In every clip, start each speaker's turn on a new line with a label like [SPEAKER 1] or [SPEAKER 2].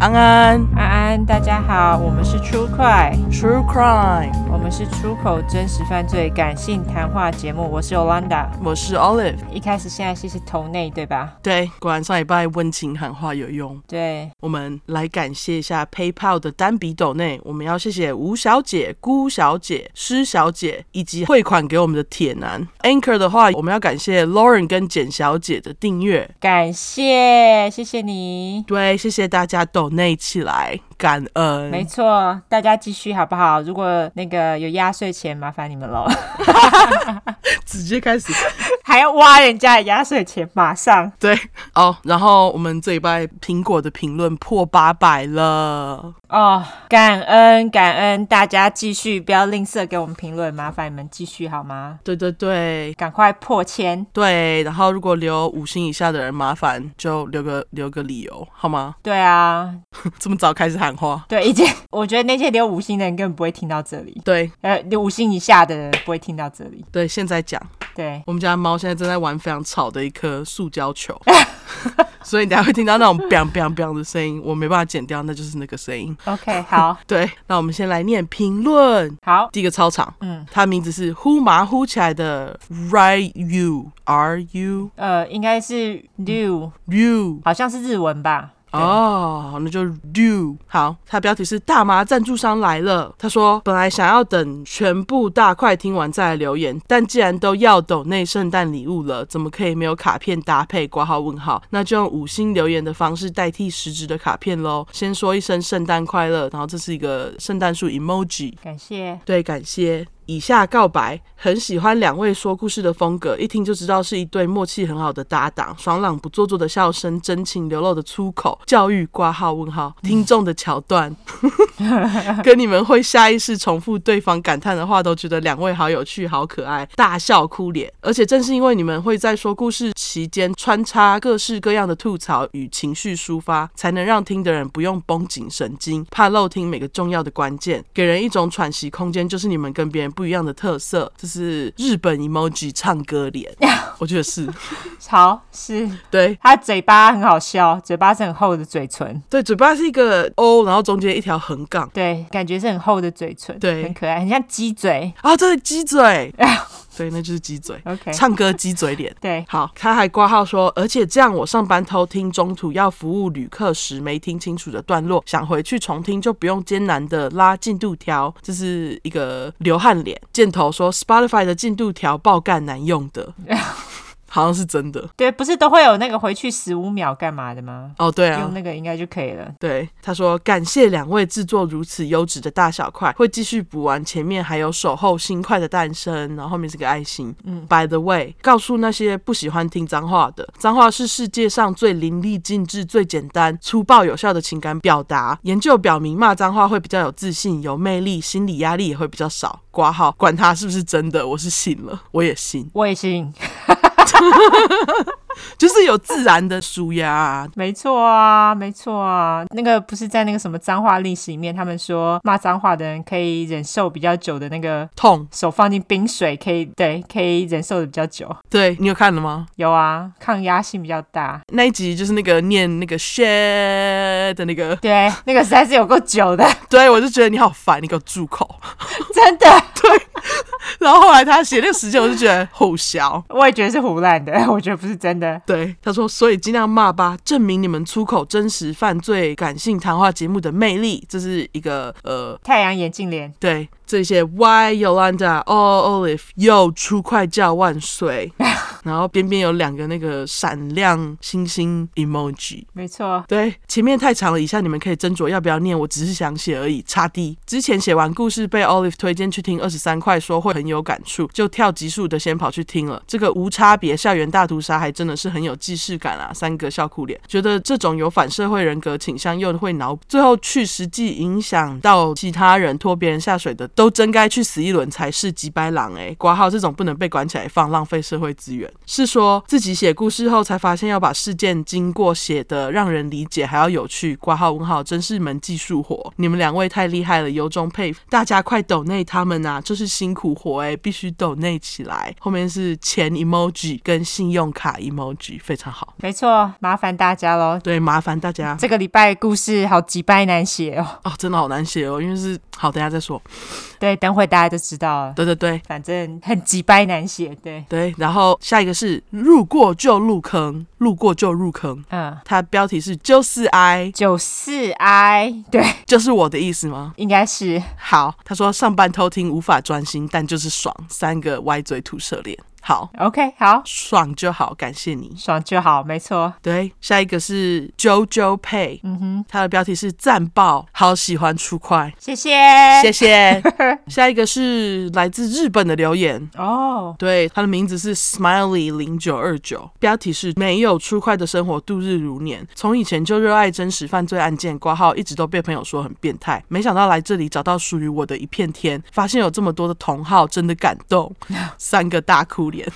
[SPEAKER 1] 安安
[SPEAKER 2] 安安，大家好，我们是出快，
[SPEAKER 1] ，True Crime，
[SPEAKER 2] 我们是出口真实犯罪感性谈话节目，我是 Olanda。
[SPEAKER 1] 我是 Olive。
[SPEAKER 2] 一开始现在是是头内对吧？
[SPEAKER 1] 对，果然上礼拜温情喊话有用。
[SPEAKER 2] 对，
[SPEAKER 1] 我们来感谢一下 PayPal 的单笔斗内，我们要谢谢吴小姐、辜小姐、施小姐以及汇款给我们的铁男。Anchor 的话，我们要感谢 Lauren 跟简小姐的订阅。
[SPEAKER 2] 感谢，谢谢你。
[SPEAKER 1] 对，谢谢大家斗内起来，感恩。
[SPEAKER 2] 没错，大家继续好不好？如果那个有压岁钱，麻烦你们喽，
[SPEAKER 1] 直接开始。
[SPEAKER 2] 还要挖人家的压岁钱，马上
[SPEAKER 1] 对，哦，然后我们这一拜苹果的评论破八百了。
[SPEAKER 2] 哦！感恩感恩，大家继续不要吝啬给我们评论，麻烦你们继续好吗？
[SPEAKER 1] 对对对
[SPEAKER 2] 赶快破千，
[SPEAKER 1] 对，然后如果留五星以下的人，麻烦就留个留个理由好吗？
[SPEAKER 2] 对啊，
[SPEAKER 1] 这么早开始喊话。
[SPEAKER 2] 对，一件，我觉得那些留五星的人根本不会听到这里，
[SPEAKER 1] 对
[SPEAKER 2] 呃，留五星以下的人不会听到这里。
[SPEAKER 1] 对，现在讲，
[SPEAKER 2] 对，
[SPEAKER 1] 我们家猫现在正在玩非常吵的一颗塑胶球， 所以你还会听到那种 biang biang biang 的声音，我没办法剪掉，那就是那个声音。
[SPEAKER 2] OK，好，
[SPEAKER 1] 对，那我们先来念评论。
[SPEAKER 2] 好，
[SPEAKER 1] 第一个超长，
[SPEAKER 2] 嗯，
[SPEAKER 1] 它名字是呼麻呼起来的 right you r u
[SPEAKER 2] 呃，应该是 do，
[SPEAKER 1] you
[SPEAKER 2] 好像是日文吧？对，
[SPEAKER 1] 哦，那就 do 好。它标题是大麻赞助商来了。他说本来想要等全部大块听完再来留言，但既然都要抖内圣诞礼物了，怎么可以没有卡片搭配？挂号问号，那就用五星留言的方式代替实质的卡片喽。先说一声圣诞快乐，然后这是一个圣诞树 emoji。
[SPEAKER 2] 感谢，
[SPEAKER 1] 对，感谢。以下告白，很喜欢两位说故事的风格，一听就知道是一对默契很好的搭档。爽朗不做作的笑声，真情流露的出口，教育挂号问号，听众的桥段， 跟你们会下意识重复对方感叹的话，都觉得两位好有趣、好可爱，大笑哭脸。而且正是因为你们会在说故事期间穿插各式各样的吐槽与情绪抒发，才能让听的人不用绷紧神经，怕漏听每个重要的关键，给人一种喘息空间，就是你们跟别人不一样的特色。这是日本 emoji 唱歌 脸，我觉得是
[SPEAKER 2] 好，是
[SPEAKER 1] 对。
[SPEAKER 2] 他嘴巴很好笑，嘴巴是很厚的嘴唇，
[SPEAKER 1] 对，嘴巴是一个 O，然后中间一条横杠
[SPEAKER 2] 对，感觉是很厚的嘴唇，
[SPEAKER 1] 对
[SPEAKER 2] 很可爱，很像鸡嘴。
[SPEAKER 1] 啊，这是鸡 嘴，对，那就是鸡嘴，
[SPEAKER 2] OK，
[SPEAKER 1] 唱歌鸡嘴脸。
[SPEAKER 2] 对，
[SPEAKER 1] 好，他还挂号说，而且这样我上班偷听，中途要服务旅客时没听清楚的段落，想回去重听就不用艰难的拉进度条。这是一个流汗脸。箭头说，Spotify 的进度条爆干难用的，好像是真的。
[SPEAKER 2] 对，不是都会有那个回去十五秒干嘛的吗？
[SPEAKER 1] 哦，对啊
[SPEAKER 2] 用，那个应该就可以了。
[SPEAKER 1] 对，他说感谢两位制作如此优质的大小块，会继续补完前面还有守候新块的诞生，然后后面是个爱心。嗯，By the way，告诉那些不喜欢听脏话的，脏话是世界上最淋漓尽致、最简单、粗暴有效的情感表达。研究表明，骂脏话会比较有自信、有魅力，心理压力也会比较少。挂号，管他是不是真的，我是信了，我也信，
[SPEAKER 2] 我也信，
[SPEAKER 1] 就是有自然的舒压、啊。
[SPEAKER 2] 没错啊，没错啊，那个不是在那个什么脏话历史里面，他们说骂脏话的人可以忍受比较久的那个
[SPEAKER 1] 痛，
[SPEAKER 2] 手放进冰水，可以对，可以忍受的比较久。
[SPEAKER 1] 对你有看了吗？
[SPEAKER 2] 有啊，抗压性比较大。
[SPEAKER 1] 那一集就是那个念那个 shit 的那个，
[SPEAKER 2] 对，那个实在是有够久的，
[SPEAKER 1] 对我就觉得你好烦，你给我住口。
[SPEAKER 2] 真的，
[SPEAKER 1] 然后后来他写那个时间，我就觉得好笑。
[SPEAKER 2] 我也觉得是胡乱的，我觉得不是真的。
[SPEAKER 1] 对，他说，所以尽量骂吧，证明你们出口真实犯罪感性谈话节目的魅力。这是一个呃，
[SPEAKER 2] 太阳眼镜脸，
[SPEAKER 1] 对这些 Why Yolanda All Olive 又出快叫万岁，然后边边有两个那个闪亮星星 emoji。
[SPEAKER 2] 没错，
[SPEAKER 1] 对，前面太长了，以下你们可以斟酌要不要念，我只是想写而已。差 D，之前写完故事被 Olive 推荐去听二十三块，说会很有感触，就跳级数的先跑去听了。这个无差别校园大屠杀还真的是很有既视感啊！三个笑哭脸，觉得这种有反社会人格倾向又会脑，最后去实际影响到其他人拖别人下水的，都真该去死一轮才是几百狼哎、欸！挂号这种不能被关起来放，浪费社会资源。是说自己写故事后才发现要把事件经过写的让人理解还要有趣。挂号问号，真是门技术活！你们两位太厉害了，由衷佩服！大家快抖内他们呐、啊，这是辛苦活哎、必须抖内起来。后面是钱 emoji 跟信用卡 emoji，非常好。
[SPEAKER 2] 没错，麻烦大家喽。
[SPEAKER 1] 对，麻烦大家
[SPEAKER 2] 这个礼拜故事好几掰难写哦。
[SPEAKER 1] 哦，真的好难写哦，因为是好，等一下再说。
[SPEAKER 2] 对，等会大家就知道了。
[SPEAKER 1] 对对对，
[SPEAKER 2] 反正很几掰难写，对，
[SPEAKER 1] 对，然后下一个是路过就入坑，路过就入坑。
[SPEAKER 2] 嗯，
[SPEAKER 1] 它标题是就是爱，
[SPEAKER 2] 九四 I，对，
[SPEAKER 1] 就是我的意思吗？
[SPEAKER 2] 应该是
[SPEAKER 1] 好，他说上班偷听无法专心，但就是爽，三个歪嘴吐舌脸。好，
[SPEAKER 2] OK，好，
[SPEAKER 1] 爽就好，感谢你。
[SPEAKER 2] 爽就好，没错，
[SPEAKER 1] 对，下一个是 JoJo Pay，嗯哼，它的标题是赞爆，好喜欢出快，
[SPEAKER 2] 谢谢，
[SPEAKER 1] 谢 谢。下一个是来自日本的留言，
[SPEAKER 2] 哦，
[SPEAKER 1] 对，他的名字是 Smiley 零九二九，标题是没有出快的生活度日如年。从以前就热爱真实犯罪案件，挂号一直都被朋友说很变态，没想到来这里找到属于我的一片天，发现有这么多的同好，真的感动。三个大哭脸。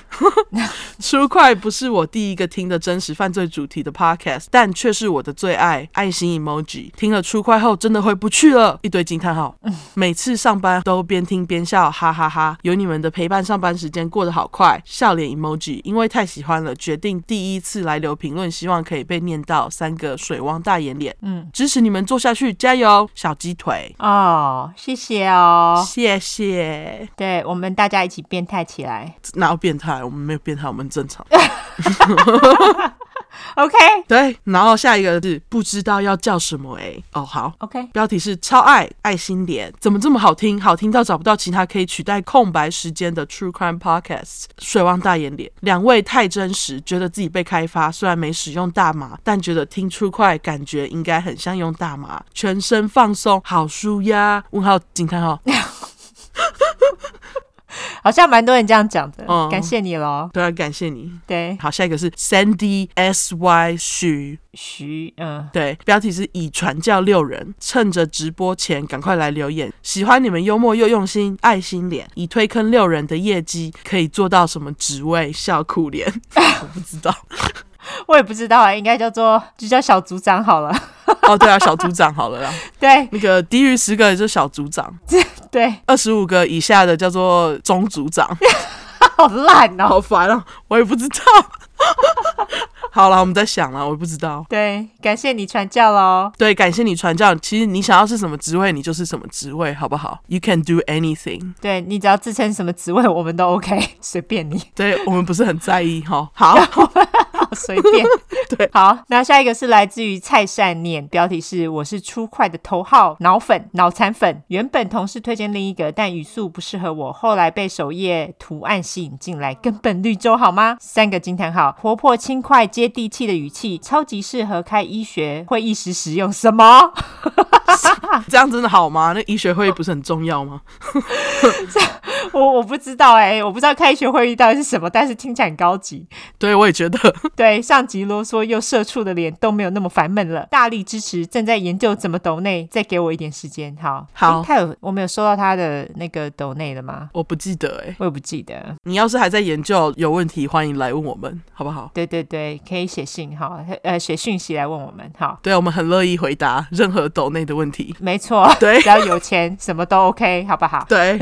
[SPEAKER 1] 出快不是我第一个听的真实犯罪主题的 podcast，但却是我的最爱。爱心 emoji，听了出快后真的回不去了，一堆惊叹号。每次上班都边听边笑，哈哈哈有你们的陪伴，上班时间过得好快。笑脸 emoji，因为太喜欢了，决定第一次来留评论，希望可以被念到。三个水汪大眼脸，嗯，支持你们做下去，加油，小鸡腿，
[SPEAKER 2] 哦，谢谢哦，
[SPEAKER 1] 谢谢。
[SPEAKER 2] 对我们大家一起变态起来
[SPEAKER 1] 哪有变态？我们没有变态，我们正常。
[SPEAKER 2] ，OK，
[SPEAKER 1] 对，然后下一个是不知道要叫什么哎、哦好。
[SPEAKER 2] OK，
[SPEAKER 1] 标题是超爱爱心脸，怎么这么好听？好听到找不到其他可以取代空白时间的 True Crime Podcast。水汪大眼脸，两位太真实，觉得自己被开发。虽然没使用大麻，但觉得听出快感觉应该很像用大麻，全身放松，好舒压。问号惊叹号。
[SPEAKER 2] 好像蛮多人这样讲的，
[SPEAKER 1] 嗯
[SPEAKER 2] 感谢你喽。
[SPEAKER 1] 对啊，感谢你。
[SPEAKER 2] 对，
[SPEAKER 1] 好，下一个是 Sandy S Y 许，
[SPEAKER 2] 徐，嗯，
[SPEAKER 1] 对，标题是以传教六人，趁着直播前赶快来留言，喜欢你们幽默又用心，爱心脸，以推坑六人的业绩可以做到什么职位？笑哭脸， 我不知道。
[SPEAKER 2] 我也不知道啊，应该叫做就叫小组长好了。
[SPEAKER 1] 哦，对啊，小组长好了啦，
[SPEAKER 2] 对
[SPEAKER 1] 那个低于十个就小组长，
[SPEAKER 2] 对，
[SPEAKER 1] 二十五个以下的叫做中组长，
[SPEAKER 2] 好烂哦。
[SPEAKER 1] 好烦啊，我也不知道。 好了，我们在想了，我也不知道。
[SPEAKER 2] 对，感谢你传教喽。
[SPEAKER 1] 对，感谢你传教。其实你想要是什么职位，你就是什么职位，好不好？You can do anything。
[SPEAKER 2] 对你只要自称什么职位，我们都 OK，随便你，
[SPEAKER 1] 对我们不是很在意哈。好，
[SPEAKER 2] 好随便。
[SPEAKER 1] 对，
[SPEAKER 2] 好，那下一个是来自于蔡善念，标题是“我是出快的头号脑粉、脑残粉”。原本同事推荐另一个，但语速不适合我，后来被首页图案吸引进来，根本绿洲好吗？三个惊叹号，活泼轻快、接地气的语气，超级适合开医学会议时使用。什么？
[SPEAKER 1] 这样真的好吗？那医学会议不是很重要吗？
[SPEAKER 2] 我我不知道哎、我不知道开学会议到底是什么，但是听起来很高级。
[SPEAKER 1] 对，我也觉得。
[SPEAKER 2] 对，上集啰嗦又社畜的脸都没有那么烦闷了。大力支持，正在研究怎么抖内，再给我一点时间。好，
[SPEAKER 1] 好
[SPEAKER 2] 诶他有我们有收到他的那个抖内了吗？
[SPEAKER 1] 我不记得哎、
[SPEAKER 2] 我也不记得。
[SPEAKER 1] 你要是还在研究，有问题欢迎来问我们，好不好？
[SPEAKER 2] 对对对，可以写信哈，呃，写讯息来问我们哈。
[SPEAKER 1] 对，我们很乐意回答任何抖内的问题。
[SPEAKER 2] 没错，
[SPEAKER 1] 对
[SPEAKER 2] 只要有钱，什么都 OK，好不好？
[SPEAKER 1] 对，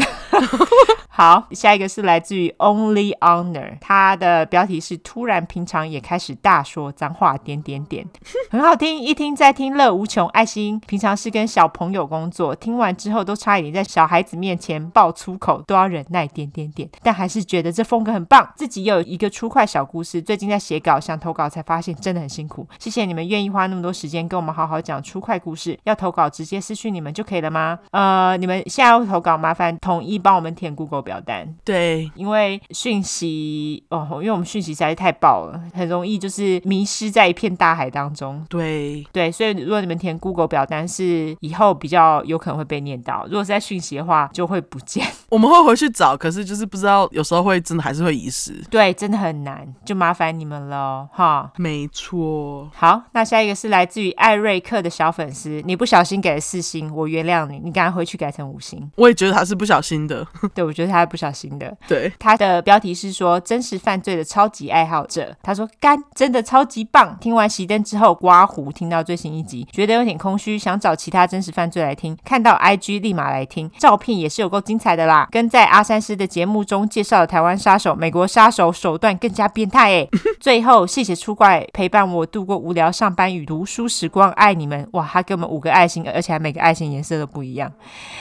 [SPEAKER 2] 好，下一个是来自于 Only Honor，它的标题是“突然平常也开始大说脏话点点点”，很好听，一听再听乐无穷。爱心平常是跟小朋友工作，听完之后都差一点在小孩子面前爆粗口，都要忍耐点点点，但还是觉得这风格很棒。自己又有一个出块小故事，最近在写稿，想投稿才发现真的很辛苦。谢谢你们愿意花那么多时间跟我们好好讲出块故事，要投稿直接私讯你们就可以了吗？呃，你们现在要投稿，麻烦统一帮我们填 Google 表单，
[SPEAKER 1] 对，
[SPEAKER 2] 因为讯息哦，因为我们讯息实在是太爆了，很容易就是迷失在一片大海当中。
[SPEAKER 1] 对，
[SPEAKER 2] 对，所以如果你们填 Google 表单是以后比较有可能会被念到，如果是在讯息的话就会不见。
[SPEAKER 1] 我们会回去找，可是就是不知道，有时候会真的还是会遗失。
[SPEAKER 2] 对，真的很难，就麻烦你们喽哈。
[SPEAKER 1] 没错，
[SPEAKER 2] 好，那下一个是来自于艾瑞克的小粉丝，你不小心给了四星，我原谅你，你赶快回去改成五星。
[SPEAKER 1] 我也觉得他是不小心的。
[SPEAKER 2] 对，我觉得他不小心的。
[SPEAKER 1] 对，
[SPEAKER 2] 他的标题是说“真实犯罪的超级爱好者”。他说：“干，真的超级棒！”听完熄灯之后，刮胡听到最新一集，觉得有点空虚，想找其他真实犯罪来听。看到 IG 立马来听，照片也是有够精彩的啦，跟在阿三师的节目中介绍的台湾杀手、美国杀手手段更加变态诶。 最后，谢谢出怪陪伴我度过无聊上班与读书时光，爱你们！哇，他给我们五个爱心，而且还每个爱心颜色都不一样。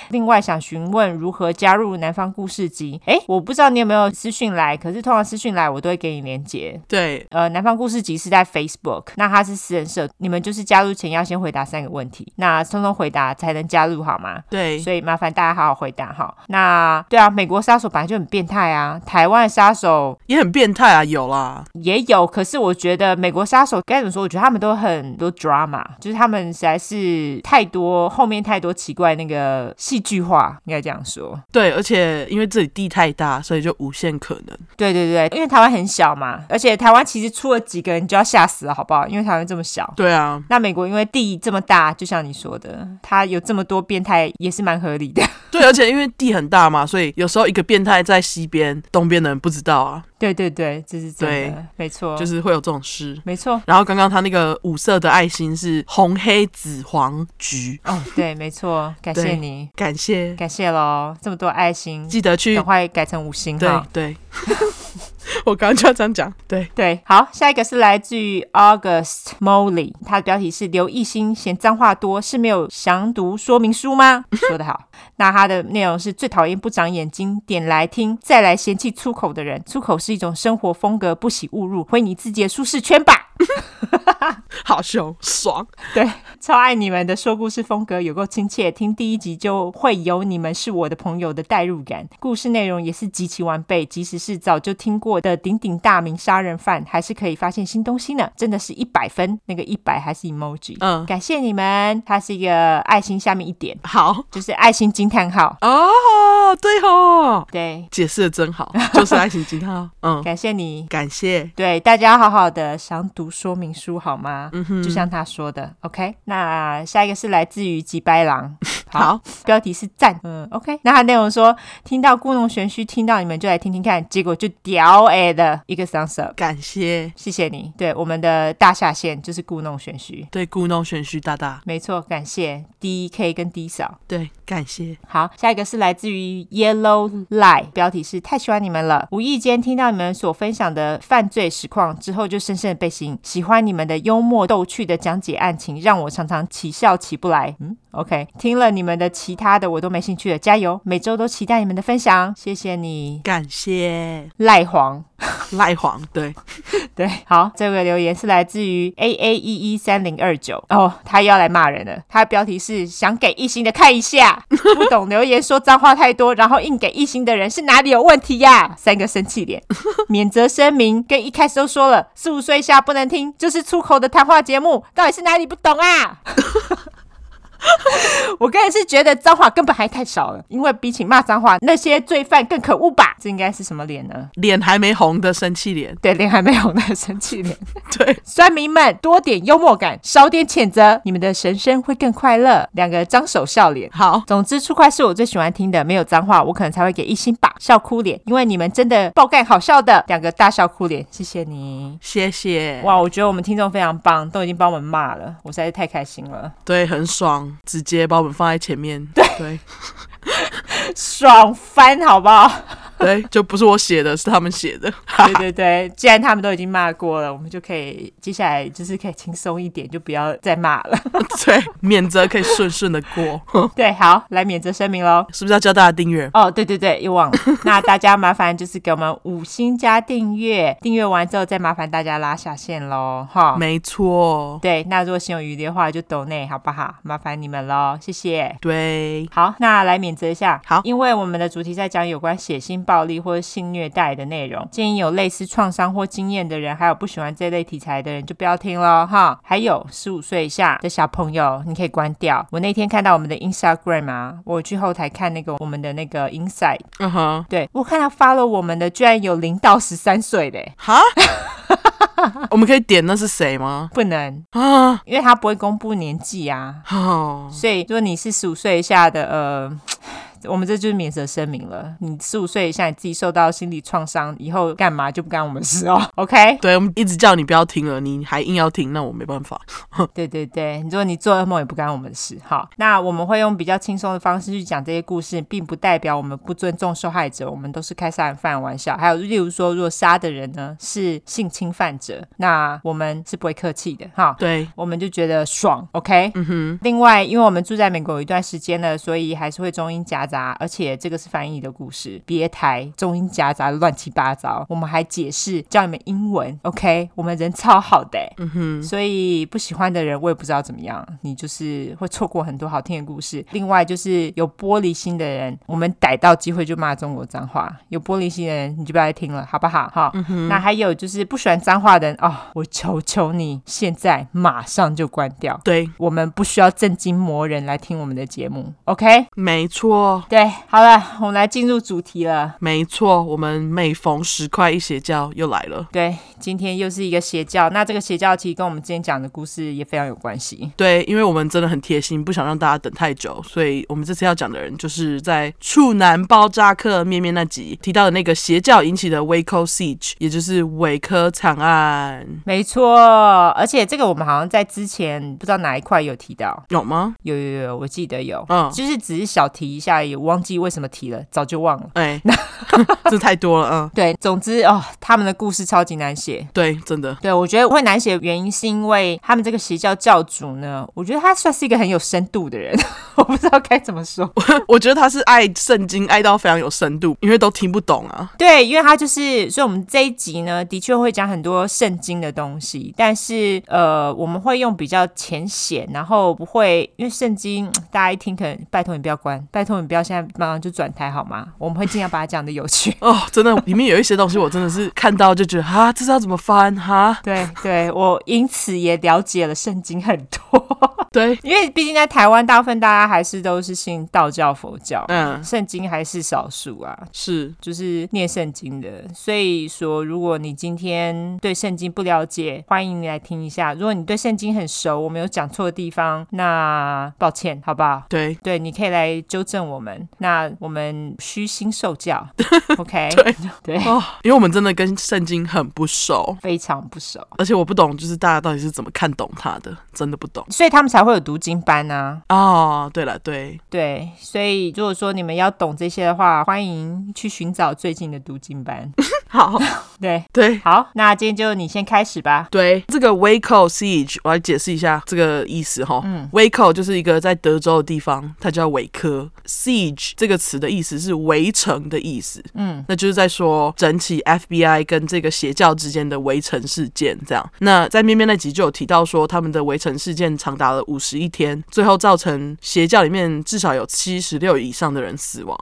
[SPEAKER 2] 另外想询问如何加入南方故事集？诶，我不知道你有没有私讯来，可是通常私讯来我都会给你连接。
[SPEAKER 1] 对，
[SPEAKER 2] 呃，南方故事集是在 Facebook，那它是私人社，你们就是加入前要先回答三个问题，那通通回答才能加入好吗？
[SPEAKER 1] 对，
[SPEAKER 2] 所以麻烦大家好好回答哈。那对啊，美国杀手本来就很变态啊，台湾杀手
[SPEAKER 1] 也很变态啊，有啦，
[SPEAKER 2] 也有，可是我觉得美国杀手该怎么说？我觉得他们都很多 drama，就是他们实在是太多后面太多奇怪那个戏剧化，应该这样说。
[SPEAKER 1] 对，而且因为这里地太大，所以就无限可能。
[SPEAKER 2] 对对对，因为台湾很小嘛，而且台湾其实出了几个人就要吓死了，好不好？因为台湾这么小。
[SPEAKER 1] 对啊，
[SPEAKER 2] 那美国因为地这么大，就像你说的，它有这么多变态也是蛮合理的。
[SPEAKER 1] 对，而且因为地很大嘛，所以有时候一个变态在西边，东边的人不知道啊，
[SPEAKER 2] 对对对，这是真
[SPEAKER 1] 对
[SPEAKER 2] 的，没错，
[SPEAKER 1] 就是会有这种事。
[SPEAKER 2] 没错。
[SPEAKER 1] 然后刚刚他那个五色的爱心是红、黑、紫、黄、橘，
[SPEAKER 2] 哦，对，没错，感谢
[SPEAKER 1] 对
[SPEAKER 2] 你，
[SPEAKER 1] 感谢，
[SPEAKER 2] 感谢喽，这么多爱心，
[SPEAKER 1] 记得去
[SPEAKER 2] 赶快改成五星
[SPEAKER 1] 对
[SPEAKER 2] 哈。
[SPEAKER 1] 对， 我刚刚就要这样讲。对，
[SPEAKER 2] 对，好，下一个是来自于 August Molly，他的标题是刘艺兴嫌脏话多是没有详读说明书吗？说得好。那他的内容是最讨厌不长眼睛，点来听，再来嫌弃粗口的人。粗口是一种生活风格，不喜勿入，回你自己的舒适圈吧。
[SPEAKER 1] 好凶，爽，
[SPEAKER 2] 对，超爱你们的说故事风格，有够亲切。听第一集就会有你们是我的朋友的代入感，故事内容也是极其完备，即使是早就听过的鼎鼎大名杀人犯，还是可以发现新东西呢。真的是一百分，那个一百还是 emoji。
[SPEAKER 1] 嗯，
[SPEAKER 2] 感谢你们，它是一个爱心下面一点，
[SPEAKER 1] 好
[SPEAKER 2] 就是爱心惊叹号。
[SPEAKER 1] 哦，对吼，
[SPEAKER 2] 对，
[SPEAKER 1] 解释的真好，就是爱情惊叹号，嗯，
[SPEAKER 2] 感谢你。
[SPEAKER 1] 感谢，
[SPEAKER 2] 对，大家好好的详读说明书好吗？嗯哼，就像他说的，OK。那下一个是来自于吉白 狼，
[SPEAKER 1] 好，
[SPEAKER 2] 标题是赞，嗯，OK。那它内容说，听到故弄玄虚，听到你们就来听听看，结果就屌哎的一个 thumbs up，
[SPEAKER 1] 感谢，
[SPEAKER 2] 谢谢你。对，我们的大下线就是故弄玄虚，
[SPEAKER 1] 对故弄玄虚大大，
[SPEAKER 2] 没错，感谢 D K 跟 D 嫂。
[SPEAKER 1] 对，感谢，
[SPEAKER 2] 好，下一个是来自于 Yellow Lie，标题是太喜欢你们了，无意间听到你们所分享的犯罪实况之后，就深深的被吸引，喜欢你们的幽默逗趣的讲解案情，让我常常起笑起不来。嗯，OK，听了你们的其他的我都没兴趣了，加油！每周都期待你们的分享，谢谢你，
[SPEAKER 1] 感谢，
[SPEAKER 2] 赖黄。
[SPEAKER 1] 赖黄，对，
[SPEAKER 2] 对，好，这个留言是来自于 A A 一一三零二九哦，他又要来骂人了。他的标题是想给一星的看一下，不懂留言说脏话太多，然后硬给一星的人是哪里有问题呀？三个生气脸，免责声明，跟一开始都说了，四五岁以下不能听，就是出口的谈话节目，到底是哪里不懂啊？ 我个人是觉得脏话根本还太少了，因为比起骂脏话，那些罪犯更可恶吧？这应该是什么脸呢？
[SPEAKER 1] 脸还没红的生气 脸，
[SPEAKER 2] 对，脸还没有那个生气脸。
[SPEAKER 1] 对，
[SPEAKER 2] 酸民们多点幽默感，少点谴责，你们的人生会更快乐。两个张手笑脸。
[SPEAKER 1] 好，
[SPEAKER 2] 总之，出快是我最喜欢听的，没有脏话，我可能才会给一星吧。笑哭脸，因为你们真的爆干好笑的，两个大笑哭脸，谢谢你。
[SPEAKER 1] 谢谢，
[SPEAKER 2] 哇，我觉得我们听众非常棒，都已经帮我们骂了，我实在是太开心了，
[SPEAKER 1] 对，很爽，直接把我们放在前面，对对
[SPEAKER 2] 爽翻好不 好？
[SPEAKER 1] 对，就不是我写的，是他们写 的，
[SPEAKER 2] 对对对，既然他们都已经骂过了，我们就可以接下来就是可以轻松一点，就不要再骂 了。
[SPEAKER 1] 对，免责可以顺顺的过，
[SPEAKER 2] 对，好，来免责声明喽。
[SPEAKER 1] 是不是要教大家订阅？
[SPEAKER 2] 哦，对对对，又忘 了。那大家麻烦就是给我们五星加订阅，订阅完之后再麻烦大家拉下线喽，哈。
[SPEAKER 1] 没错，
[SPEAKER 2] 对，那如果心有余力的话，就抖内好不好？麻烦你们喽，谢谢。
[SPEAKER 1] 对，
[SPEAKER 2] 好，那来免责一下。
[SPEAKER 1] 好
[SPEAKER 2] 因为我们的主题在讲有关血腥暴力或者性虐待的内容，建议有类似创伤或经验的人，还有不喜欢这类题材的人就不要听喽哈。还有十五岁以下的小朋友，你可以关掉。我那天看到我们的 Instagram 啊，我去后台看那个我们的那个 Inside。
[SPEAKER 1] 嗯哼，
[SPEAKER 2] 对我看到 follow 我们的居然有零到十三岁的欸，
[SPEAKER 1] 哈， 我们可以点那是谁吗？
[SPEAKER 2] 不能，
[SPEAKER 1] 啊，
[SPEAKER 2] 因为他不会公布年纪啊。
[SPEAKER 1] 哦，
[SPEAKER 2] 所以，如果你是十五岁以下的，呃，我们这就是免责声明了。你十五岁以下，你自己受到心理创伤，以后干嘛就不干我们事哦。OK，
[SPEAKER 1] 对，我们一直叫你不要听了，你还硬要听，那我没办法。
[SPEAKER 2] 对对对，你说你做噩梦也不干我们的事。好，那我们会用比较轻松的方式去讲这些故事，并不代表我们不尊重受害者，我们都是开杀人犯的玩笑。还有，例如说，如果杀的人呢是性侵犯者，那我们是不会客气的哈。
[SPEAKER 1] 对，
[SPEAKER 2] 我们就觉得爽，OK。嗯哼。另外，因为我们住在美国有一段时间了，所以还是会中英夹杂，而且这个是翻译的故事，别台中英夹杂乱七八糟。我们还解释教你们英文，OK。我们人超好的、嗯哼。所以不喜欢的人，我也不知道怎么样，你就是会错过很多好听的故事。另外，就是有玻璃心的人，我们逮到机会就骂中国脏话；有玻璃心的人，你就不要再听了，好不好？哈、那还有就是不喜欢脏话的人哦，我求求你，现在马上就关掉。
[SPEAKER 1] 对，
[SPEAKER 2] 我们不需要正经魔人来听我们的节目，OK？
[SPEAKER 1] 没错，
[SPEAKER 2] 对，好了，我们来进入主题了。
[SPEAKER 1] 没错，我们每逢十块一邪教又来了。
[SPEAKER 2] 对，今天又是一个邪教，那这个邪教其实跟我们之前讲的故事也非常有关系。
[SPEAKER 1] 对，因为我们真的很贴心，不想让大家等太久，所以我们这次要讲的人就是在处男包扎克面面那集提到的那个邪教引起的 Waco Siege，也就是维科惨案，
[SPEAKER 2] 没错，而且这个我们好像在之前不知道哪一块有提到，
[SPEAKER 1] 有吗？
[SPEAKER 2] 有有有，我记得有，
[SPEAKER 1] 嗯，
[SPEAKER 2] 就是只是小提一下，也忘记为什么提了，早就忘了。
[SPEAKER 1] 哎、 这太多了，嗯，
[SPEAKER 2] 对，总之哦，他们的故事超级难写，
[SPEAKER 1] 对，真的，
[SPEAKER 2] 对，我觉得会难写的原因是因为他们这个邪教教主呢，我觉得他算是一个很有深度的人， 我不知道该怎么说。
[SPEAKER 1] 我觉得他是爱圣经爱到非常有深度，因为都听不懂啊，。
[SPEAKER 2] 对，因为他就是，所以我们这一集呢，的确会讲很多圣经的东西，但是呃，我们会用比较浅显，然后不会，因为圣经大家一听可能，拜托你不要关，拜托你不要现在马上就转台好吗？我们会尽量把它讲的有趣
[SPEAKER 1] 哦，真的，里面有一些东西我真的是看到就觉得哈，这是要怎么翻哈？
[SPEAKER 2] 对对，我因此也了解了圣经很多，
[SPEAKER 1] 对，
[SPEAKER 2] 因为毕竟在台湾，大部分大家还是都是信道教、佛教，
[SPEAKER 1] 嗯，
[SPEAKER 2] 圣经还是少数啊。
[SPEAKER 1] 是，
[SPEAKER 2] 就是念圣经的。所以说，如果你今天对圣经不了解，欢迎你来听一下。如果你对圣经很熟，我们有讲错的地方，那抱歉，好不好？
[SPEAKER 1] 对，
[SPEAKER 2] 对，你可以来纠正我们。那我们虚心受 教，OK？
[SPEAKER 1] 对
[SPEAKER 2] 对，
[SPEAKER 1] 哦，因为我们真的跟圣经很不熟，
[SPEAKER 2] 非常不熟，
[SPEAKER 1] 而且我不懂，就是大家到底是怎么看懂它的，真的不懂。
[SPEAKER 2] 所以他们才会有读经班啊。
[SPEAKER 1] 哦，对了，对，
[SPEAKER 2] 对，所以如果说你们要懂这些的话，欢迎去寻找最近的读经班。
[SPEAKER 1] 好，
[SPEAKER 2] 对，
[SPEAKER 1] 对。
[SPEAKER 2] 好，那今天就你先开始吧。
[SPEAKER 1] 对，这个 Waco siege，我来解释一下这个意思哈。嗯，Waco 就是一个在德州的地方，它叫维科。siege 这个词的意思是围城的意思，嗯，那就是在说整起 FBI 跟这个邪教之间的围城事件这样。那在面面那集就有提到说，他们的围城事件长达了五十一天，最后造成邪教里面至少有七十六以上的人死亡。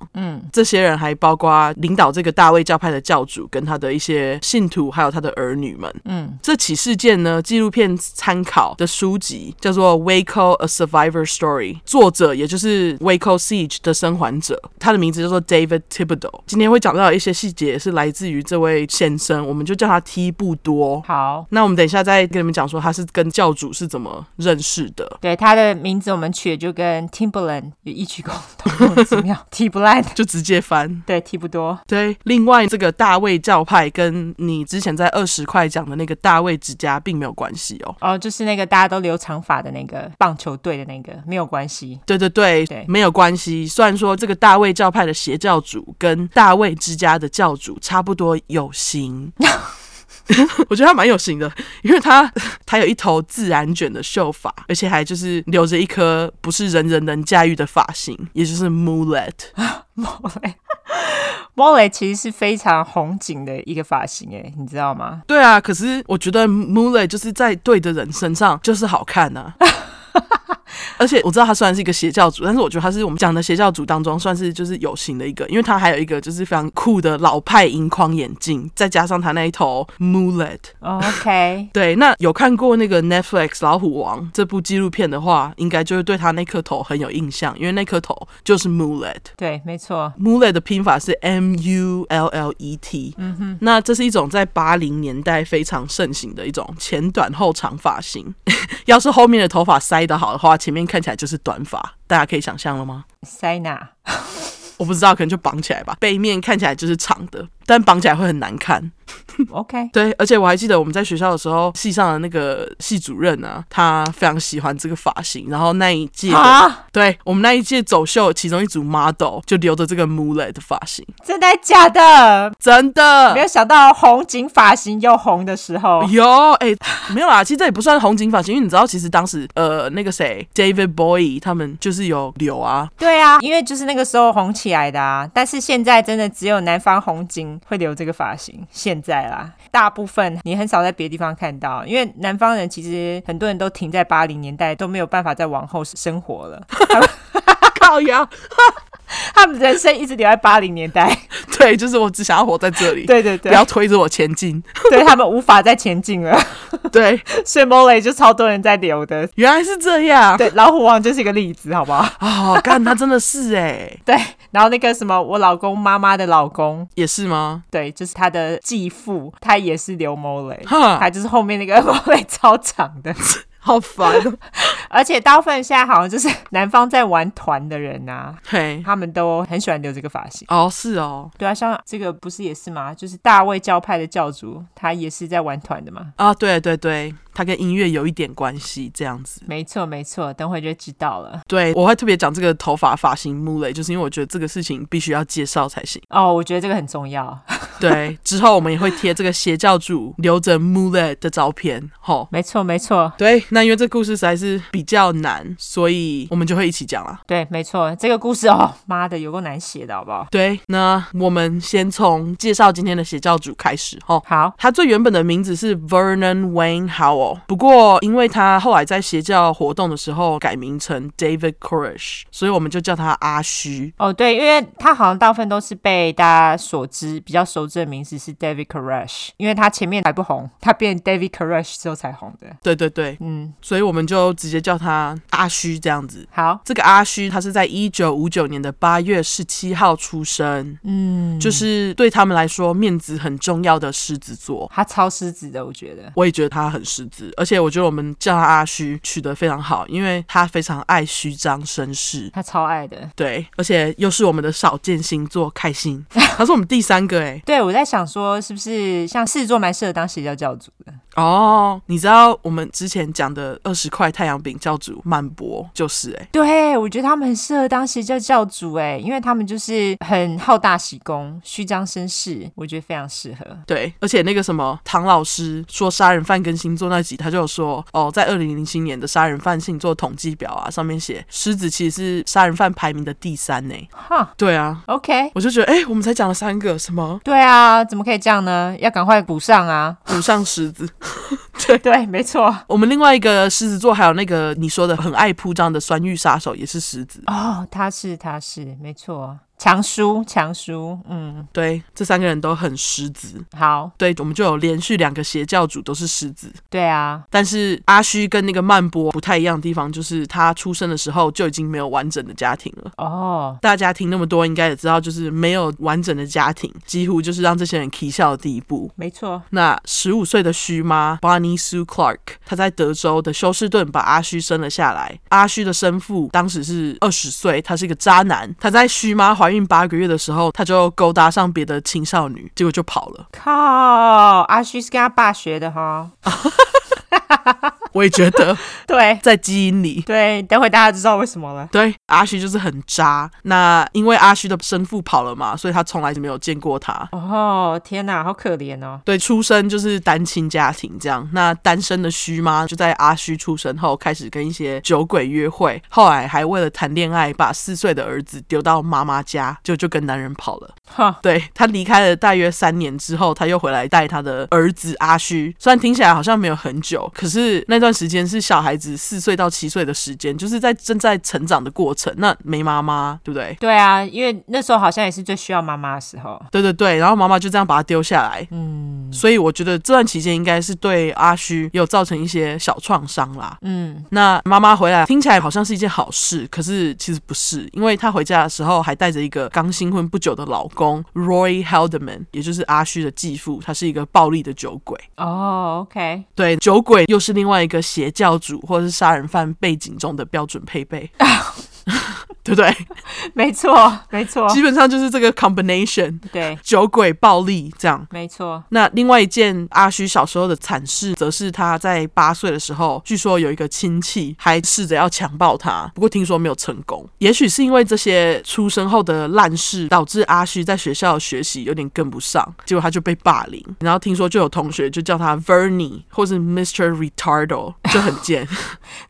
[SPEAKER 1] 这些人还包括领导这个大卫教派的教主跟他的一些信徒，还有他的儿女们。嗯，这起事件呢，纪录片参考的书籍叫做《Waco: A Survivor Story》，作者也就是 Waco Siege 的生还者，他的名字叫做 David Thibodeau。今天会讲到的一些细节是来自于这位先生，我们就叫他 T 不多。
[SPEAKER 2] 好，
[SPEAKER 1] 那我们等一下再跟你们讲说他是跟教主是怎么认识的，
[SPEAKER 2] 对，他的名字我们取的就跟 Timberland 有异曲同工之 妙，提不烂，
[SPEAKER 1] 就直接翻。
[SPEAKER 2] 对，提不多，
[SPEAKER 1] 对，另外这个大卫教派跟你之前在二十块讲的那个大卫之家并没有关系哦。
[SPEAKER 2] 哦，就是那个大家都留长发的那个棒球队的那个，没有关 系，
[SPEAKER 1] 对对对，
[SPEAKER 2] 对
[SPEAKER 1] 没有关系。虽然说这个大卫教派的邪教主跟大卫之家的教主差不多有型， 我觉得他蛮有型的，因为他 他有一头自然卷的秀发，而且还就是留着一颗不是人人能驾驭的发型，也就是 mullet。
[SPEAKER 2] 莫雷其实是非常红景的一个发型，哎，你知道吗？
[SPEAKER 1] 对啊，可是我觉得 Muley 就是在对的人身上就是好看呐、啊。而且我知道他虽然是一个邪教主，但是我觉得他是我们讲的邪教主当中算是就是有型的一个，因为他还有一个就是非常酷的老派银框眼镜，再加上他那一头 mullet。
[SPEAKER 2] 哦 OK，
[SPEAKER 1] 对，那有看过那个 Netflix《老虎王》这部纪录片的话，应该就会对他那颗头很有印象，因为那颗头就是 mullet。
[SPEAKER 2] 对，没错，
[SPEAKER 1] Mullet 的拼法是 M U L L E T，嗯哼，那这是一种在八零年代非常盛行的一种前短后长发型。 要是后面的头发塞得好的话，前面看起来就是短发，大家可以想象了吗？
[SPEAKER 2] 塞纳，
[SPEAKER 1] 我不知道，可能就绑起来吧。背面看起来就是长的，但绑起来会很难看。
[SPEAKER 2] OK，
[SPEAKER 1] 对，而且我还记得我们在学校的时候，系上的那个系主任啊，他非常喜欢这个发型。然后那一届的，
[SPEAKER 2] 啊，
[SPEAKER 1] 对我们那一届走秀，其中一组 model 就留着这个 mullet 的发型，
[SPEAKER 2] 真的假的？
[SPEAKER 1] 真的
[SPEAKER 2] 没有想到红警发型又红的时候，
[SPEAKER 1] 有哎、没有啦，其实这也不算红警发型，因为你知道，其实当时呃那个谁 David Bowie 他们就是有留啊，
[SPEAKER 2] 对啊，因为就是那个时候红起来的啊。但是现在真的只有南方红警会留这个发型，现在啦，大部分你很少在别的地方看到，因为南方人其实很多人都停在八零年代，都没有办法再往后生活了，
[SPEAKER 1] 靠呀，
[SPEAKER 2] 他们人生一直留在八零年 代。
[SPEAKER 1] 对，就是我只想要活在这里，
[SPEAKER 2] 对对
[SPEAKER 1] 不
[SPEAKER 2] 对，
[SPEAKER 1] 要推着我前 进。
[SPEAKER 2] 对他们无法再前进 了，
[SPEAKER 1] 对，
[SPEAKER 2] 所以 Molly 就超多人在留的。
[SPEAKER 1] 原来是这样
[SPEAKER 2] 对，老虎王就是一个例子，好不好？
[SPEAKER 1] 哦，干，他真的是哎、
[SPEAKER 2] 对，然后那个什么，我老公妈妈的老公，
[SPEAKER 1] 也是吗？
[SPEAKER 2] 对，就是他的继父，他也是留 Molly。
[SPEAKER 1] 哈，
[SPEAKER 2] 还就是后面那个 毛尾超长的，
[SPEAKER 1] 好烦哦，
[SPEAKER 2] 而且大部分现在好像就是南方在玩团的人啊，
[SPEAKER 1] 嘿，
[SPEAKER 2] 他们都很喜欢留这个发型。
[SPEAKER 1] 哦，是哦，
[SPEAKER 2] 对啊，像这个不是也是吗？就是大卫教派的教主，他也是在玩团的嘛。
[SPEAKER 1] 啊，对对对，他跟音乐有一点关系，这样子。
[SPEAKER 2] 没错，没错，等会就知道了。
[SPEAKER 1] 对，我会特别讲这个头发发型木雷，就是因为我觉得这个事情必须要介绍才行。
[SPEAKER 2] 哦，我觉得这个很重要。
[SPEAKER 1] 对，之后我们也会贴这个邪教主留着 mullet 的照片，吼。
[SPEAKER 2] 没错，没错，
[SPEAKER 1] 对，那因为这故事实在是比较难，所以我们就会一起讲啦。
[SPEAKER 2] 对，没错，这个故事哦，妈的，有够难写的，好不好？
[SPEAKER 1] 对，那我们先从介绍今天的邪教主开始，吼。
[SPEAKER 2] 好，
[SPEAKER 1] 他最原本的名字是 Vernon Wayne Howell，不过因为他后来在邪教活动的时候改名成 David Koresh，所以我们就叫他阿虚。
[SPEAKER 2] 哦，对，因为他好像大部分都是被大家所知、比较熟知的名字是 David Koresh，因为他前面还不红，他变 David Koresh 之后才红的。
[SPEAKER 1] 对对对，
[SPEAKER 2] 嗯，
[SPEAKER 1] 所以我们就直接叫他阿虚这样子。
[SPEAKER 2] 好，
[SPEAKER 1] 这个阿虚，他是在一九五九年的八月十七号出生，
[SPEAKER 2] 嗯，
[SPEAKER 1] 就是对他们来说面子很重要的狮子座。
[SPEAKER 2] 他超狮子的，我觉得。
[SPEAKER 1] 我也觉得他很狮子，而且我觉得我们叫他阿虚取得非常好，因为他非常爱虚张声势。
[SPEAKER 2] 他超爱的，
[SPEAKER 1] 对，而且又是我们的少见星座，开心，他是我们第三个哎。
[SPEAKER 2] 对我在想说，是不是像狮子座蛮适合当邪教教主的？
[SPEAKER 1] 哦，你知道我们之前讲的二十块太阳饼教主曼博就是哎，
[SPEAKER 2] 对，我觉得他们很适合当邪教教主，哎，因为他们就是很好大喜功、虚张声势，我觉得非常适合。
[SPEAKER 1] 对，而且那个什么唐老师说杀人犯跟星座那集，他就有说哦，在二零零七年的杀人犯星座统计表啊，上面写狮子其实是杀人犯排名的第三呢。
[SPEAKER 2] 哈
[SPEAKER 1] 对啊，
[SPEAKER 2] ，OK，
[SPEAKER 1] 我就觉得哎、诶我们才讲了三个，什么
[SPEAKER 2] 对啊，怎么可以这样呢？要赶快补上啊！
[SPEAKER 1] 补上狮子，
[SPEAKER 2] 对，没错。
[SPEAKER 1] 我们另外一个狮子座还有那个你说的很爱铺张的酸玉杀手也是狮子，
[SPEAKER 2] 哦，他是他是，没错，强叔强叔，嗯，
[SPEAKER 1] 对，这三个人都很狮子。
[SPEAKER 2] 好，
[SPEAKER 1] 对，我们就有连续两个邪教主都是狮子，
[SPEAKER 2] 对啊，
[SPEAKER 1] 但是阿虚跟那个曼波不太一样的地方，就是他出生的时候就已经没有完整的家庭了。
[SPEAKER 2] 哦，
[SPEAKER 1] 大家听那么多，应该也知道，就是没有完整的家庭，几乎就是让这些人啼笑的地步。
[SPEAKER 2] 没错，
[SPEAKER 1] 那十五岁的虚妈 Bonnie Sue Clark，她在德州的休斯顿把阿虚生了下来。阿虚的生父当时是二十岁，他是一个渣男。他在虚妈怀孕八个月的时候，他就勾搭上别的青少女，结果就跑了。
[SPEAKER 2] 靠，阿虚是跟他爸学的哈，
[SPEAKER 1] 我也觉得
[SPEAKER 2] 对
[SPEAKER 1] 在基因里。
[SPEAKER 2] 对，等会大家知道为什么了。
[SPEAKER 1] 对，阿虚就是很渣。那因为阿虚的生父跑了嘛，所以他从来就没有见过他。
[SPEAKER 2] 哦，天哪，好可怜哦。
[SPEAKER 1] 对，出生就是单亲家庭这样。那单身的虚妈就在阿虚出生后开始跟一些酒鬼约会，后来还为了谈恋爱把四岁的儿子丢到妈妈家，就就跟男人跑了。
[SPEAKER 2] 哈，
[SPEAKER 1] 对他离开了大约三年之后，他又回来带他的儿子阿虚。虽然听起来好像没有很久，可是那段时间是小孩子四岁到七岁的时间，就是在正在成长的过程。那没妈妈，对不对？
[SPEAKER 2] 对啊，因为那时候好像也是最需要妈妈的时候。
[SPEAKER 1] 对对对，然后妈妈就这样把他丢下来，
[SPEAKER 2] 嗯
[SPEAKER 1] 所以我觉得这段期间应该是对阿虚有造成一些小创伤啦。
[SPEAKER 2] 嗯，
[SPEAKER 1] 那妈妈回来听起来好像是一件好事，可是其实不是，因为她回家的时候还带着一个刚新婚不久的老公 Roy Haldeman，也就是阿虚的继父，他是一个暴力的酒鬼。
[SPEAKER 2] 哦，OK，
[SPEAKER 1] 对，
[SPEAKER 2] 啊
[SPEAKER 1] 酒鬼又是另外一个邪教主或者是杀人犯背景中的标准配备。 对不对？
[SPEAKER 2] 没错，没错，
[SPEAKER 1] 基本上就是这个 combination，
[SPEAKER 2] 对，
[SPEAKER 1] 酒鬼暴力这样。
[SPEAKER 2] 没错，
[SPEAKER 1] 那另外一件阿虚小时候的惨事，则是他在八岁的时候，据说有一个亲戚还试着要强暴他，不过听说没有成功。也许是因为这些出生后的烂事，导致阿虚在学校的学习有点跟不上，结果他就被霸凌。然后听说就有同学就叫他 Vernie 或是 Mr. Retardo，就很贱。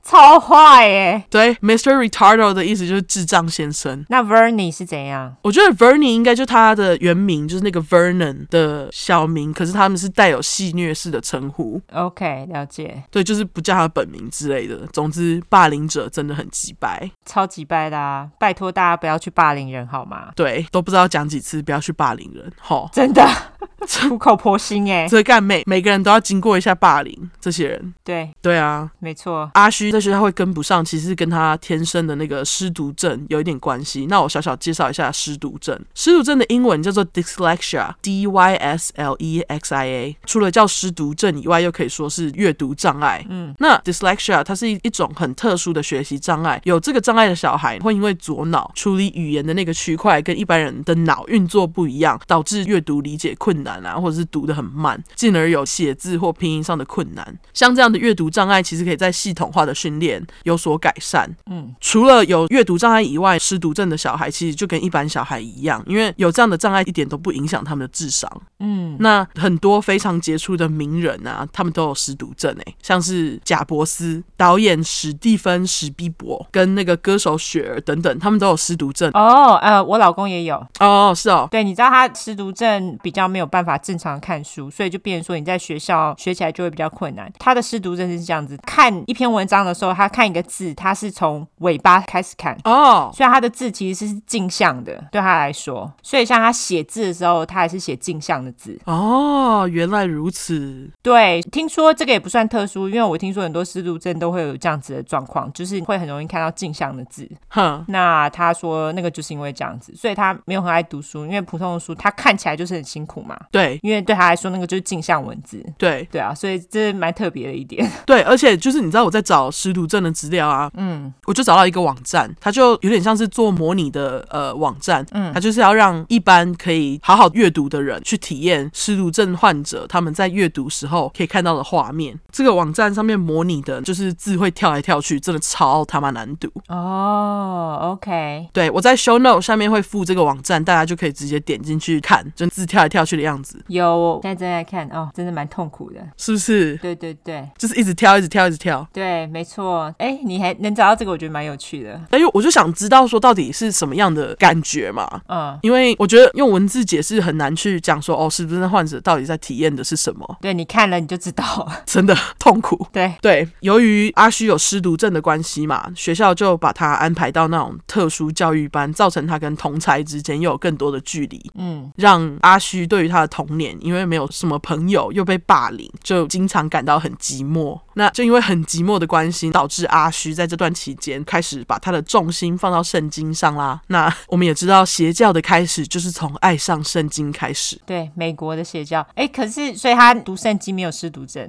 [SPEAKER 2] 超坏耶。
[SPEAKER 1] 对，Mr. Retardo 的意思就是智障先生。
[SPEAKER 2] 那 Vernie 是怎样？
[SPEAKER 1] 我觉得 Vernie 应该就他的原名就是那个 Vernon 的小名，可是他们是带有戏谑式的称呼。
[SPEAKER 2] OK，了解，
[SPEAKER 1] 对，就是不叫他本名之类的。总之，霸凌者真的很鸡掰，
[SPEAKER 2] 超级拜的啊！拜托大家不要去霸凌人好吗？
[SPEAKER 1] 对，都不知道讲几次，不要去霸凌人，吼。
[SPEAKER 2] 真的， 苦口婆心哎。
[SPEAKER 1] 这干每每个人都要经过一下霸凌，这些人，
[SPEAKER 2] 对，
[SPEAKER 1] 对啊，
[SPEAKER 2] 没错，
[SPEAKER 1] 阿虚在学校会跟不上，其实跟他天生的那个失读症有一点关系。那我小小介绍一下失读症，失读症的英文叫做 dyslexia，d y s l e x i a，除了叫失读症以外，又可以说是阅读障碍。那 dyslexia 它是一一种很特殊的学习障碍，有这个障碍的小孩会因为左脑处理语言的那个区块跟一般人的脑运作不一样，导致阅读理解困难啊，或者是读得很慢，进而有写字或拼音上的困难。像这样的阅读障碍，其实可以在系统化的训练有所改善。
[SPEAKER 2] 嗯，
[SPEAKER 1] 除了有阅读障碍以外，失读症的小孩其实就跟一般小孩一样，因为有这样的障碍一点都不影响他们的智商。
[SPEAKER 2] 嗯，
[SPEAKER 1] 那很多非常杰出的名人啊，他们都有失读症诶、欸像是贾伯斯、导演史蒂芬·史毕伯跟那个歌手雪儿等等，他们都有失读症。
[SPEAKER 2] 哦，呃，我老公也有。
[SPEAKER 1] 哦，是哦，
[SPEAKER 2] 对，你知道他失读症比较没有办法正常看书，所以就变成说你在学校学起来就会比较困难。他的失读症是这样子：看一篇文章的时候，他看一个字，他是从尾巴开始看。
[SPEAKER 1] 哦，
[SPEAKER 2] 所以他的字其实是镜像的，对他来说，所以像他写字的时候，他还是写镜像的字。
[SPEAKER 1] 哦，原来如此。
[SPEAKER 2] 对，听说这个也不算特殊，因为我听说很多失读症都会有这样子的状况，就是会很容易看到镜像的字。
[SPEAKER 1] 哼，
[SPEAKER 2] 那他说那个就是因为这样子，所以他没有很爱读书，因为普通的书他看起来就是很辛苦嘛，
[SPEAKER 1] 对
[SPEAKER 2] 因为对他来说那个就是镜像文字。
[SPEAKER 1] 对
[SPEAKER 2] 对啊，所以这蛮特别的一点。
[SPEAKER 1] 对，而且就是你知道我在找失读症的资料啊，
[SPEAKER 2] 嗯，
[SPEAKER 1] 我就找到一个网站，它就有点像是做模拟的呃网站，
[SPEAKER 2] 嗯
[SPEAKER 1] 它就是要让一般可以好好阅读的人去体验失读症患者他们在阅读时候可以看到的画面。这个网站上面模拟的就是字会跳来跳去，真的超他妈难读。
[SPEAKER 2] 哦，OK，
[SPEAKER 1] 对我在 show note 下面会附这个网站，大家就可以直接点进去看，就字跳来跳去的样子，
[SPEAKER 2] 有，我现在正在看哦，真的蛮痛苦的。
[SPEAKER 1] 是不是？
[SPEAKER 2] 对对对，
[SPEAKER 1] 就是一直跳，一直跳，一直跳。
[SPEAKER 2] 对，没错。哎，你还能找到这个，我觉得蛮有趣的。
[SPEAKER 1] 哎呦，我就想知道说到底是什么样的感觉嘛？
[SPEAKER 2] 嗯，
[SPEAKER 1] 因为我觉得用文字解释很难去讲说哦，是不是那患者到底在体验的是什么，
[SPEAKER 2] 对，你看了你就知道了。
[SPEAKER 1] 真的痛苦。
[SPEAKER 2] 对，
[SPEAKER 1] 对，由于阿虚有失读症的关系嘛，学校就把他安排到那种特殊教育班，造成他跟同才之间又有更多的距离，
[SPEAKER 2] 嗯，
[SPEAKER 1] 让阿虚对于他的童年，因为没有什么朋友，又被霸凌，就经常感到很寂寞。那就因为很寂寞的关系，导致阿虚在这段期间开始把他的重心放到圣经上啦。那我们也知道，邪教的开始就是从爱上圣经开始。
[SPEAKER 2] 对，美国的邪教。哎，可是所以他读圣经没有失读症。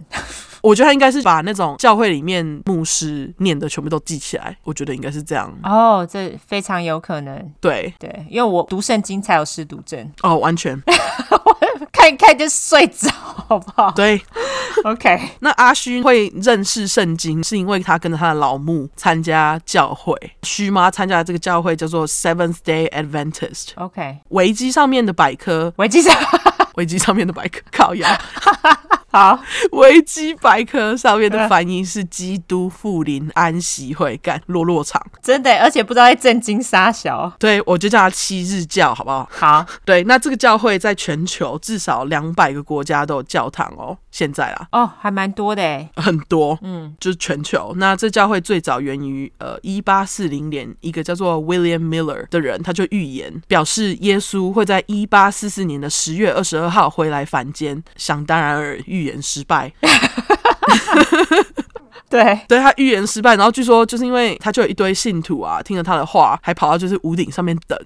[SPEAKER 1] 我觉得他应该是把那种教会里面牧师念的全部都记起来，我觉得应该是这样。
[SPEAKER 2] 哦，这非常有可能。
[SPEAKER 1] 对，
[SPEAKER 2] 对，因为我读圣经才有失读症，
[SPEAKER 1] 哦，完全
[SPEAKER 2] 看一看就睡着，好不好
[SPEAKER 1] 对。
[SPEAKER 2] ？OK，
[SPEAKER 1] 那阿虚会认识圣经，是因为他跟着他的老母参加教会。虚妈参加的这个教会叫做 Seventh Day Adventist。
[SPEAKER 2] OK，
[SPEAKER 1] 维基上面的百科，
[SPEAKER 2] 我记得
[SPEAKER 1] 维基上面的百科，靠呀，
[SPEAKER 2] 好，
[SPEAKER 1] 维基百科上面的翻译是基督复临安息会，干落落场。
[SPEAKER 2] 真的，而且不知道在震惊沙小。
[SPEAKER 1] 对，我就叫它七日教，好不好？
[SPEAKER 2] 好，
[SPEAKER 1] 对，那这个教会在全球至少两百个国家都有教堂哦，现在啊
[SPEAKER 2] 哦，还蛮多的诶。
[SPEAKER 1] 很多，
[SPEAKER 2] 嗯，
[SPEAKER 1] 就是全球。那这教会最早源于呃一八四零年，一个叫做 William Miller 的人，他就预言表示耶稣会在一八四四年的十月二十二号回来凡间。想当然而预言失败，
[SPEAKER 2] 对，
[SPEAKER 1] 对他预言失败，然后据说就是因为他就有一堆信徒啊，听了他的话，还跑到就是屋顶上面等，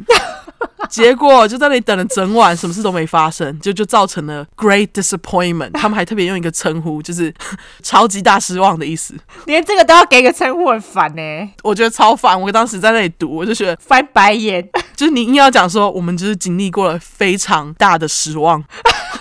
[SPEAKER 1] 结果就在那里等了整晚，什么事都没发生，就就造成了 great disappointment。他们还特别用一个称呼，就是 超级大失望的意思。
[SPEAKER 2] 连这个都要给个称呼，很烦呢、
[SPEAKER 1] 我觉得超烦，我当时在那里读，我就觉得，
[SPEAKER 2] 翻白 眼。
[SPEAKER 1] 就是你硬要讲说，我们就是经历过了非常大的失望，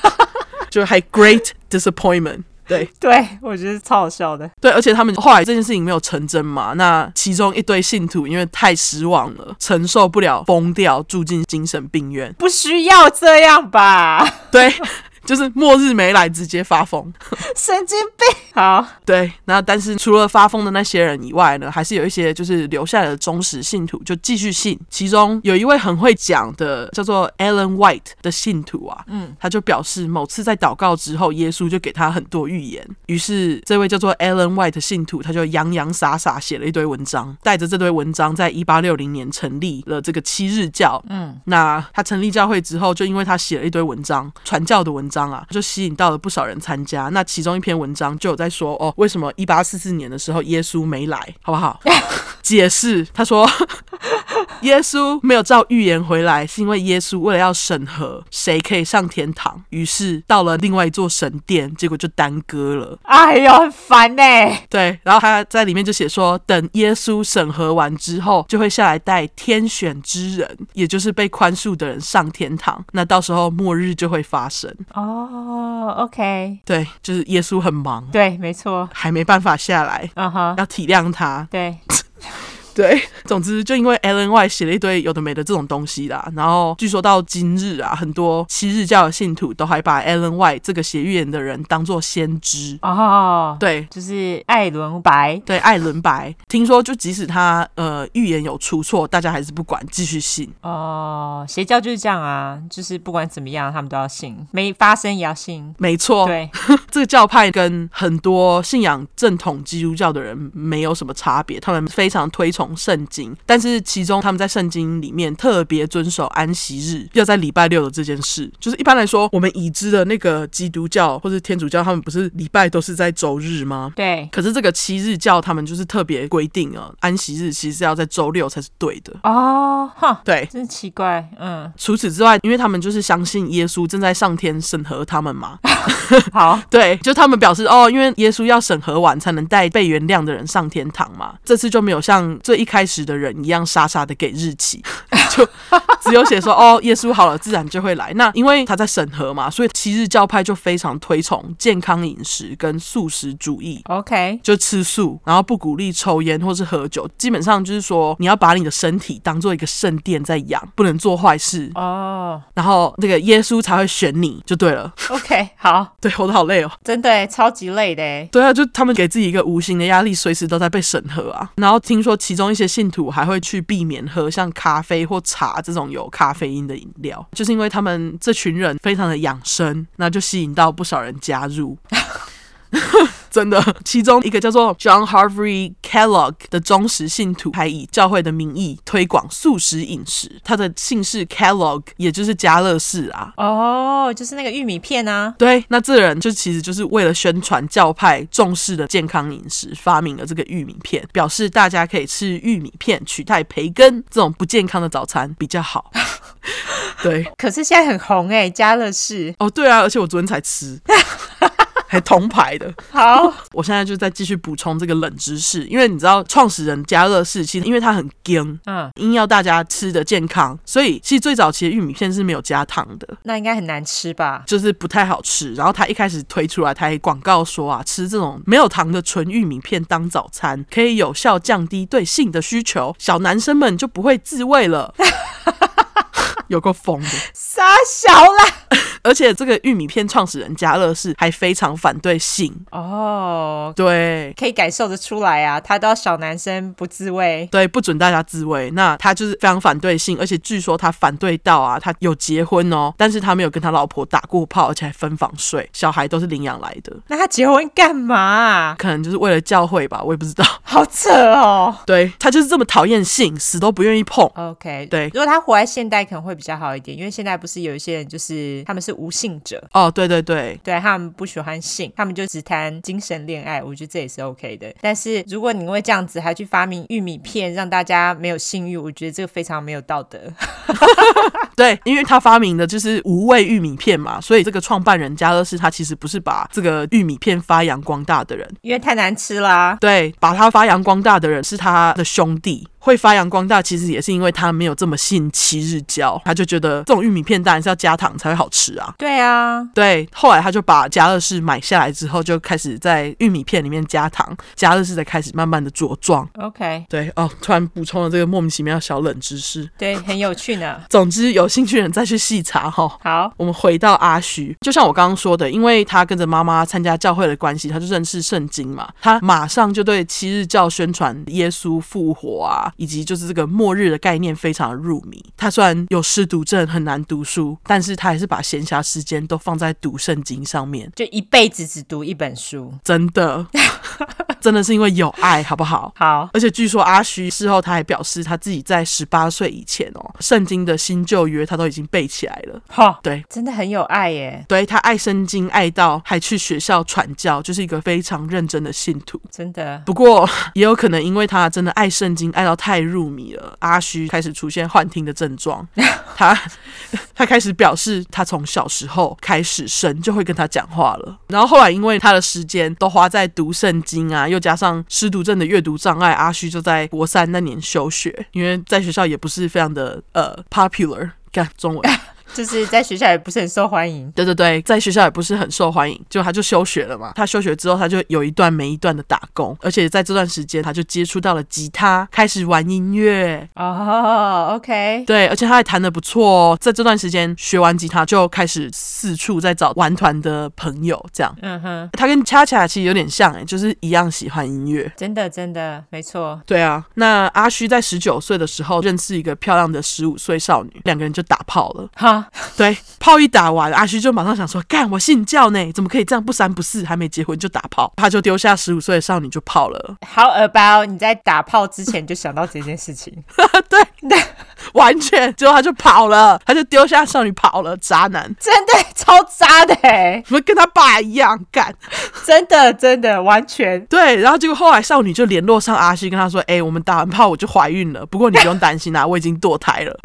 [SPEAKER 1] 就还 great disappointment。对
[SPEAKER 2] 对，我觉得超好笑的。
[SPEAKER 1] 对，而且他们后来这件事情没有成真嘛，那其中一堆信徒因为太失望了，承受不了，疯掉，住进精神病院。
[SPEAKER 2] 不需要这样吧，
[SPEAKER 1] 对， 就是末日没来，直接发疯。
[SPEAKER 2] 神经病。好，
[SPEAKER 1] 对，那但是除了发疯的那些人以外呢，还是有一些就是留下来的忠实信徒，就继续信。其中有一位很会讲的，叫做 Alan White 的信徒啊，嗯，他就表示某次在祷告之后，耶稣就给他很多预言。于是这位叫做 Alan White 的信徒，他就洋洋洒洒写了一堆文章，带着这堆文章，在一八六零年成立了这个七日教。嗯，那他成立教会之后，就因为他写了一堆文章，传教的文章啊，就吸引到了不少人参加。那其中一篇文章就有在说哦，为什么一八四四年的时候耶稣没来，好不好？解释，他说 耶稣没有照预言回来，是因为耶稣为了要审核谁可以上天堂，于是到了另外一座神殿，结果就耽搁了。
[SPEAKER 2] 哎呦，很烦呢、欸
[SPEAKER 1] 对，然后他在里面就写说，等耶稣审核完之后，就会下来带天选之人，也就是被宽恕的人上天堂。那到时候末日就会发生。
[SPEAKER 2] 哦、o k
[SPEAKER 1] 对，就是耶稣很忙，
[SPEAKER 2] 对，没错。
[SPEAKER 1] 还没办法下来，
[SPEAKER 2] 嗯哼，
[SPEAKER 1] 要体谅他。
[SPEAKER 2] 对，
[SPEAKER 1] 对，总之就因为 Alan White 写了一堆有的没的这种东西啦，然后据说到今日啊，很多七日教的信徒都还把 Alan White 这个写预言的人当做先知。
[SPEAKER 2] 哦、
[SPEAKER 1] 对，
[SPEAKER 2] 就是艾伦白。
[SPEAKER 1] 对，艾伦白听说，就即使他呃预言有出错，大家还是不管，继续信。
[SPEAKER 2] 哦、邪教就是这样啊，就是不管怎么样，他们都要信，没发生也要信。
[SPEAKER 1] 没错，
[SPEAKER 2] 对，
[SPEAKER 1] 这个教派跟很多信仰正统基督教的人没有什么差别，他们非常推崇圣经，但是其中他们在圣经里面特别遵守安息日，要在礼拜六的这件事。就是一般来说，我们已知的那个基督教或是天主教，他们不是礼拜都是在周日吗？
[SPEAKER 2] 对，
[SPEAKER 1] 可是这个七日教他们就是特别规定啊，安息日其实是要在周六才是对的。
[SPEAKER 2] 哦、哈，
[SPEAKER 1] 对，
[SPEAKER 2] 真奇怪，嗯，
[SPEAKER 1] 除此之外，因为他们就是相信耶稣正在上天审核他们嘛，
[SPEAKER 2] 好，
[SPEAKER 1] 对，就他们表示哦，因为耶稣要审核完才能带被原谅的人上天堂嘛，这次就没有像最一开始的人一样傻傻的给日期， 就只有写说哦，耶稣好了，自然就会来。那因为他在审核嘛，所以七日教派就非常推崇健康饮食跟素食主义。
[SPEAKER 2] OK，
[SPEAKER 1] 就吃素，然后不鼓励抽烟或是喝酒，基本上就是说你要把你的身体当做一个圣殿在养，不能做坏事，
[SPEAKER 2] 哦、
[SPEAKER 1] 然后那个耶稣才会选你就对了。
[SPEAKER 2] o k 好，
[SPEAKER 1] 对我都好累哦。
[SPEAKER 2] 真的超级累的，
[SPEAKER 1] 对啊，就他们给自己一个无形的压力，随时都在被审核啊。然后听说其中一些信徒还会去避免喝像咖啡或茶这种有咖啡因的饮料，就是因为他们这群人非常的养生，那就吸引到不少人加入。 真的，其中一个叫做 John Harvey Kellogg 的忠实信徒，还以教会的名义推广素食饮食。他的姓氏 Kellogg，也就是加勒士啊。
[SPEAKER 2] 哦、就是那个玉米片啊，
[SPEAKER 1] 对，那这人就其实就是为了宣传教派重视的健康饮食，发明了这个玉米片，表示大家可以吃玉米片取代培根这种不健康的早餐比较好。 对，
[SPEAKER 2] 可是现在很红哎，加乐士，
[SPEAKER 1] 哦对啊，而且我昨天才吃， 还铜牌的。
[SPEAKER 2] 好，
[SPEAKER 1] 我现在就再继续补充这个冷知识，因为你知道创始人加乐士其实因为他很硬，
[SPEAKER 2] 嗯，
[SPEAKER 1] 硬要大家吃的健康，所以其实最早期的玉米片是没有加糖的。
[SPEAKER 2] 那应该很难吃吧？
[SPEAKER 1] 就是不太好吃。然后他一开始推出来，他还广告说啊，吃这种没有糖的纯玉米片当早餐，可以有效降低对性的需求，小男生们就不会自慰了。 有够疯的！
[SPEAKER 2] 傻小啦，
[SPEAKER 1] 而且这个玉米片创始人加乐士还非常反对性，
[SPEAKER 2] 哦、
[SPEAKER 1] 对
[SPEAKER 2] 可以感受得出来啊，他都要小男生不自慰，
[SPEAKER 1] 对，不准大家自慰。那他就是非常反对性，而且据说他反对到啊，他有结婚哦，但是他没有跟他老婆打过炮，而且还分房睡，小孩都是领养来的，
[SPEAKER 2] 那他结婚干嘛啊、
[SPEAKER 1] 可能就是为了教会吧，我也不知道。
[SPEAKER 2] 好扯哦。
[SPEAKER 1] 对他就是这么讨厌性，死都不愿意碰。
[SPEAKER 2] OK，
[SPEAKER 1] 对
[SPEAKER 2] 如果他活在现代可能会比较好一点，因为现在不是有一些人就是他们是无性者，
[SPEAKER 1] 哦，对对对，
[SPEAKER 2] 对他们不喜欢性，他们就只谈精神恋爱，我觉得这也是 OK 的。但是如果你因为这样子还去发明玉米片让大家没有性欲，我觉得这个非常没有道德。
[SPEAKER 1] 对，因为他发明的就是无味玉米片嘛，所以这个创办人加勒士他其实不是把这个玉米片发扬光大的人，
[SPEAKER 2] 因为太难吃啦。
[SPEAKER 1] 对，把他发扬光大的人是他的兄弟。会发扬光大，其实也是因为他没有这么信七日胶，他就觉得这种玉米片当然是要加糖才会好吃啊。
[SPEAKER 2] 对啊，
[SPEAKER 1] 对，后来他就把加乐士买下来之后，就开始在玉米片里面加糖，加乐士才开始慢慢的茁壮。
[SPEAKER 2] OK，
[SPEAKER 1] 对哦，突然补充了这个莫名其妙的小冷知识。
[SPEAKER 2] 对，很有趣呢。
[SPEAKER 1] 总之，有兴趣的人再去细查哈、哦。
[SPEAKER 2] 好，
[SPEAKER 1] 我们回到阿虚，就像我刚刚说的，因为他跟着妈妈参加教会的关系，他就认识圣经嘛，他马上就对七日教宣传耶稣复活啊，以及就是这个末日的概念非常的入迷。他虽然有失读症，很难读书，但是他还是把闲暇时间都放在读圣经上面，
[SPEAKER 2] 就一辈子只读一本书。
[SPEAKER 1] 真的，真的是因为有爱，好不好？
[SPEAKER 2] 好，
[SPEAKER 1] 而且据说阿虚事后他还表示，他自己在十八岁以前哦，圣经的新旧约他都已经背起来了。
[SPEAKER 2] 哈，
[SPEAKER 1] 对，
[SPEAKER 2] 真的很有爱耶，
[SPEAKER 1] 对他爱圣经爱到还去学校传教，就是一个非常认真的信徒。
[SPEAKER 2] 真的。
[SPEAKER 1] 不过 也有可能因为他真的爱圣经爱到太入迷了，阿虚开始出现幻听的症状。他 他开始表示，他从小时候开始神就会跟他讲话了。然后后来因为他的时间都花在读圣经啊，又加上失读症的阅读障碍，阿虚就在国三那年休学，因为在学校也不是非常的呃 popular。干中文，
[SPEAKER 2] 就是在学校也不是很受欢迎。
[SPEAKER 1] 对对对，在学校也不是很受欢迎，就他就休学了嘛。他休学之后，他就有一段没一段的打工，而且在这段时间，他就接触到了吉他，开始玩音乐。
[SPEAKER 2] 哦、o k
[SPEAKER 1] 对，而且他还弹得不错哦。在这段时间学完吉他，就开始四处在找玩团的朋友，这样。
[SPEAKER 2] 嗯哼，
[SPEAKER 1] 他跟恰恰其实有点像诶，就是一样喜欢音乐。
[SPEAKER 2] 真的真的没错。
[SPEAKER 1] 对啊，那阿虚在十九岁的时候认识一个漂亮的十五岁少女，两个人就打炮了。
[SPEAKER 2] 哈，
[SPEAKER 1] 对，炮一打完，阿虚就马上想说：“干，我信教呢，怎么可以这样不三不四，还没结婚就打炮？”他就丢下十五岁的少女就跑了，
[SPEAKER 2] 好 about 你在打炮之前就想到这件事情，
[SPEAKER 1] 完全，结果他就跑了，他就丢下少女跑了，渣男，
[SPEAKER 2] 真的超渣的哎，
[SPEAKER 1] 怎么跟他爸一样干？
[SPEAKER 2] 真的真的完全
[SPEAKER 1] 对，然后结果后来少女就联络上阿虚，跟他说：“哎、我们打完炮我就怀孕了，不过你不用担心啊，我已经堕胎了。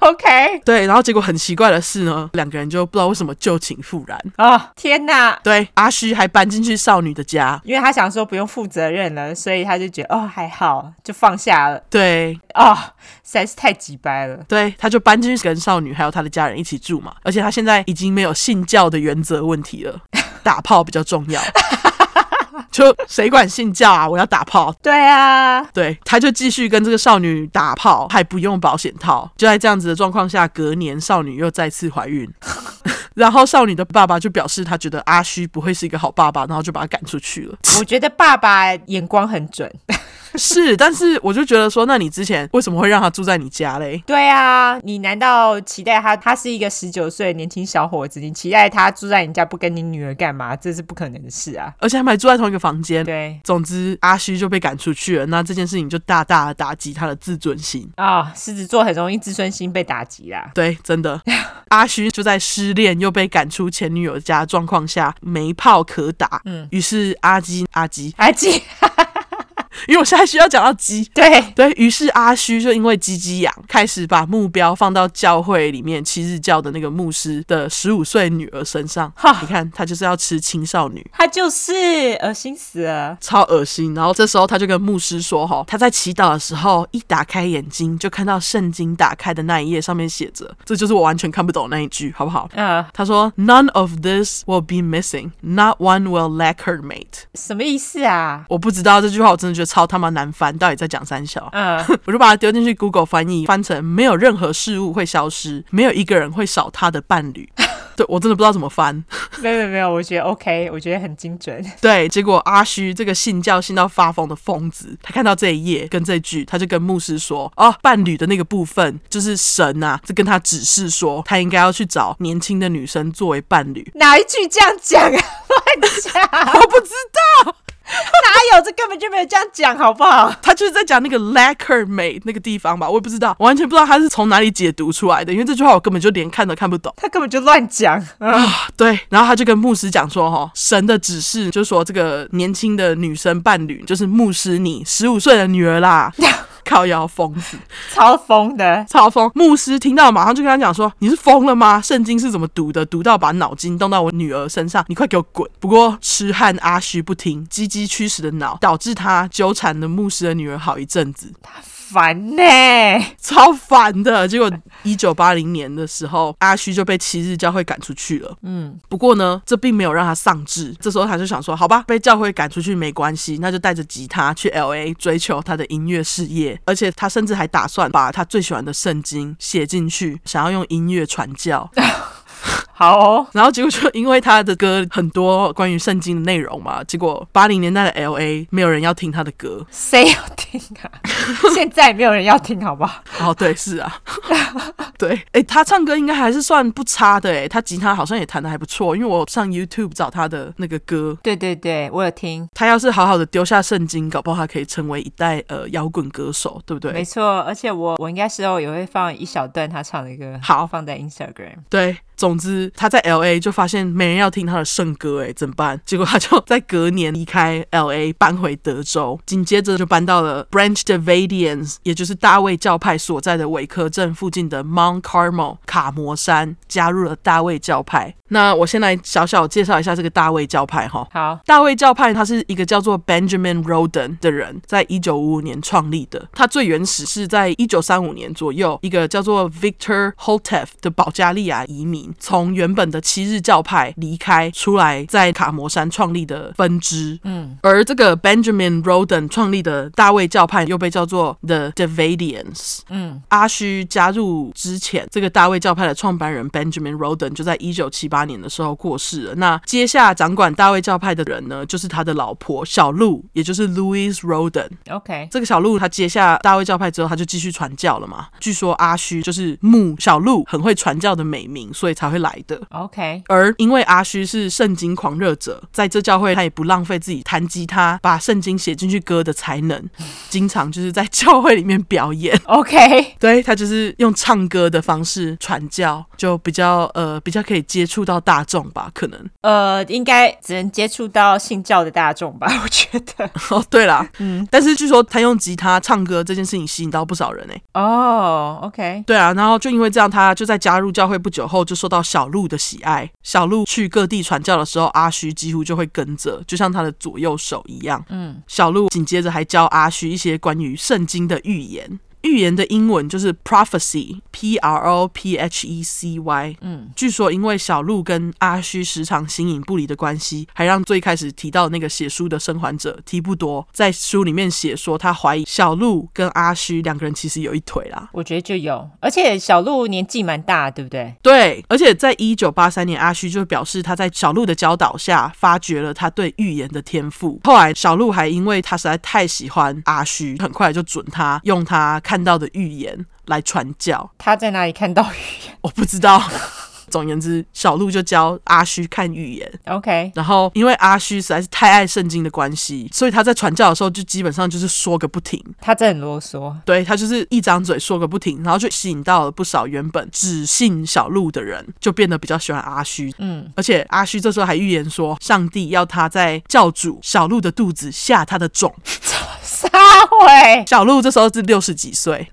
[SPEAKER 2] OK
[SPEAKER 1] 对，然后结果很奇怪的是呢，两个人就不知道为什么旧情复燃。
[SPEAKER 2] 啊、哦！天哪，
[SPEAKER 1] 对，阿虚还搬进去少女的家。
[SPEAKER 2] 因为他想说不用负责任了，所以他就觉得哦还好，就放下了。
[SPEAKER 1] 对，
[SPEAKER 2] 哦，实在是太急掰了。
[SPEAKER 1] 对，他就搬进去跟少女还有他的家人一起住嘛，而且他现在已经没有信教的原则问题了， 打炮比较重要。就谁管信教啊？我要打炮。
[SPEAKER 2] 对啊，
[SPEAKER 1] 对，他就继续跟这个少女打炮，还不用保险套。就在这样子的状况下，隔年少女又再次怀孕，然后少女的爸爸就表示他觉得阿虚不会是一个好爸爸，然后就把他赶出去了。
[SPEAKER 2] 我觉得爸爸眼光很准。
[SPEAKER 1] 是，但是我就觉得说，那你之前为什么会让他住在你家嘞？
[SPEAKER 2] 对啊，你难道期待他？他是一个十九岁的年轻小伙子，你期待他住在你家不跟你女儿干嘛？这是不可能的事啊！
[SPEAKER 1] 而且他们还住在同一个房间。
[SPEAKER 2] 对
[SPEAKER 1] 总之，阿虚就被赶出去了。那这件事情就大大的打击他的自尊心。
[SPEAKER 2] 啊、狮子座很容易自尊心被打击啦。
[SPEAKER 1] 对，真的， 阿虚就在失恋又被赶出前女友家的状况下，没炮可打。嗯，于是阿基阿基，
[SPEAKER 2] 阿基，
[SPEAKER 1] 因为我现在需要讲到鸡。
[SPEAKER 2] 对
[SPEAKER 1] 对于是阿虚就因为鸡鸡痒，开始把目标放到教会里面七日教的那个牧师的十五岁女儿身上。
[SPEAKER 2] 哈
[SPEAKER 1] 你看，他就是要吃青少女。
[SPEAKER 2] 他就是恶心死了。
[SPEAKER 1] 超恶心。然后这时候他就跟牧师说：“哈，他在祈祷的时候，一打开眼睛就看到圣经打开的那一页，上面写着，这就是我完全看不懂那一句，好不好？”
[SPEAKER 2] 呃，
[SPEAKER 1] 他说：“None of this will be missing. Not one will lack her mate。”
[SPEAKER 2] 什么意思啊？
[SPEAKER 1] 我不知道这句话，我真的觉得超他妈难翻，到底在讲三小？
[SPEAKER 2] 嗯、
[SPEAKER 1] 我就把它丢进去 Google 翻译，翻成“没有任何事物会消失，没有一个人会少他的伴侣” 对我真的不知道怎么翻。
[SPEAKER 2] 没有没有没有，我觉得 OK，我觉得很精准。
[SPEAKER 1] 对，结果阿虚这个信教信到发疯的疯子，他看到这一页跟这句，他就跟牧师说：“哦，伴侣的那个部分就是神啊，就跟他指示说，他应该要去找年轻的女生作为伴 侣。
[SPEAKER 2] 哪一句这样讲啊？乱讲，
[SPEAKER 1] 我不知道，
[SPEAKER 2] 哪有？这根本本就没有这样讲，好不好？
[SPEAKER 1] 他就是在讲那个 lacquer 美那个地方吧，我也不知道，我完全不知道他是从哪里解读出来的，因为这句话我根本就连看都看不懂。
[SPEAKER 2] 他根本就乱讲。啊
[SPEAKER 1] 对，然后他就跟牧师讲说，哈，神的指示就是说，这个年轻的女生伴侣就是牧师你十五岁的女儿啦，靠腰疯子，
[SPEAKER 2] 超疯的，
[SPEAKER 1] 超疯。牧师听到马上就跟他讲说，你是疯了吗？圣经是怎么读的？读到把脑筋动到我女儿身上，你快给我滚！不过痴汉阿虚不听，积极驱使的恼，导致他纠缠了牧师的女儿好一阵子，
[SPEAKER 2] 烦呢、
[SPEAKER 1] 超烦的。结果一九八零年的时候，阿虚就被七日教会赶出去了。
[SPEAKER 2] 嗯，
[SPEAKER 1] 不过呢，这并没有让他丧志。这时候他就想说，好吧，被教会赶出去没关系，那就带着吉他去 L A 追求他的音乐事业。而且他甚至还打算把他最喜欢的圣经写进去，想要用音乐传教。
[SPEAKER 2] 好哦，
[SPEAKER 1] 然后结果就因为他的歌很多关于圣经的内容嘛，结果八零年代的 L A 没有人要听他的歌。
[SPEAKER 2] 谁要听啊？现在没有人要听，好不好？
[SPEAKER 1] 哦，对，是啊， 对，哎、他唱歌应该还是算不差的，哎，他吉他好像也弹得还不错，因为我上 YouTube 找他的那个歌，
[SPEAKER 2] 对对对，我有听，
[SPEAKER 1] 他要是好好的丢下圣经，搞不好他可以成为一代呃摇滚歌手，对不
[SPEAKER 2] 没
[SPEAKER 1] 对？
[SPEAKER 2] 错。而且我我应该事后也会放一小段他唱的歌，
[SPEAKER 1] 好
[SPEAKER 2] 放在 Instagram。
[SPEAKER 1] 对，总之他在 L A 就发现没人要听他的圣歌，哎，怎么办？结果他就在隔年离开 L A，搬回德州，紧接着就搬到了 Branch Davidians，也就是大卫教派所在的韦科镇附近的 Mount Carmel 卡摩山，加入了大卫教派。那我先来小小介绍一下这个大卫教派哈。
[SPEAKER 2] 好，
[SPEAKER 1] 大卫教派，他是一个叫做 Benjamin Roden 的人，在一九五五年创立的。他最原始是在一九三五年左右，一个叫做 Victor Holtef 的保加利亚移民，从原本的七日教派离开出来，在卡摩山创立的分支。
[SPEAKER 2] 嗯，
[SPEAKER 1] 而这个 Benjamin Roden 创立的大卫教派又被叫做 The Davidians。
[SPEAKER 2] 嗯，
[SPEAKER 1] 阿虚加入之前，这个大卫教派的创办人 Benjamin Roden 就在一九七八年的时候过世了。那接下掌管大卫教派的人呢，就是他的老婆小露，也就是 Louis Roden。
[SPEAKER 2] OK，
[SPEAKER 1] 这个小鹿他接下大卫教派之后，他就继续传教了嘛。据说阿虚就是慕小鹿很会传教的美名，所以才会来的。
[SPEAKER 2] OK，
[SPEAKER 1] 而因为阿虚是圣经狂热者，在这教会他也不浪费自己弹吉他、把圣经写进去歌的才能，经常就是在教会里面表演。
[SPEAKER 2] OK，
[SPEAKER 1] 对他就是用唱歌的方式传教，就比较呃比较可以接触到大众吧，可能
[SPEAKER 2] 呃，应该只能接触到信教的大众吧， 我觉得。
[SPEAKER 1] 哦对啦，嗯，但是据说他用吉他唱歌这件事情吸引到不少人诶、欸
[SPEAKER 2] 哦，OK，
[SPEAKER 1] 对啊，然后就因为这样，他就在加入教会不久后就受到小鹿的喜爱。小鹿去各地传教的时候，阿虚几乎就会跟着，就像他的左右手一样。
[SPEAKER 2] 嗯，
[SPEAKER 1] 小鹿紧接着还教阿虚一些关于圣经的预言。预言的英文就是 prophecy，p r o p h e c y。
[SPEAKER 2] 嗯，
[SPEAKER 1] 据说因为小鹿跟阿虚时常形影不离的关系，还让最开始提到那个写书的生还者提布多在书里面写说，他怀疑小鹿跟阿虚两个人其实有一腿啦。
[SPEAKER 2] 我觉得就有，而且小鹿年纪蛮大，对不对？
[SPEAKER 1] 对，而且在一九八三年，阿虚就表示他在小鹿的教导下，发掘了他对预言的天赋。后来，小鹿还因为他实在太喜欢阿虚，很快就准他用他看到的预言来传教。
[SPEAKER 2] 他在哪里看到语言
[SPEAKER 1] 我不知道。 总而言之，小鹿就教阿虚看预言，
[SPEAKER 2] ？OK，
[SPEAKER 1] 然后因为阿虚实在是太爱圣经的关系，所以他在传教的时候就基本上就是说个不停。
[SPEAKER 2] 他真的很啰嗦。
[SPEAKER 1] 对他就是一张嘴说个不停，然后就吸引到了不少原本只信小鹿的人，就变得比较喜欢阿虚。
[SPEAKER 2] 嗯，
[SPEAKER 1] 而且阿虚这时候还预言说，上帝要他在教主小鹿的肚子下他的种。
[SPEAKER 2] 撒会
[SPEAKER 1] 小鹿这时候是六十几岁，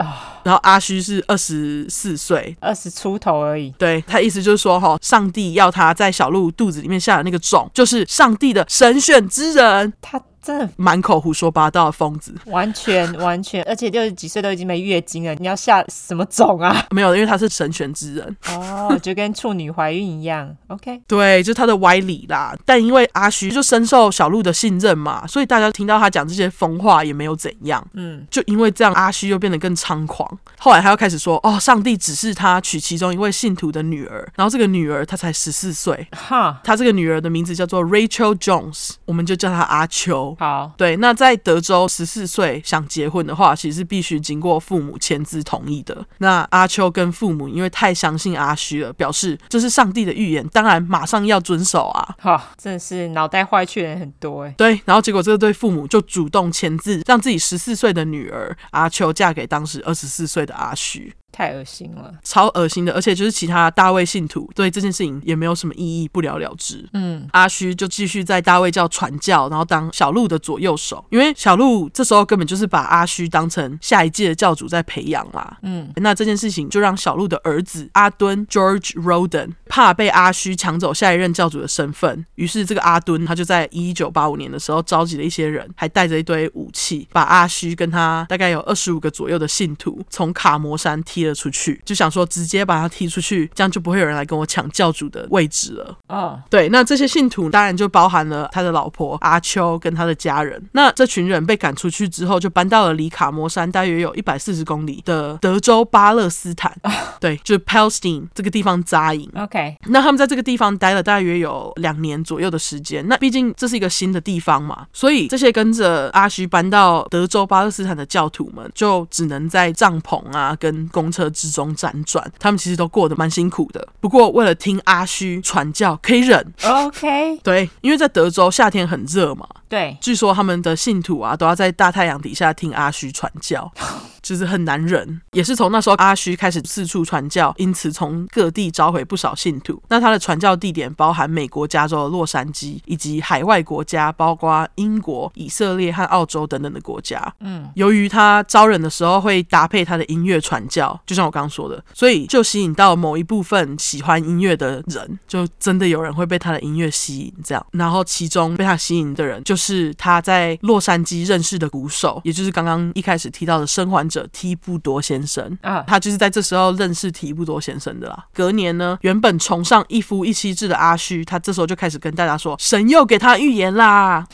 [SPEAKER 1] 然后阿虚是二十四岁。
[SPEAKER 2] 二十出头而已。
[SPEAKER 1] 对他意思就是说，哈，上帝要他在小鹿肚子里面下的那个种，就是上帝的神选之人，
[SPEAKER 2] 他真的
[SPEAKER 1] 满口胡说八道的疯子。
[SPEAKER 2] 完全完全，而且六十几岁都已经没月经了，你要下什么种啊？
[SPEAKER 1] 没有，因为他是神选之人，
[SPEAKER 2] 哦，就跟处女怀孕一样。OK，
[SPEAKER 1] 对，就是他的歪理啦。但因为阿虚就深受小鹿的信任嘛，所以大家听到他讲这些疯话也没有怎样。
[SPEAKER 2] 嗯，
[SPEAKER 1] 就因为这样，阿虚又变得更猖狂。后来他又开始说：“哦，上帝只是他娶其中一位信徒的女儿，然后这个女儿她才十四岁，
[SPEAKER 2] 哈，
[SPEAKER 1] 她这个女儿的名字叫做 Rachel Jones，我们就叫她阿秋。”由。
[SPEAKER 2] 好，
[SPEAKER 1] 对，那在德州十四岁想结婚的话，其实是必须经过父母签字同意的。那阿秋跟父母因为太相信阿虚了，表示这是上帝的预言，当然马上要遵守啊。
[SPEAKER 2] 好，真的是脑袋坏去的人很多哎。
[SPEAKER 1] 对，然后结果这对父母就主动签字，让自己十四岁的女儿阿秋嫁给当时二十四岁的阿虚，
[SPEAKER 2] 太恶心了，
[SPEAKER 1] 超恶心的。而且就是其他大卫信徒对这件事情也没有什么异议，不了了之。
[SPEAKER 2] 嗯，
[SPEAKER 1] 阿虚就继续在大卫教传教，然后当小鹿的左右手，因为小鹿这时候根本就是把阿虚当成下一届的教主在培养啦。
[SPEAKER 2] 嗯，
[SPEAKER 1] 那这件事情就让小鹿的儿子阿敦 George Roden 怕被阿虚抢走下一任教主的身份，于是这个阿敦他就在一九八五年的时候召集了一些人，还带着一堆武器，把阿虚跟他大概有二十五个左右的信徒从卡摩山踢了出去，就想说直接把他踢出去，这样就不会有人来跟我抢教主的位置了。
[SPEAKER 2] 哦，
[SPEAKER 1] 对，那这些信徒当然就包含了他的老婆阿秋跟他的家人。那这群人被赶出去之后，就搬到了离卡摩山大约有一百四十公里的德州巴勒斯坦，对，就是 Palestine 这个地方扎营。
[SPEAKER 2] OK，
[SPEAKER 1] 那他们在这个地方待了大约有两年左右的时间。那毕竟这是一个新的地方嘛，所以这些跟着阿虚搬到德州巴勒斯坦的教徒们，就只能在帐篷啊跟公车之中辗转。他们其实都过得蛮辛苦的。不过为了听阿虚传教，可以忍。
[SPEAKER 2] OK，
[SPEAKER 1] 对，因为在德州夏天很热嘛，
[SPEAKER 2] 对，
[SPEAKER 1] 据说他们的信徒啊都要在大太阳底下听阿虚传教，就是很难忍。也是从那时候阿虚开始四处传教，因此从各地召回不少信徒。那他的传教地点包含美国加州的洛杉矶，以及海外国家，包括英国、以色列和澳洲等等的国家。
[SPEAKER 2] 嗯，
[SPEAKER 1] 由于他招人的时候会搭配他的音乐传教，就像我刚刚说的，所以就吸引到某一部分喜欢音乐的人，就真的有人会被他的音乐吸引。这样，然后其中被他吸引的人，就是他在洛杉矶认识的鼓手，也就是刚刚一开始提到的生还者提布多先生。
[SPEAKER 2] 啊，
[SPEAKER 1] 他就是在这时候认识提布多先生的啦。隔年呢，原本崇尚一夫一妻制的阿虚，他这时候就开始跟大家说，神又给他预言啦。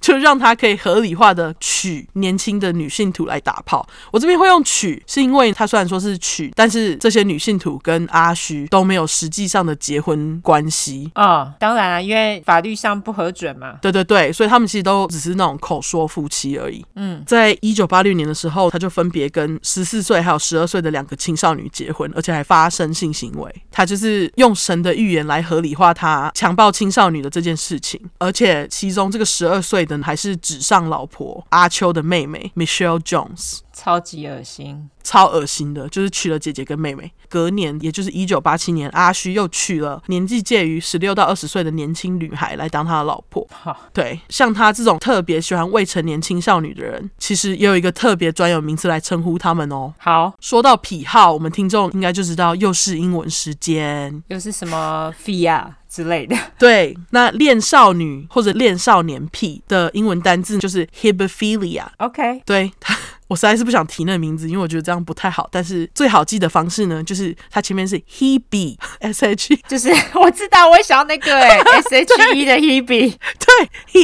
[SPEAKER 1] 就让他可以合理化的娶年轻的女性徒来打炮。我这边会用娶，是因为他虽然说是娶，但是这些女性徒跟阿虚都没有实际上的结婚关系。
[SPEAKER 2] 哦，当然啊，因为法律上不核准嘛。
[SPEAKER 1] 对对对，所以他们其实都只是那种口说夫妻而已。
[SPEAKER 2] 嗯，
[SPEAKER 1] 在一九八六年的时候，他就分别跟十四岁还有十二岁的两个青少女结婚，而且还发生性行为。他就是用神的预言来合理化他强暴青少女的这件事情，而且其中这个十二岁的还是纸上老婆阿秋的妹妹 Michelle Jones。
[SPEAKER 2] 超级恶心。
[SPEAKER 1] 超恶心的，就是娶了姐姐跟妹妹。隔年，也就是一九八七年，阿虚又娶了年纪介于十六到二十岁的年轻女孩来当他的老婆。
[SPEAKER 2] 好，
[SPEAKER 1] 对，像他这种特别喜欢未成年青少女的人，其实也有一个特别专有名词来称呼他们哦。
[SPEAKER 2] 好，
[SPEAKER 1] 说到癖好，我们听众应该就知道，又是英文时间。
[SPEAKER 2] 又是什么 Fia 之类的？
[SPEAKER 1] 对，那恋少女或者恋少年癖的英文单字就是 hebephilia。
[SPEAKER 2] OK，
[SPEAKER 1] 对他，我实在是不想提那个名字，因为我觉得这样不太好。但是最好记的方式呢，就是它前面是 hebe s h e
[SPEAKER 2] 就是 我知道，我也想要那个 哎 S H E 的 Hebe，
[SPEAKER 1] 对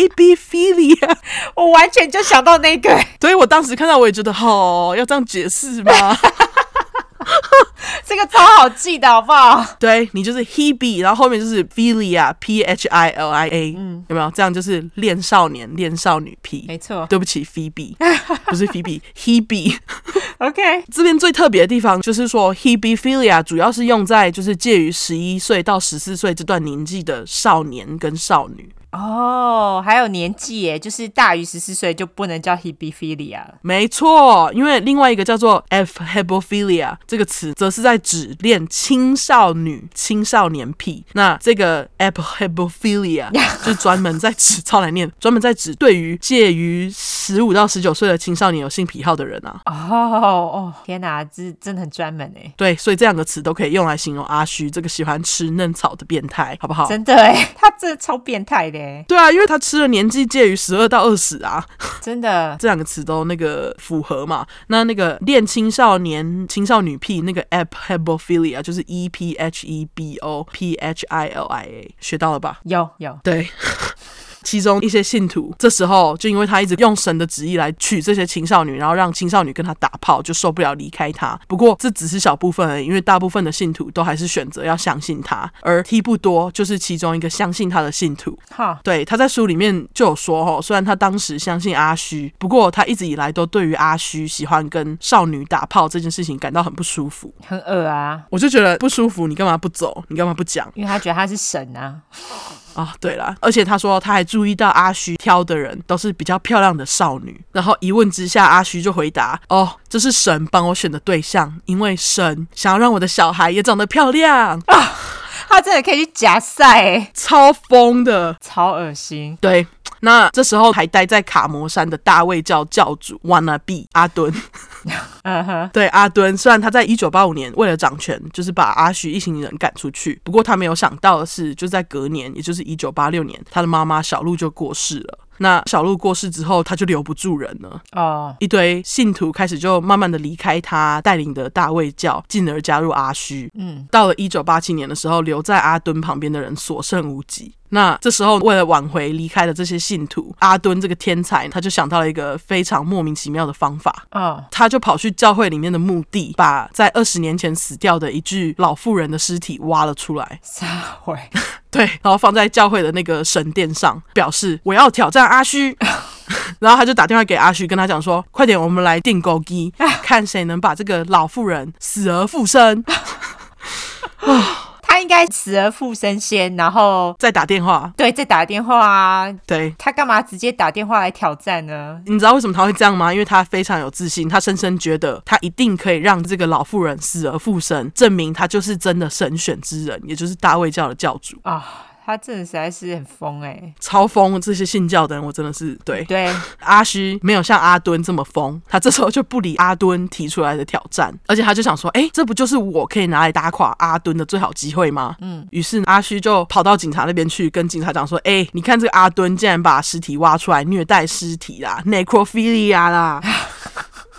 [SPEAKER 1] hebephilia。
[SPEAKER 2] 我完全就想到那个欸，
[SPEAKER 1] 所以我当时看到我也觉得，哦，要这样解释吗？
[SPEAKER 2] 这个超好记的好不好？
[SPEAKER 1] 对你就是 hebe，然后后面就是 philia p h i l i a，嗯，有没有？这样就是恋少年、恋少女 p。
[SPEAKER 2] 没错
[SPEAKER 1] 对不起，Phoebe，不 是 Phoebe，Hebe。
[SPEAKER 2] ，OK，
[SPEAKER 1] 这边最特别的地方就是说，hebephilia 主要是用在就是介于十一岁到十四岁这段年纪的少年跟少女。
[SPEAKER 2] 哦，还有年纪耶，就是大于十四岁就不能叫 Hebephilia 了。
[SPEAKER 1] 没错，因为另外一个叫做 f hebephilia 这个词，则是在指恋青少女、青少年癖。那这个 f hebephilia 就是专门在指，超难念，专门在指对于介于十五到十九岁的青少年有性癖好的人啊。
[SPEAKER 2] 哦哦，天哪，这真的很专门哎，
[SPEAKER 1] 对，所以这两个词都可以用来形容阿虚这个喜欢吃嫩草的变态，好不好？
[SPEAKER 2] 真的哎，他这超变态的哎，
[SPEAKER 1] 对啊，因为他吃的年纪介于十二到二十啊，
[SPEAKER 2] 真的
[SPEAKER 1] 这两个词都那个符合嘛。那那个恋青少年、青少女癖那个 app hebophilia 就是 e p h e b o p h i l i a，学到了吧？
[SPEAKER 2] 有有。
[SPEAKER 1] 对。其中一些信徒这时候就因为他一直用神的旨意来娶这些青少女，然后让青少女跟他打炮，就受不了离开他。不过这只是小部分而已，因为大部分的信徒都还是选择要相信他，而提布多就是其中一个相信他的信徒。
[SPEAKER 2] 哈，
[SPEAKER 1] 对，他在书里面就有说哦，虽然他当时相信阿虚，不过他一直以来都对于阿虚喜欢跟少女打炮这件事情感到很不舒服。
[SPEAKER 2] 很恶啊，
[SPEAKER 1] 我就觉得不舒服，你干嘛不走？你干嘛不讲
[SPEAKER 2] 因为他觉得他是神啊。
[SPEAKER 1] 啊？对啦，而且他说他还注意到阿虚挑的人都是比较漂亮的少女，然后一问之下，阿虚就回答：“哦，这是神帮我选的对象，因为神想要让我的小孩也长得漂亮。啊
[SPEAKER 2] 他真的可以去夹赛、欸，”
[SPEAKER 1] 超疯的，
[SPEAKER 2] 超恶心。
[SPEAKER 1] 对。那这时候还待在卡摩山的大卫教教主 Wanna Be 阿敦，
[SPEAKER 2] 嗯哼，
[SPEAKER 1] 对阿敦，虽然他在一九八五年为了掌权，就是把阿许一行人赶出去，不过他没有想到的是，就在隔年，也就是一九八六年，他的妈妈小露就过世了。那小露过世之后，他就留不住人了，
[SPEAKER 2] 哦，
[SPEAKER 1] 一堆信徒开始就慢慢的离开他带领的大卫教，进而加入阿虚。
[SPEAKER 2] 嗯，
[SPEAKER 1] 到了一九八七年的时候，留在阿敦旁边的人所剩无几。那这时候，为了挽回离开的这些信徒，阿敦这个天才他就想到了一个非常莫名其妙的方法，
[SPEAKER 2] 哦，
[SPEAKER 1] 他就跑去教会里面的墓地，把在二十年前死掉的一具老妇人的尸体挖了出来，
[SPEAKER 2] 撒回，
[SPEAKER 1] 对，然后放在教会的那个神殿上，表示我要挑战阿虚。 然后他就打电话给阿虚，跟他讲说：“快点，我们来订钩机，看谁能把这个老妇人死而复生。
[SPEAKER 2] 他应该死而复生先，然后”
[SPEAKER 1] 再打电话，
[SPEAKER 2] 对，再打电话啊。
[SPEAKER 1] 对。
[SPEAKER 2] 他干嘛直接打电话来挑战呢？
[SPEAKER 1] 你知道为什么他会这样吗？因为他非常有自信，他深深觉得他一定可以让这个老妇人死而复生，证明他就是真的神选之人，也就是大卫教的教主。
[SPEAKER 2] 啊、他真的实在是很疯哎、
[SPEAKER 1] 超疯这些信教的人，我真的是对
[SPEAKER 2] 对，
[SPEAKER 1] 阿虚没有像阿敦这么疯，他这时候就不理阿敦提出来的挑战， 而且他就想说，哎，这不就是我可以拿来打垮阿敦的最好机会吗？嗯，于是阿虚就跑到警察那边去，跟警察讲说，哎，你看这个阿敦竟然把尸体挖出来虐待尸体啦，necrophilia 啦，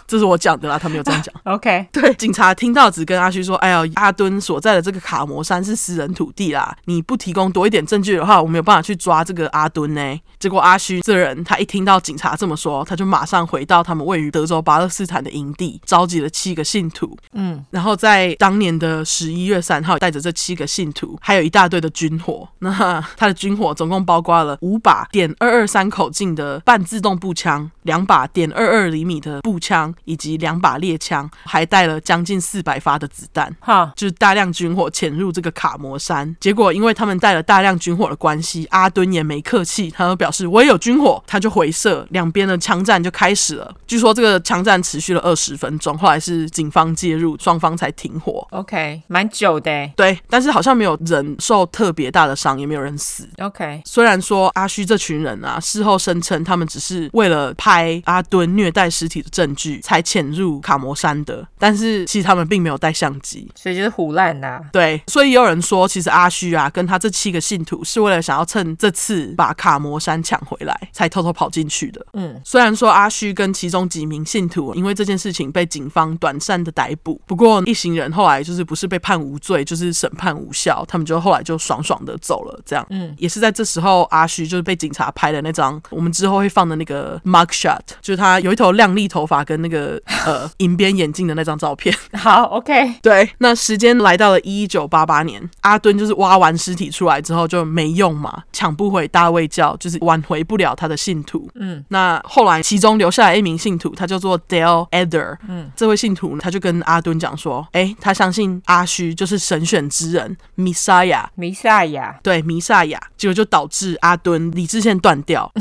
[SPEAKER 1] 这是我讲的啦，他没有这样讲。
[SPEAKER 2] OK，
[SPEAKER 1] 对，警察听到只跟阿虚说：“哎呀，阿敦所在的这个卡摩山是私人土地啦，你不提供多一点证据的话，我没有办法去抓这个阿敦呢。”结果阿虚这人，他一听到警察这么说，他就马上回到他们位于德州巴勒斯坦的营地，召集了七个信徒，
[SPEAKER 2] 嗯，
[SPEAKER 1] 然后在当年的十一月三号，带着这七个信徒，还有一大堆的军火。那他的军火总共包括了五把点二二三口径的半自动步枪，两把点二二厘米的步枪，以及两把猎枪，还带了将近四百发的子弹。
[SPEAKER 2] 哈，
[SPEAKER 1] 就是大量军火潜入这个卡摩山，结果因为他们带了大量军火的关系，阿敦也没客气，他就表示我也有军火，他就回射，两边的枪战就开始了。据说这个枪战持续了二十分钟，后来是警方介入，双方才停火。
[SPEAKER 2] OK，蛮久的、欸。
[SPEAKER 1] 对，但是好像没有人受特别大的伤，也没有人死。
[SPEAKER 2] OK，
[SPEAKER 1] 虽然说阿虚这群人啊，事后声称他们只是为了拍阿敦虐待尸体的证据才潜入卡摩山的，但是其实他们并没有带相机，
[SPEAKER 2] 所以就是胡乱啊啦。
[SPEAKER 1] 对，所以也有人说，其实阿虚啊，跟他这七个信徒是为了想要趁这次把卡摩山抢回来，才偷偷跑进去的。
[SPEAKER 2] 嗯，
[SPEAKER 1] 虽然说阿虚跟其中几名信徒因为这件事情被警方短暂的逮捕，不过一行人后来就是不是被判无罪，就是审判无效，他们就后来就爽爽的走了。这样，
[SPEAKER 2] 嗯，
[SPEAKER 1] 也是在这时候，阿虚就是被警察拍的那张我们之后会放的那个 mug shot，就是他有一头亮丽头发跟那个呃 银边眼镜的那张照片。
[SPEAKER 2] 好，OK，
[SPEAKER 1] 对，那时间来到了一九八八年，阿敦就是挖完尸体出来之后就没用嘛，抢不回大卫教，就是挽回不了他的信徒。
[SPEAKER 2] 嗯，
[SPEAKER 1] 那后来其中留下来一名信徒，他叫做 Dale Eder。
[SPEAKER 2] 嗯，
[SPEAKER 1] 这位信徒呢，他就跟阿敦讲说，诶，他相信阿虚就是神选之人 Messiah，
[SPEAKER 2] 弥赛亚，
[SPEAKER 1] 对弥赛亚，结果就导致阿敦理智线断 掉。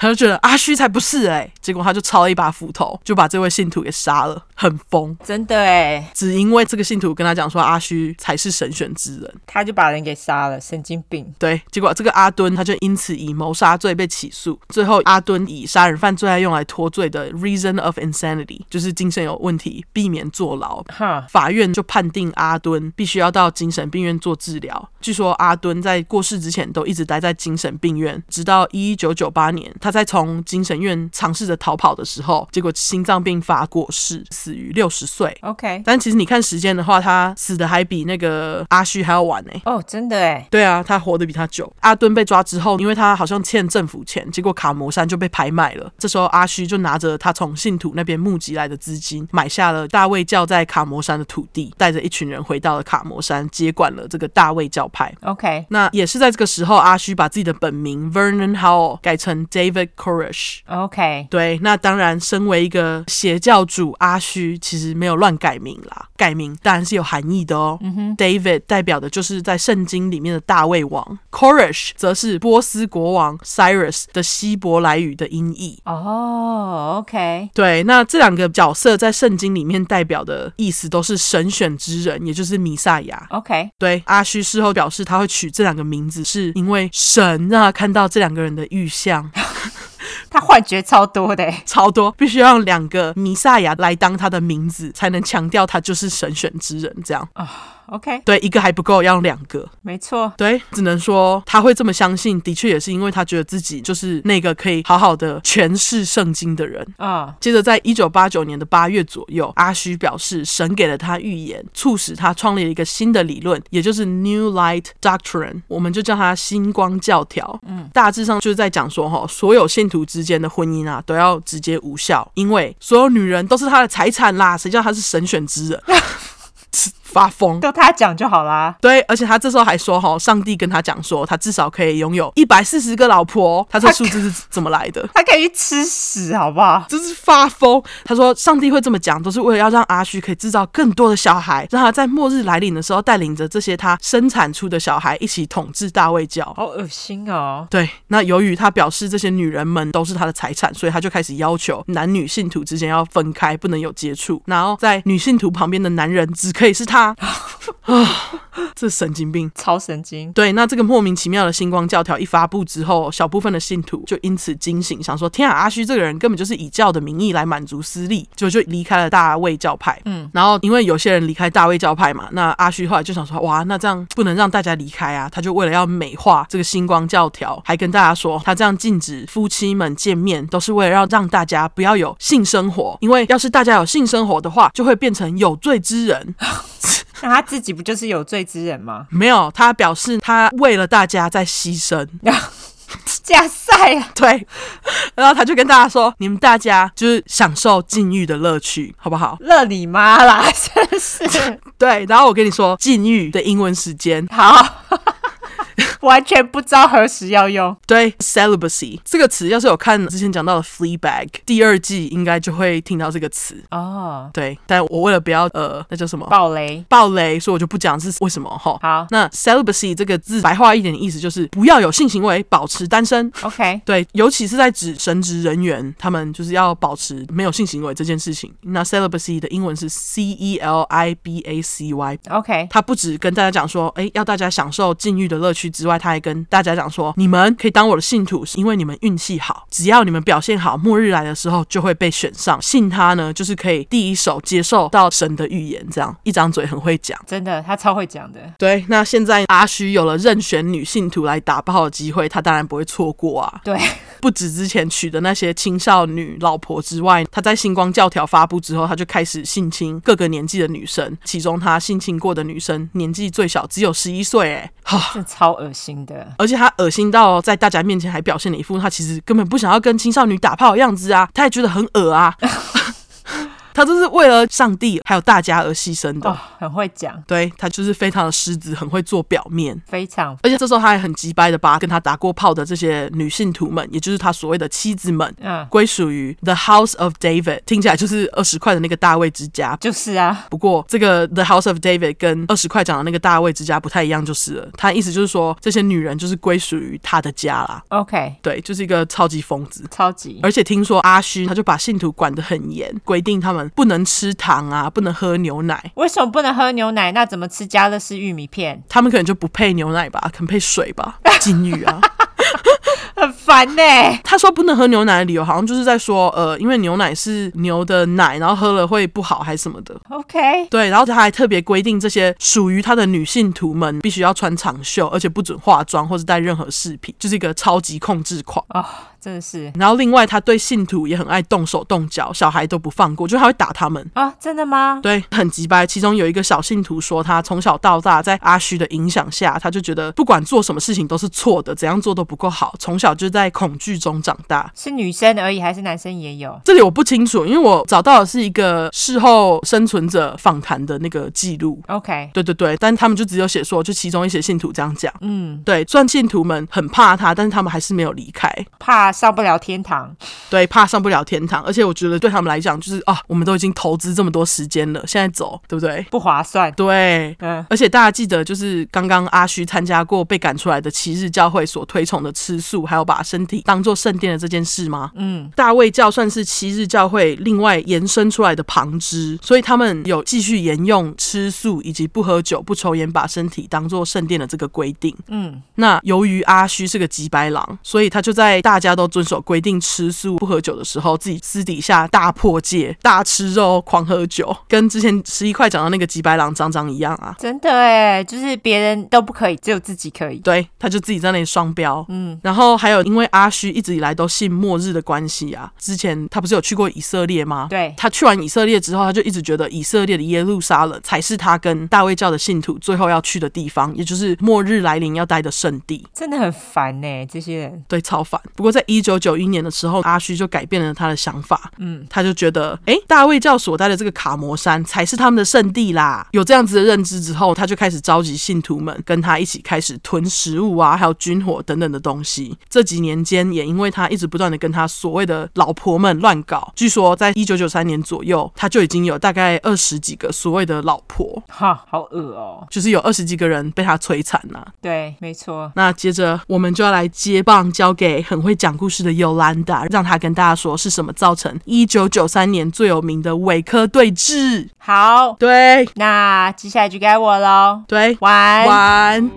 [SPEAKER 1] 他就觉得阿虚才不是哎、结果他就抄了一把斧头，就把这位信徒给杀了，很疯。
[SPEAKER 2] 真的哎、
[SPEAKER 1] 只因为这个信徒跟他讲说阿虚才是神选之人，
[SPEAKER 2] 他就把人给杀了，神经病。
[SPEAKER 1] 对，结果这个阿敦他就因此以谋杀罪被起诉，最后阿敦以杀人犯罪案用来脱罪的 reason of insanity，就是精神有问题，避免坐牢。
[SPEAKER 2] 哈，
[SPEAKER 1] 法院就判定阿敦必须要到精神病院做治疗。据说阿敦在过世之前都一直待在精神病院，直到一九九八年，他才从精神院尝试着逃跑的时候，结果心脏病发过世，死于六十岁。
[SPEAKER 2] OK，
[SPEAKER 1] 但其实你看时间的话，他死的还比那个阿虚还要晚呢、
[SPEAKER 2] 哦，真的哎，
[SPEAKER 1] 对啊，他活得比他久。阿敦被抓之后，因为他好像欠政府钱，结果卡摩山就被拍卖了。这时候阿虚就拿着他从信徒那边募集来的资金，买下了大卫教在卡摩山的土地，带着一群人回到了卡摩山，接管了这个大卫教派。
[SPEAKER 2] OK，
[SPEAKER 1] 那也是在这个时候，阿虚把自己的本名 Vernon Howell 改成 David Koresh。
[SPEAKER 2] OK，
[SPEAKER 1] 对，那当然，身为一个邪教主，阿虚其实没有乱改名啦，改名当然是有含义的哦。David 代表的就是在圣经里面的大卫王，Koresh 则是波斯国王 Cyrus 的希伯来语的音译。
[SPEAKER 2] 哦，OK，
[SPEAKER 1] 对，那这两个角色在圣经里面代表的意思都是神选之人，也就是弥赛亚。
[SPEAKER 2] OK，
[SPEAKER 1] 对，阿虚事后表示他会取这两个名字，是因为神让他看到这两个人的预像，
[SPEAKER 2] 他幻觉超多的欸，
[SPEAKER 1] 超多，必须让两个弥赛亚来当他的名字，才能强调他就是神选之人。这样，
[SPEAKER 2] OK，
[SPEAKER 1] 对，一个还不够，要两个。
[SPEAKER 2] 没错，
[SPEAKER 1] 对，只能说他会这么相信，的确也是因为他觉得自己就是那个可以好好的诠释圣经的人。
[SPEAKER 2] 嗯
[SPEAKER 1] 接着，在一九八九年的八月左右，阿虚表示，神给了他预言，促使他创立了一个新的理论，也就是 New Light Doctrine，我们就叫它星光教条。嗯，大致上就是在讲说，哈，所有信徒之间的婚姻啊，都要直接无效，因为所有女人都是他的财产啦，谁叫他是神选之人？ 发疯。
[SPEAKER 2] 都他讲就好啦。
[SPEAKER 1] 对，而且他这时候还说，哈，上帝跟他讲说，他至少可以拥有一百四十个老婆，他这数字是怎么来的？
[SPEAKER 2] 他可以去吃屎，好不好？
[SPEAKER 1] 真是发疯。他说，上帝会这么讲，都是为了要让阿虚可以制造更多的小孩，让他在末日来临的时候，带领着这些他生产出的小孩一起统治大卫教。
[SPEAKER 2] 好恶心哦！
[SPEAKER 1] 对，那由于他表示这些女人们都是他的财产，所以他就开始要求男女信徒之间要分开，不能有接触。然后在女信徒旁边的男人只可以是他，啊，这神经病。
[SPEAKER 2] 超神经。
[SPEAKER 1] 对，那这个莫名其妙的星光教条一发布之后，小部分的信徒就因此惊醒，想说：天啊，阿虚这个人根本就是以教的名义来满足私利，就就离开了大卫教派。嗯，然后因为有些人离开大卫教派嘛，那阿虚后来就想说：哇，那这样不能让大家离开啊！他就为了要美化这个星光教条，还跟大家说，他这样禁止夫妻们见面，都是为了要让大家不要有性生活，因为要是大家有性生活的话，就会变成有罪之人。
[SPEAKER 2] 那他自己不就是有罪之人吗？
[SPEAKER 1] 没有，他表示他为了大家在牺牲。
[SPEAKER 2] 假赛啊！
[SPEAKER 1] 对，然后他就跟大家说：“你们大家就是享受禁欲的乐趣，好不好
[SPEAKER 2] 乐你妈 啦！真是？”
[SPEAKER 1] 对，然后我跟你说，禁欲的英文时间，
[SPEAKER 2] 好， 完全不知道何时要用。
[SPEAKER 1] 对 celibacy 这个词，要是有看之前讲到的《Fleabag》第二季，应该就会听到这个词。
[SPEAKER 2] 哦，
[SPEAKER 1] 对，但我为了不要呃，那叫什么？
[SPEAKER 2] 暴雷。
[SPEAKER 1] 暴雷，所以我就不讲是为什么哈。
[SPEAKER 2] 好
[SPEAKER 1] 那 celibacy 这个字白话一点的意思就是不要有性行为，保持单身。
[SPEAKER 2] OK，
[SPEAKER 1] 对，尤其是在指神职人员，他们就是要保持没有性行为这件事情。那 celibacy 的英文是 C E L I B A C Y。
[SPEAKER 2] OK，
[SPEAKER 1] 他不止跟大家讲说，哎，要大家享受禁欲的乐趣之外，他还跟大家讲说，你们可以当我的信徒，是因为你们运气好，只要你们表现好，末日来的时候就会被选上。信他呢，就是可以第一手接受到神的预言，这样一张嘴很会讲。
[SPEAKER 2] 真的，他超会讲的。
[SPEAKER 1] 对，那现在阿虚有了任选女信徒来打炮的机会，他当然不会错过啊。
[SPEAKER 2] 对，
[SPEAKER 1] 不止之前娶的那些青少女老婆之外，他在星光教条发布之后，他就开始性侵各个年纪的女生，其中他性侵过的女生年纪最小只有十一岁，哎，哈。
[SPEAKER 2] 这超恶心的。
[SPEAKER 1] 而且他恶心到在大家面前还表现了一副他其实根本不想要跟青少女打炮的样子啊，他也觉得很恶啊， 他这是为了上帝还有大家而牺牲的，
[SPEAKER 2] 哦，很会讲，
[SPEAKER 1] 对他就是非常的狮子，很会做表面。
[SPEAKER 2] 非常。
[SPEAKER 1] 而且这时候他还很急掰的把跟他打过炮的这些女信徒们，也就是他所谓的妻子们，
[SPEAKER 2] 嗯，
[SPEAKER 1] 归属于 The House of David，听起来就是二十块的那个大卫之家。
[SPEAKER 2] 就是啊。
[SPEAKER 1] 不过，这个 The House of David 跟二十块讲的那个大卫之家不太一样，就是了。他意思就是说，这些女人就是归属于他的家啦。
[SPEAKER 2] OK，
[SPEAKER 1] 对，就是一个超级疯子。
[SPEAKER 2] 超级。
[SPEAKER 1] 而且听说阿虚他就把信徒管得很严，规定他们不能吃糖啊，不能喝牛奶。
[SPEAKER 2] 为什么不能喝牛奶？那怎么吃加乐士玉米片？
[SPEAKER 1] 他们可能就不配牛奶吧，可能配水吧， 禁欲啊。
[SPEAKER 2] 很烦呢、
[SPEAKER 1] 他说不能喝牛奶的理由，好像就是在说，呃，因为牛奶是牛的奶，然后喝了会不好还是什么的。
[SPEAKER 2] OK，
[SPEAKER 1] 对，然后他还特别规定这些属于他的女性徒们必须要穿长袖，而且不准化妆或是带任何饰品，就是一个超级控制狂。
[SPEAKER 2] 哦，真的是
[SPEAKER 1] 然后另外他对信徒也很爱动手动脚，小孩都不放过，就他会打他们。
[SPEAKER 2] 啊，真的吗？
[SPEAKER 1] 对，很急掰。其中有一个小信徒说，他从小到大在阿虚的影响下，他就觉得不管做什么事情都是错的，怎样做都不够好，从小就在恐惧中长大。
[SPEAKER 2] 是女生而已，还是男生也有？
[SPEAKER 1] 这里我不清楚，因为我找到的是一个事后生存者访谈的那个记录。
[SPEAKER 2] OK，
[SPEAKER 1] 对对对，但他们就只有写说，就其中一些信徒这样讲。
[SPEAKER 2] 嗯，
[SPEAKER 1] 对，虽然信徒们很怕他，但是他们还是没有离开。
[SPEAKER 2] 怕上不了天堂，
[SPEAKER 1] 对，怕上不了天堂，而且我觉得对他们来讲，就是啊，我们都已经投资这么多时间了，现在走，对不对？
[SPEAKER 2] 不划算。
[SPEAKER 1] 对，
[SPEAKER 2] 嗯，
[SPEAKER 1] 而且大家记得，就是刚刚阿虚参加过被赶出来的七日教会所推崇的吃素，还有把身体当做圣殿的这件事吗？
[SPEAKER 2] 嗯，
[SPEAKER 1] 大卫教算是七日教会另外延伸出来的旁支，所以他们有继续沿用吃素以及不喝酒、不抽烟，把身体当做圣殿的这个规定。
[SPEAKER 2] 嗯，
[SPEAKER 1] 那由于阿虚是个急白狼，所以他就在大家都遵守规定吃素、不喝酒的时候，自己私底下大破戒、大吃肉、狂喝酒，跟之前十一块讲到那个急白狼张张一样啊。
[SPEAKER 2] 真的哎，就是别人都不可以，只有自己可以。
[SPEAKER 1] 对，他就自己在那里双标。
[SPEAKER 2] 嗯，
[SPEAKER 1] 然后还有，因为阿虚一直以来都信末日的关系啊，之前他不是有去过以色列吗？
[SPEAKER 2] 对，
[SPEAKER 1] 他去完以色列之后，他就一直觉得以色列的耶路撒冷才是他跟大卫教的信徒最后要去的地方，也就是末日来临要待的圣地。
[SPEAKER 2] 真的很烦呢，这些人。
[SPEAKER 1] 对，超烦。不过在一九九一年的时候，阿虚就改变了他的想法，
[SPEAKER 2] 嗯，
[SPEAKER 1] 他就觉得，诶，大卫教所待的这个卡摩山才是他们的圣地啦。有这样子的认知之后，他就开始召集信徒们跟他一起开始囤食物啊，还有军火等等的东西。这几年间，也因为他一直不断的跟他所谓的老婆们乱搞，据说在一九九三年左右，他就已经有大概二十几个所谓的老婆。
[SPEAKER 2] 哈，好恶哦。
[SPEAKER 1] 就是有二十几个人被他摧残呐、
[SPEAKER 2] 对，没错。
[SPEAKER 1] 那接着我们就要来接棒，交给很会讲故事的尤兰达，让他跟大家说是什么造成一九九三年最有名的伪科对峙。
[SPEAKER 2] 好，
[SPEAKER 1] 对
[SPEAKER 2] 那接下来就该我喽。
[SPEAKER 1] 对，
[SPEAKER 2] 晚安。
[SPEAKER 1] 完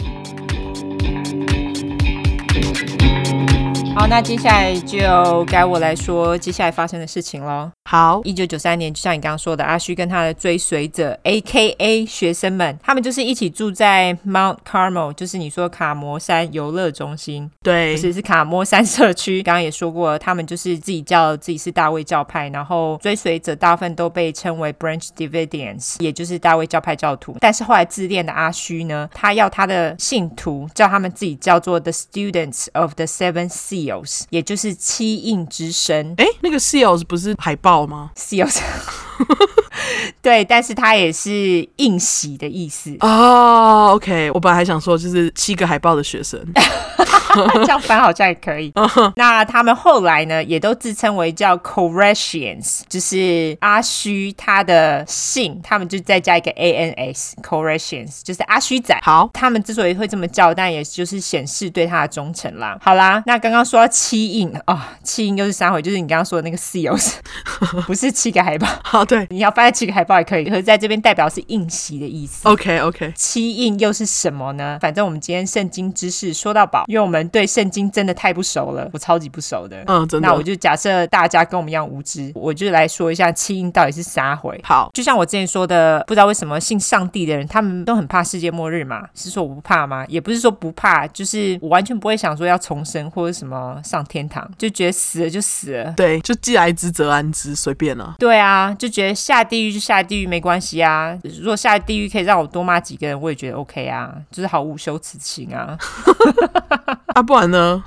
[SPEAKER 2] 好，那接下来就该我来说接下来发生的事情喽。
[SPEAKER 1] 好，
[SPEAKER 2] 一九九三年，就像你刚刚说的，阿虚跟他的追随者 （A.K.A. 学生们），他们就是一起住在 Mount Carmel，就是你说卡摩山游乐中心，
[SPEAKER 1] 对
[SPEAKER 2] 不是是卡摩山社区。刚刚也说过了，他们就是自己叫自己是大卫教派，然后追随者大部分都被称为 Branch Davidians，也就是大卫教派教徒。但是后来自恋的阿虚呢，他要他的信徒叫他们自己叫做 The Students of the Seven Seals，也就是七印之神。
[SPEAKER 1] 哎，那个 Seals 不是海豹吗？，
[SPEAKER 2] seals，对，但是它也是应喜的意思
[SPEAKER 1] 哦、o k 我本来还想说就是七个海豹的学 生，
[SPEAKER 2] 这样翻好像也可以。那他们后来呢，也都自称为叫 Corretians，就是阿虚他的姓，他们就再加一个 A N S Corretians，就是阿虚仔。
[SPEAKER 1] 好，
[SPEAKER 2] 他们之所以会这么叫，但也就是显示对他的忠诚啦。好啦，那刚刚说到七印哦，七印又是三回，就是你刚刚说的那个 seals，不是七个海报，
[SPEAKER 1] 好，对
[SPEAKER 2] 你要放在七个海报也可以，可是在这边代表是印玺的意思。
[SPEAKER 1] ，OK OK，
[SPEAKER 2] 七印又是什么呢？反正我们今天圣经知识说到饱，因为我们对圣经真的太不熟了，我超级不熟的。
[SPEAKER 1] 嗯，真
[SPEAKER 2] 那我
[SPEAKER 1] 的，
[SPEAKER 2] 就假设大家跟我们一样无知，我就来说一下七印到底是啥回。
[SPEAKER 1] 好，
[SPEAKER 2] 就像我之前说的，不知道为什么信上帝的人，他们都很怕世界末日嘛？是说我不怕吗？也不是说不怕，就是我完全不会想说要重生或者什么上天堂，就觉得死了就死了，
[SPEAKER 1] 对，就既来之则安之，随便啊。
[SPEAKER 2] 对啊，就觉得下地狱就下地狱没关系啊。如果下地狱可以让我多骂几个人，我也觉得 OK 啊，就是毫无羞耻心啊。
[SPEAKER 1] 啊，不然呢？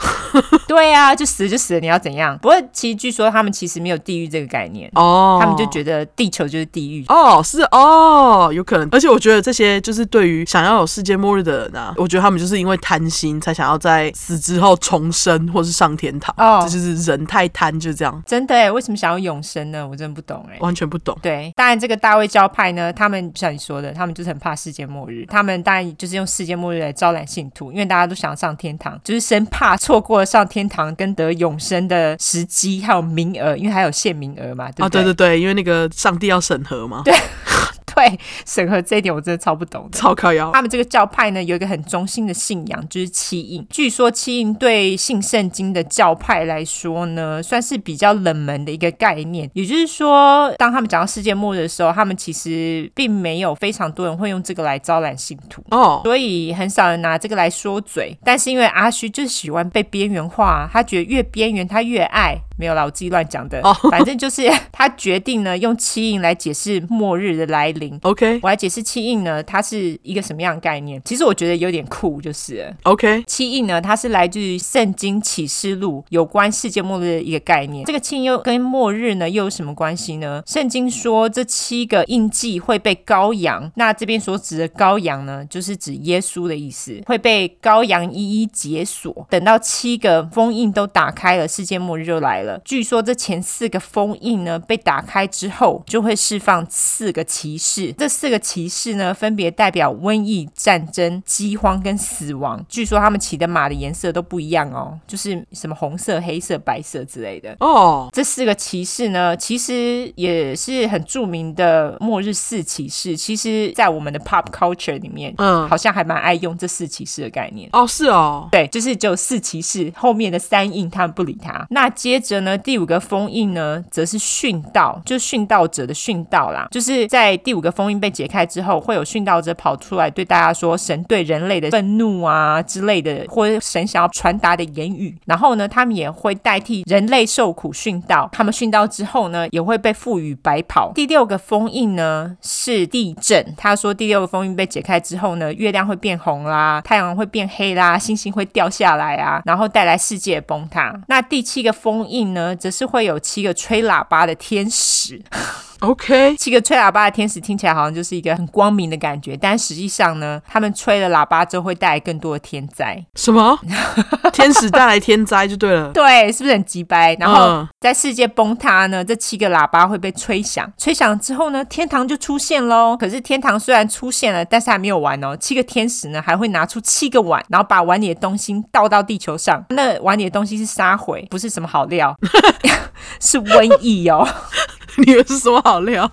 [SPEAKER 2] 对啊，就死了就死了，你要怎样？不过其实据说他们其实没有地狱这个概念，
[SPEAKER 1] 哦、
[SPEAKER 2] 他们就觉得地球就是地狱。
[SPEAKER 1] 哦，是哦，有可能。而且我觉得这些就是对于想要有世界末日的人啊，我觉得他们就是因为贪心，才想要在死之后重生或是上天堂。
[SPEAKER 2] 哦
[SPEAKER 1] 这就是人太贪，就是这样，
[SPEAKER 2] 真的哎，为什么想要永生呢？我真的不懂哎。
[SPEAKER 1] 完全不懂。
[SPEAKER 2] 对，当然这个大卫教派呢，他们就像你说的，他们就是很怕世界末日，他们当然就是用世界末日来招揽信徒，因为大家都想上天堂，就是生怕错过了上天堂跟得永生的时机哦还有名额，因为还有限名额嘛，对
[SPEAKER 1] 啊，
[SPEAKER 2] 不对？
[SPEAKER 1] 对对对，因为那个上帝要审核嘛。对
[SPEAKER 2] 对审核这一点，我真的超不懂的。
[SPEAKER 1] 超靠腰。
[SPEAKER 2] 他们这个教派呢，有一个很中心的信仰，就是七印。据说七印对信圣经的教派来说呢，算是比较冷门的一个概念。也就是说，当他们讲到世界末日的时候，他们其实并没有非常多人会用这个来招揽信徒。
[SPEAKER 1] 哦，
[SPEAKER 2] 所以很少人拿这个来说嘴，但是因为阿虚就是喜欢被边缘化，啊他觉得越边缘他越爱，没有啦，我自己乱讲的
[SPEAKER 1] 哦，
[SPEAKER 2] 反正就是 他决定呢用七印来解释末日的来临。
[SPEAKER 1] ，OK
[SPEAKER 2] 我来解释七印呢，它是一个什么样的概念？其实我觉得有点酷，就是了
[SPEAKER 1] OK，
[SPEAKER 2] 七印呢，它是来自于《圣经启示录》有关世界末日的一个概念。这个七印又跟末日呢又有什么关系呢？圣经说这七个印记会被羔羊，那这边所指的羔羊呢，就是指耶稣的意思，会被羔羊一一解锁。等到七个封印都打开了，世界末日就来了。据说这前四个封印呢被打开之后，就会释放四个骑士。这四个骑士呢，分别代表瘟疫、战争、饥荒跟死亡。据说他们骑的马的颜色都不一样哦，就是什么红色、黑色、白色之类的。
[SPEAKER 1] 哦，
[SPEAKER 2] 这四个骑士呢，其实也是很著名的末日四骑士。其实，在我们的 pop culture 里面，
[SPEAKER 1] 嗯，
[SPEAKER 2] 好像还蛮爱用这四骑士的概念。
[SPEAKER 1] 哦，是哦，
[SPEAKER 2] 对，就是只有四骑士后面的三印他们不理他。那接着呢，第五个封印呢，则是殉道，就是殉道者的殉道啦，就是在第五个封印被解开之后，会有殉道者跑出来对大家说神对人类的愤怒啊之类的，或者神想要传达的言语。然后呢，他们也会代替人类受苦殉道，他们殉道之后呢，也会被赋予白袍。第六个封印呢是地震，他说第六个封印被解开之后呢，月亮会变红啦，太阳会变黑啦，星星会掉下来啊，然后带来世界崩塌。那第七个封印呢，则是会有七个吹喇叭的天使，
[SPEAKER 1] ，OK，
[SPEAKER 2] 七个吹喇叭的天使听起来好像就是一个很光明的感觉，但实际上呢，他们吹了喇叭之后会带来更多的天灾。
[SPEAKER 1] 什 么？天使带来天灾就对了。
[SPEAKER 2] 对，是不是很鸡掰？然后
[SPEAKER 1] 嗯
[SPEAKER 2] 在世界崩塌呢，这七个喇叭会被吹响，吹响之后呢，天堂就出现喽。可是天堂虽然出现了，但是还没有完哦。七个天使呢，还会拿出七个碗，然后把碗里的东西倒到地球上。那碗里的东西是沙毁，不是什么好料，是瘟疫哦。
[SPEAKER 1] 你们是什么好料？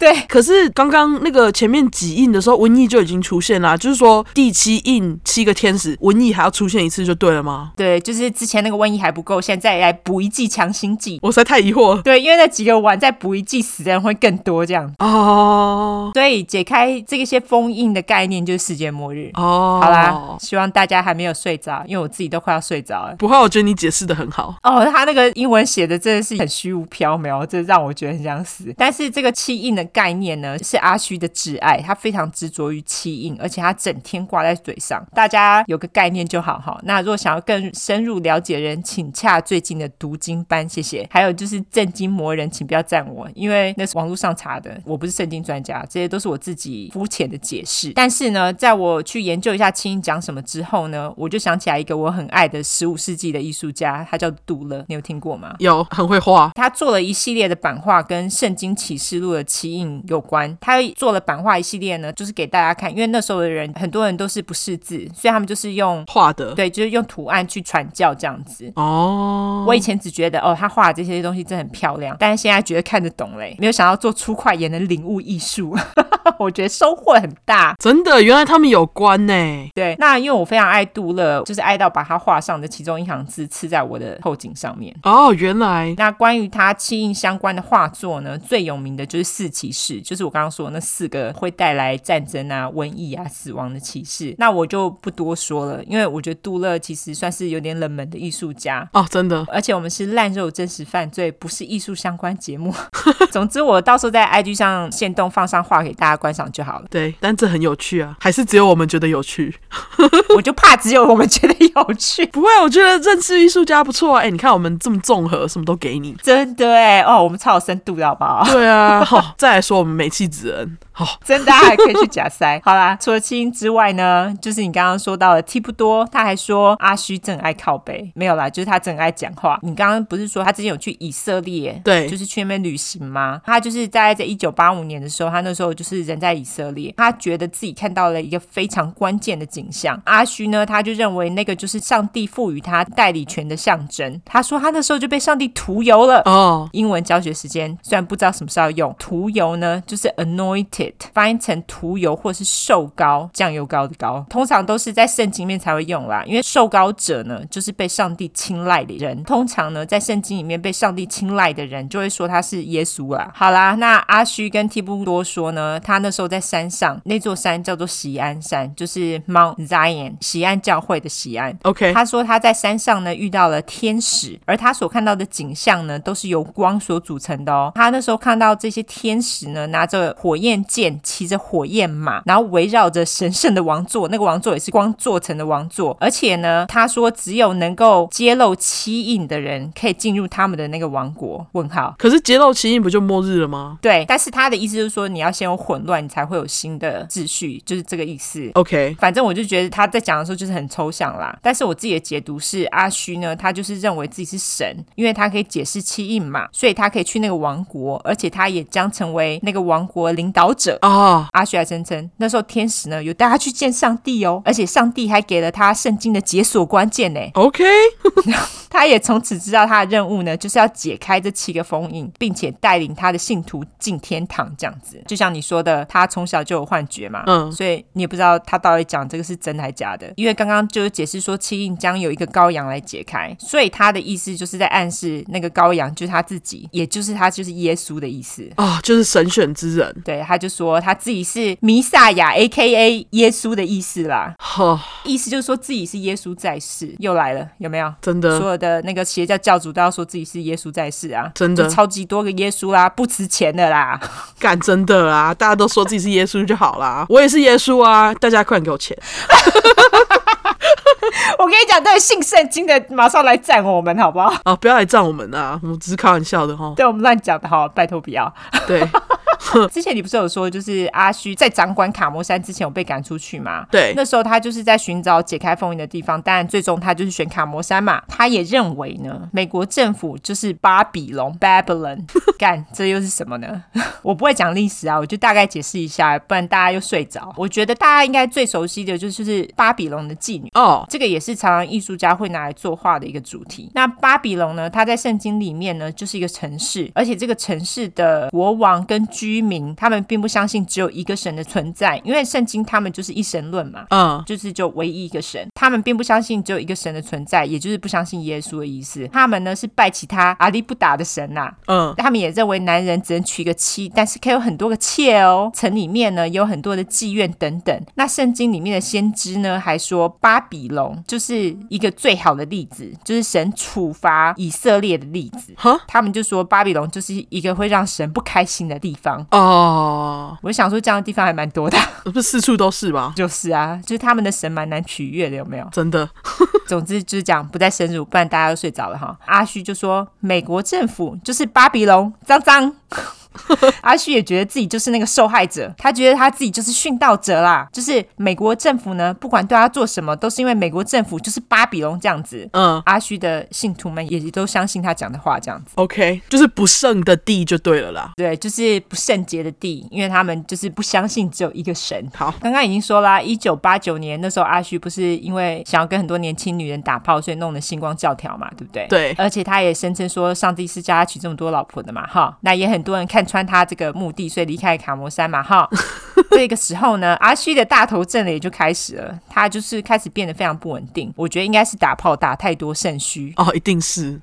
[SPEAKER 2] 对，
[SPEAKER 1] 可是刚刚那个前面几印的时候，瘟疫就已经出现啦，就是说第七印七个天使，瘟疫还要出现一次就对了吗？
[SPEAKER 2] 对，就是之前那个瘟疫还不够，现在来补一剂强心剂。
[SPEAKER 1] 我实在太疑惑了。
[SPEAKER 2] 对，因为那几个碗再补一剂，死的人会更多这样。
[SPEAKER 1] 哦
[SPEAKER 2] 所以解开这些封印的概念就是世界末日。
[SPEAKER 1] 哦，
[SPEAKER 2] 好啦，，希望大家还没有睡着，因为我自己都快要睡着了。
[SPEAKER 1] 不会，我觉得你解释的很好。
[SPEAKER 2] 哦，他那个英文写的真的是很虚无缥缈，这让我觉得很想死。但是这个气印的概念呢，是阿虚的挚爱，他非常执着于气印，而且他整天挂在嘴上。大家有个概念就好哈。那如果想要更深入了解人，请洽最近的读经班，谢谢。还有就是正经魔人，请不要赞我，因为那是网络上查的，我不是圣经专家，这些都是我自己肤浅的解释。但是呢，在我去研究一下清音讲什么之后呢，我就想起来一个我很爱的十五世纪的艺术家，他叫杜勒，你有听过吗？
[SPEAKER 1] 有很会画，
[SPEAKER 2] 他做了一系列的版画，跟《圣经启示录》的奇印有关。他做了版画一系列呢，就是给大家看，因为那时候的人很多人都是不识字，所以他们就是用
[SPEAKER 1] 画的
[SPEAKER 2] 对，就是用图案去传教这样子。
[SPEAKER 1] 哦
[SPEAKER 2] 我以前只觉得哦，他画的这些东西真的很漂亮，但是现在觉得看得懂嘞，没有想到做粗快也能领悟艺术， 我觉得收获很大。
[SPEAKER 1] 真的，原来他们有关呢、
[SPEAKER 2] 对，那因为我非常爱杜勒，就是爱到把他画上的其中一行字刺在我的后颈上面。
[SPEAKER 1] 哦，原来
[SPEAKER 2] 那关于他七印相关的画作呢，最有名的就是四骑士，就是我刚刚说的那四个会带来战争啊、瘟疫啊、死亡的骑士。那我就不多说了，因为我觉得杜勒其实算是有点冷门的艺术家。
[SPEAKER 1] 哦，真的
[SPEAKER 2] 而且我们是烂肉真实犯罪，不是艺术相关节目。 总之，我到时候在 IG 上现动放上画给大家观赏就好了。
[SPEAKER 1] 对，但这很有趣啊，还是只有我们觉得有趣？
[SPEAKER 2] 我就怕只有我们觉得有趣。
[SPEAKER 1] 不会，我觉得认识艺术家不错啊。哎，你看我们这么综合，什么都给你。
[SPEAKER 2] 真的哎，哦，我们超有深度的好不好？
[SPEAKER 1] 对啊，好、再来说我们美气之人，好、
[SPEAKER 2] 真的、啊、还可以去假塞。好啦，除了基因之外呢， 就是你刚刚说到的 T 不多，他还说阿虚真爱靠背，没有啦，就是他真爱讲话。你刚刚不是说他之前有去以色列？
[SPEAKER 1] 对
[SPEAKER 2] 就是去那边旅行吗？他就是在在一九八五年的时候，他那时候就是人在以色列，他觉得自己看到了一个非常关键的景象。阿虚呢，他就认为那个就是上帝赋予他代理权的象征。他说他那时候就被上帝涂油了。
[SPEAKER 1] 哦，
[SPEAKER 2] 英文教学时间虽然不知道什么时候要用涂油呢，就是 anointed，翻译成涂油或是瘦膏、酱油膏的膏，通常都是在圣经里面才会用啦。因为受膏者呢，就是被上帝青睐的人。通常呢，在圣经里面被上帝青睐的人，就会说他是耶稣啦。好啦，那阿虚跟提布多说呢，他那时候在山上，那座山叫做喜安山，就是 Mount Zion，喜安教会的喜安。
[SPEAKER 1] OK，
[SPEAKER 2] 他说他在山上呢遇到了天使，而他所看到的景象呢都是由光所组成的哦。他那时候看到这些天使呢拿着火焰剑，骑着火焰马，然后围绕着神圣的王座，那个王座也是光做成的王座。而且呢，他说只有能够揭露七印的人可以进入他们的那个王国。问号。
[SPEAKER 1] 可是揭露奇印不就末日了吗
[SPEAKER 2] 对，但是他的意思就是说，你要先有混乱，你才会有新的秩序，就是这个意思。
[SPEAKER 1] ？OK，
[SPEAKER 2] 反正我就觉得他在讲的时候就是很抽象啦。但是我自己的解读是，阿虚呢，他就是认为自己是神，因为他可以解释七印嘛，所以他可以去那个王国，而且他也将成为那个王国领导者。
[SPEAKER 1] 哦，
[SPEAKER 2] 阿虚还声称，那时候天使呢有带他去见上帝哦，而且上帝还给了他圣经的解锁关键呢。
[SPEAKER 1] OK，
[SPEAKER 2] 他也从此知道他的任务呢，就是要解开这七个封印，并且带领他的信徒进天堂，这样子。就像你说的，他从小就有幻觉嘛，
[SPEAKER 1] 嗯
[SPEAKER 2] 所以你也不知道他到底讲这个是真还假的。因为刚刚就是解释说七印将有一个羔羊来解开，所以他的意思就是在暗示那个羔羊就是他自己，也就是他就是耶稣的意思。
[SPEAKER 1] 哦，就是神选之人。
[SPEAKER 2] 对，他就说他自己是弥赛亚 （A K A 耶稣）的意思啦，
[SPEAKER 1] 哦，
[SPEAKER 2] 意思就是说自己是耶稣在世。又来了，有没有？
[SPEAKER 1] 真的，
[SPEAKER 2] 所有的那个邪教教主都要说自己是耶稣在世啊，
[SPEAKER 1] 真的
[SPEAKER 2] 就超级多个耶稣啦，不值钱的啦。
[SPEAKER 1] 干真的啦！大家都说自己是耶稣就好啦，我也是耶稣啊！大家快点给我钱。
[SPEAKER 2] 我跟你讲，对信圣经的马上来赞我们好不好？
[SPEAKER 1] 哦，不要来赞我们啊！我们只是开玩笑的 哈。
[SPEAKER 2] 对我们乱讲的哈，拜托不要。
[SPEAKER 1] 对
[SPEAKER 2] 之前你不是有说，就是阿虚在掌管卡摩山之前有被赶出去吗？
[SPEAKER 1] 对
[SPEAKER 2] 那时候他就是在寻找解开封印的地方，当然最终他就是选卡摩山嘛。他也认为呢，美国政府就是巴比龙 （Babylon）。干，这又是什么呢？ 我不会讲历史啊，我就大概解释一下，不然大家又睡着。我觉得大家应该最熟悉的就是就是巴比龙的妓女。
[SPEAKER 1] 哦，
[SPEAKER 2] 这个也是常常艺术家会拿来作画的一个主题。那巴比龙呢？它在圣经里面呢，就是一个城市，而且这个城市的国王跟居民，他们并不相信只有一个神的存在，因为圣经他们就是一神论嘛。
[SPEAKER 1] 嗯，
[SPEAKER 2] 就是就唯一一个神，他们并不相信只有一个神的存在，也就是不相信耶稣的意思。他们呢是拜其他阿利不达的神啊呐、
[SPEAKER 1] 嗯，
[SPEAKER 2] 他们也认为男人只能娶一个妻，但是可以有很多个妾哦。城里面呢有很多的妓院等等。那圣经里面的先知呢还说，巴比龙就是一个最好的例子，就是神处罚以色列的例子。
[SPEAKER 1] 哈，
[SPEAKER 2] 他们就说巴比龙就是一个会让神不开心的地方。
[SPEAKER 1] 哦，
[SPEAKER 2] 我想说这样的地方还蛮多的，啊
[SPEAKER 1] 不是四处都是吧？
[SPEAKER 2] 就是啊，就是他们的神蛮难取悦的，有没有？
[SPEAKER 1] 真的，
[SPEAKER 2] 总之就是讲不再深入，不然大家都睡着了哈。阿虚就说美国政府就是巴比龙，脏脏。 阿虚也觉得自己就是那个受害者，他觉得他自己就是殉道者啦。就是美国政府呢，不管对他做什么，都是因为美国政府就是巴比龙这样子。
[SPEAKER 1] 嗯
[SPEAKER 2] 阿虚的信徒们也都相信他讲的话，这样子。
[SPEAKER 1] ，OK，就是不胜的地就对了啦。
[SPEAKER 2] 对，就是不圣洁的地，因为他们就是不相信只有一个神。
[SPEAKER 1] 好，
[SPEAKER 2] 刚刚已经说啦，一九八九年那时候阿虚不是因为想要跟很多年轻女人打炮，所以弄得星光教条嘛，对不对？
[SPEAKER 1] 对
[SPEAKER 2] 而且他也声称说，上帝是叫他娶这么多老婆的嘛，哈。那也很多人看穿他这个目的，所以离开卡摩山嘛，哈。这个时候呢，阿虚的大头阵也就开始了，他就是开始变得非常不稳定。我觉得应该是打炮打太多肾虚，
[SPEAKER 1] 哦，一定是，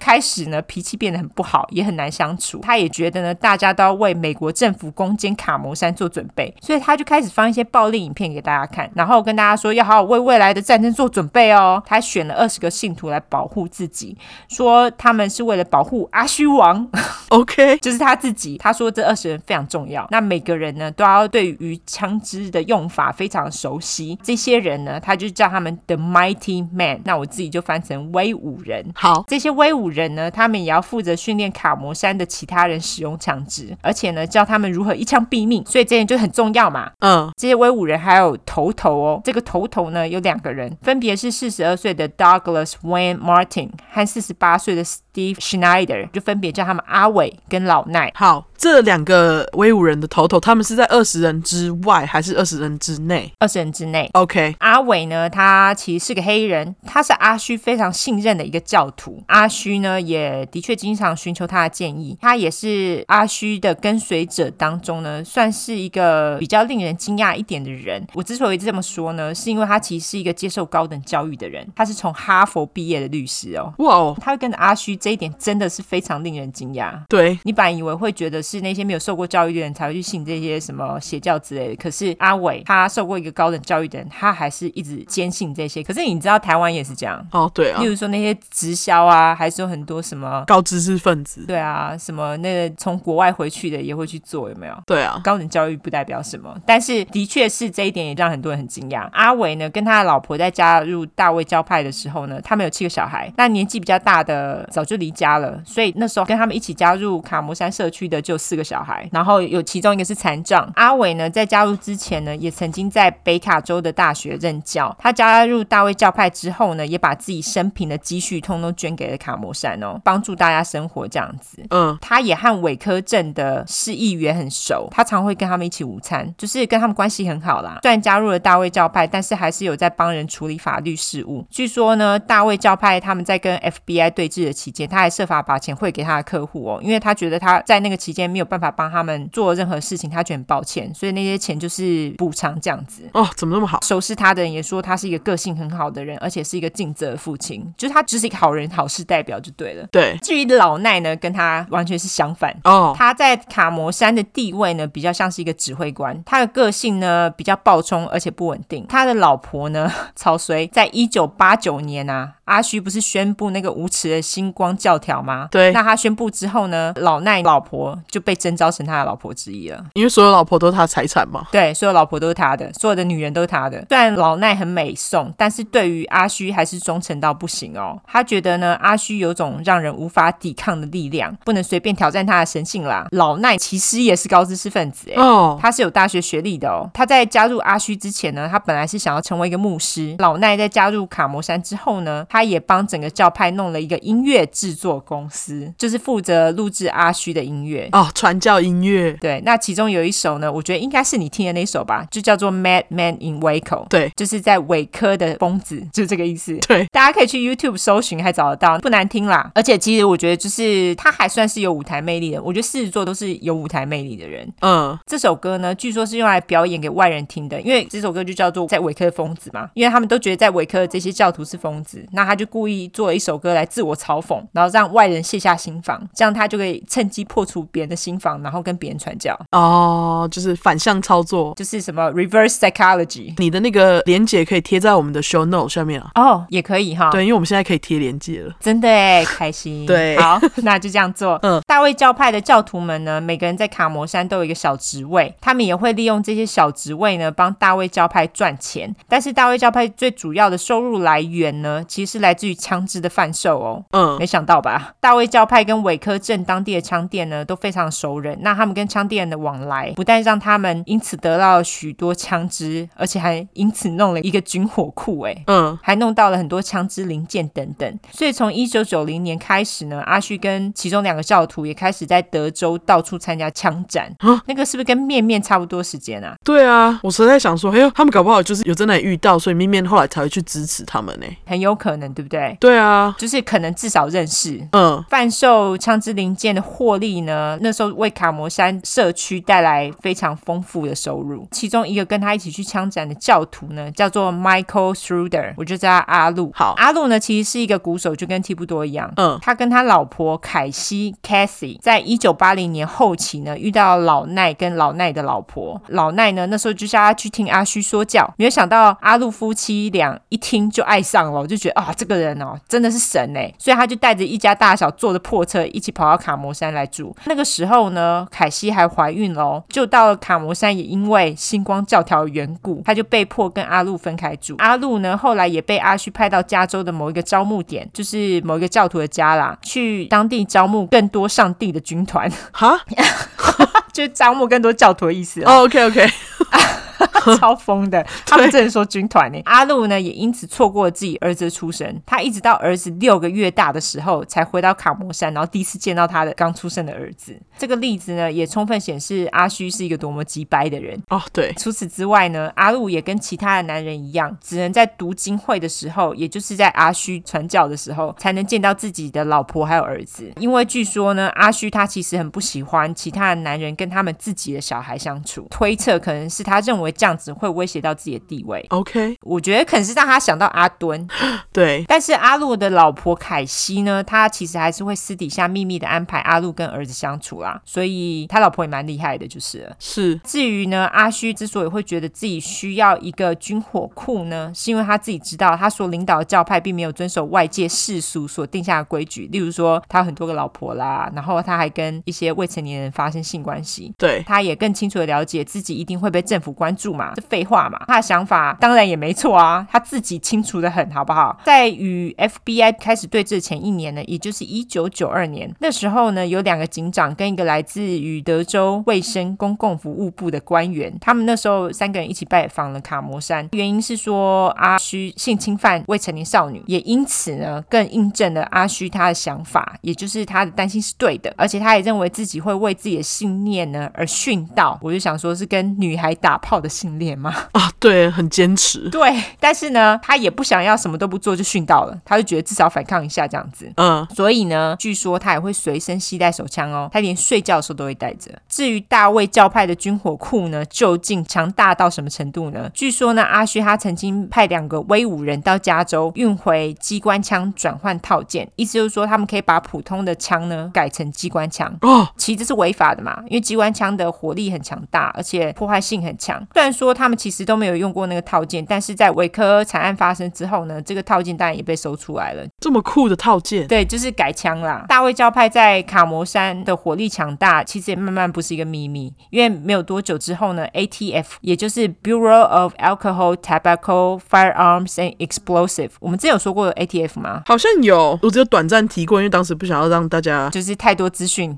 [SPEAKER 2] 开始呢，脾气变得很不好，也很难相处。他也觉得呢，大家都要为美国政府攻坚卡摩山做准备，所以他就开始放一些暴力影片给大家看，然后跟大家说要好好为未来的战争做准备哦。他选了二十个信徒来保护自己，说他们是为了保护阿虚王，
[SPEAKER 1] OK，
[SPEAKER 2] 就是他自己。他说这二十人非常重要，那每个人呢都要对于枪支的用法非常熟悉。这些人呢，他就叫他们 The Mighty Man，那我自己就翻成威武人。
[SPEAKER 1] 好，
[SPEAKER 2] 这些威武人呢，他们也要负责训练卡摩山的其他人使用枪支，而且呢，教他们如何一枪毙命，所以这点就很重要嘛。
[SPEAKER 1] 嗯，
[SPEAKER 2] 这些威武人还有头头哦，这个头头呢有两个人，分别是四十二岁的 Douglas Wayne Martin 和四十八岁的 Steve Schneider，就分别叫他们阿伟跟老奈。
[SPEAKER 1] 好，这两个威武人的头头，他们是在二十人之外还是二十人之内
[SPEAKER 2] 二十人之内。
[SPEAKER 1] ？OK，
[SPEAKER 2] 阿伟呢，他其实是个黑人，他是阿虚非常信任的一个教徒。阿虚呢，也的确经常寻求他的建议。他也是阿虚的跟随者当中呢，算是一个比较令人惊讶一点的人。我之所以这么说呢，是因为他其实是一个接受高等教育的人，他是从哈佛毕业的律师哦。
[SPEAKER 1] 哇哦，
[SPEAKER 2] 他会跟着阿虚，这一点真的是非常令人惊讶。
[SPEAKER 1] 对，
[SPEAKER 2] 你本来以为会觉得是那些没有受过教育的人才会去信这些什么邪教之类的，可是阿伟他受过一个高等教育的人，他还是一直坚信这些。可是你知道台湾也是这样，
[SPEAKER 1] 哦对啊
[SPEAKER 2] 例，如说那些直销啊，还是有很多什么。
[SPEAKER 1] 高知识分子，
[SPEAKER 2] 对啊，什么那个从国外回去的也会去做，有没有？
[SPEAKER 1] 对啊，
[SPEAKER 2] 高等教育不代表什么，但是的确是这一点也让很多人很惊讶。阿伟呢，跟他的老婆在加入大卫教派的时候呢，他们有七个小孩，那年纪比较大的早就离家了，所以那时候跟他们一起加入卡摩山社区的就有四个小孩，然后有其中一个是残障。阿伟呢，在加入之前呢，也曾经在北卡州的大学任教。他加入大卫教派之后呢，也把自己生平的积蓄通通捐给了卡摩山哦，帮助大家生活这样子。
[SPEAKER 1] 嗯，
[SPEAKER 2] 他也和伪科镇的市议员很熟，他常会跟他们一起午餐，就是跟他们关系很好啦。虽然加入了大卫教派，但是还是有在帮人处理法律事务。据说呢，大卫教派他们在跟 FBI 对峙的期间，他还设法把钱汇给他的客户哦，因为他觉得他在那个期间没有办法帮他们做任何事情，他觉得很抱歉，所以那些钱就是补偿这样子。
[SPEAKER 1] 哦，怎么那么好？
[SPEAKER 2] 熟识他的人也说他是一个个性很好的人，而且是一个尽责的父亲，就是他只是一个好人好事代表就对了。
[SPEAKER 1] 对，
[SPEAKER 2] 至于老奈呢，跟他完全是相反。
[SPEAKER 1] 哦，
[SPEAKER 2] 他在卡摩山的地位呢，比较像是一个指挥官。他的个性呢比较暴冲，而且不稳定。他的老婆呢，曹随，在一九八九年啊，阿虚不是宣布那个无耻的星光教条吗？
[SPEAKER 1] 对
[SPEAKER 2] 那他宣布之后呢，老奈老婆就被征召成他的老婆之一了。
[SPEAKER 1] 因为所有老婆都是他财产嘛。
[SPEAKER 2] 对，所有老婆都是他的，所有的女人都是他的。虽然老奈很美颂，但是对于阿虚还是忠诚到不行哦。他觉得呢，阿虚有种让人无法抵抗的力量，不能随便挑战他的神性啦。老奈其实也是高知识分子诶。欸
[SPEAKER 1] 哦，
[SPEAKER 2] 他是有大学学历的哦。他在加入阿虚之前呢，他本来是想要成为一个牧师。老奈在加入卡摩山之后呢，他也帮整个教派弄了一个音乐制作公司，就是负责录制阿虚的音乐。
[SPEAKER 1] 哦，传教音乐，
[SPEAKER 2] 对，那其中有一首呢，我觉得应该是你听的那首吧，就叫做《Mad Man in Waco》，
[SPEAKER 1] 对
[SPEAKER 2] 就是在韦科的疯子，就是这个意思。
[SPEAKER 1] 对，
[SPEAKER 2] 大家可以去 YouTube 搜寻，还找得到，不难听啦。而且其实我觉得，就是他还算是有舞台魅力的。我觉得狮子座都是有舞台魅力的人。
[SPEAKER 1] 嗯，
[SPEAKER 2] 这首歌呢，据说是用来表演给外人听的，因为这首歌就叫做《在维科的疯子》嘛，因为他们都觉得在维科的这些教徒是疯子，那他就故意做了一首歌来自我嘲讽，然后让外人卸下心防，这样他就可以趁机破除别人的心防，然后跟别人传教，
[SPEAKER 1] 哦，就是反向操作。
[SPEAKER 2] 就是什么 reverse psychology
[SPEAKER 1] 你的那个连接可以贴在我们的 show note 下面啊。
[SPEAKER 2] 哦，也可以哈，
[SPEAKER 1] 对，因为我们现在可以贴连接了。
[SPEAKER 2] 真的哎，开心。
[SPEAKER 1] 对
[SPEAKER 2] 好，那就这样做。
[SPEAKER 1] 嗯
[SPEAKER 2] 大卫教派的教徒们呢，每个人在卡摩山都有一个小职位，他们也会利用这些小职位呢，帮大卫教派赚钱。但是大卫教派最主要的收入来源呢，其实是来自于枪支的贩售哦。
[SPEAKER 1] 嗯
[SPEAKER 2] 没想到吧？大卫教派跟韦科镇当地的枪店呢都非常熟人，那他们跟枪店的往来，不但让他们因此得到了许多枪支，而且还因此弄了一个军火库、诶。
[SPEAKER 1] 嗯，
[SPEAKER 2] 还弄到了很多枪支零件等等。所以从一九九零年开始呢，阿旭跟其中两个教徒也开始在德州到处参加枪战
[SPEAKER 1] 啊。
[SPEAKER 2] 那个是不是跟面面差不多时间啊？
[SPEAKER 1] 对啊，我实在想说，哎呦，他们搞不好就是有在那里遇到，所以面面后来才会去支持他们呢。
[SPEAKER 2] 很有可能，对不对？
[SPEAKER 1] 对啊，
[SPEAKER 2] 就是可能至少认识。
[SPEAKER 1] 嗯，
[SPEAKER 2] 贩售枪支零件的获利呢，那时候为卡摩山社区带来非常丰富的收入。其中一个跟他一起去枪战的教徒呢，叫做 Michael Schroeder，我就叫他阿路。
[SPEAKER 1] 好
[SPEAKER 2] 阿路呢其实是一个鼓手，就跟提布多一样。
[SPEAKER 1] 嗯
[SPEAKER 2] 他跟他老婆凯西 Cassie 在一九八零年后期呢，遇到老奈跟老奈的老婆。老奈呢那时候就叫他去听阿虚说教，没有想到阿路夫妻俩一听就爱上了，就觉得啊、这个人哦真的是神哎，所以他就带着一家大小坐着破车一起跑到卡摩山来住。那个时候呢，凯西还怀孕了哦，就到了卡摩山，也因为星光教条的缘故，他就被迫跟阿路分开住。阿路呢，后来也被阿旭派到加州的某一个招募点，就是某一个教徒的家啦，去当地招募更多上帝的军团，
[SPEAKER 1] 哈、
[SPEAKER 2] 就是招募更多教徒的意思哦。
[SPEAKER 1] o k OK，
[SPEAKER 2] 超疯的。他们真的说军团呢、欸阿路呢也因此错过了自己儿子的出生，他一直到儿子六个月大的时候才回到卡摩山，然后第一次见到他的刚出生的儿子。这个例子呢，也充分显示阿虚是一个多么鸡掰的人。
[SPEAKER 1] 哦，对，
[SPEAKER 2] 除此之外呢，阿路也跟其他的男人一样，只能在读经会的时候，也就是在阿虚传教的时候，才能见到自己的老婆还有儿子。因为据说呢，阿虚他其实很不喜欢其他的男人跟他们自己的小孩相处，推测可能是他认为这样子会威胁到自己的地位。
[SPEAKER 1] OK，
[SPEAKER 2] 我觉得可能是让他想到阿敦，
[SPEAKER 1] 对，
[SPEAKER 2] 但是阿路的老婆凯西呢，她其实还是会私底下秘密的安排阿路跟儿子相处啦，所以他老婆也蛮厉害的，就是了。
[SPEAKER 1] 是
[SPEAKER 2] 至于呢，阿虚之所以会觉得自己需要一个军火库呢，是因为他自己知道他所领导的教派并没有遵守外界世俗所定下的规矩，例如说他有很多个老婆啦，然后他还跟一些未成年人发生性关系。
[SPEAKER 1] 对，
[SPEAKER 2] 他也更清楚的了解自己一定会被政府关注嘛，这废话嘛。他的想法当然也没错啊，他自己清楚的很，好不好？在与 FBI 开始对峙前一年呢，也就是一九九二年，那时候呢，有两个警长跟一个来自于德州卫生公共服务部的官员，他们那时候三个人一起拜访了卡摩山，原因是说阿虚性侵犯未成年少女，也因此呢，更印证了阿虚他的想法，也就是他的担心是对的，而且他也认为自己会为自己的信念呢而殉道。我就想说，是跟女孩打炮的信念吗？
[SPEAKER 1] 啊，对，很坚持，
[SPEAKER 2] 对，但是呢，他也不想要什么都不做就殉道了，他就觉得至少反抗一下这样子。
[SPEAKER 1] 嗯，
[SPEAKER 2] 所以呢，据说他也会随身携带手枪哦，他连睡觉的时候都会带着。至于大卫教派的军火库呢，究竟强大到什么程度呢？据说呢，阿虚他曾经派两个威武人到加州运回机关枪转换套件，意思就是说他们可以把普通的枪呢改成机关枪。
[SPEAKER 1] 哦，
[SPEAKER 2] 其实这是违法的嘛，因为机关枪的火力很强大，而且破坏性很强。虽然说他们其实都没有用过那个套件，但是在维科惨案发生之后呢，这个套件当然也被搜出来了。
[SPEAKER 1] 这么酷的套件，
[SPEAKER 2] 对，就是改枪啦。大卫教派在卡摩山的火力强大，其实也慢慢不是一个秘密，因为没有多久之后呢，ATF 也就是 Bureau of Alcohol, Tobacco, Firearms and Explosive，我们之前有说过 ATF 吗？
[SPEAKER 1] 好像有，我只有短暂提过，因为当时不想要让大 家，
[SPEAKER 2] 就是太多资讯，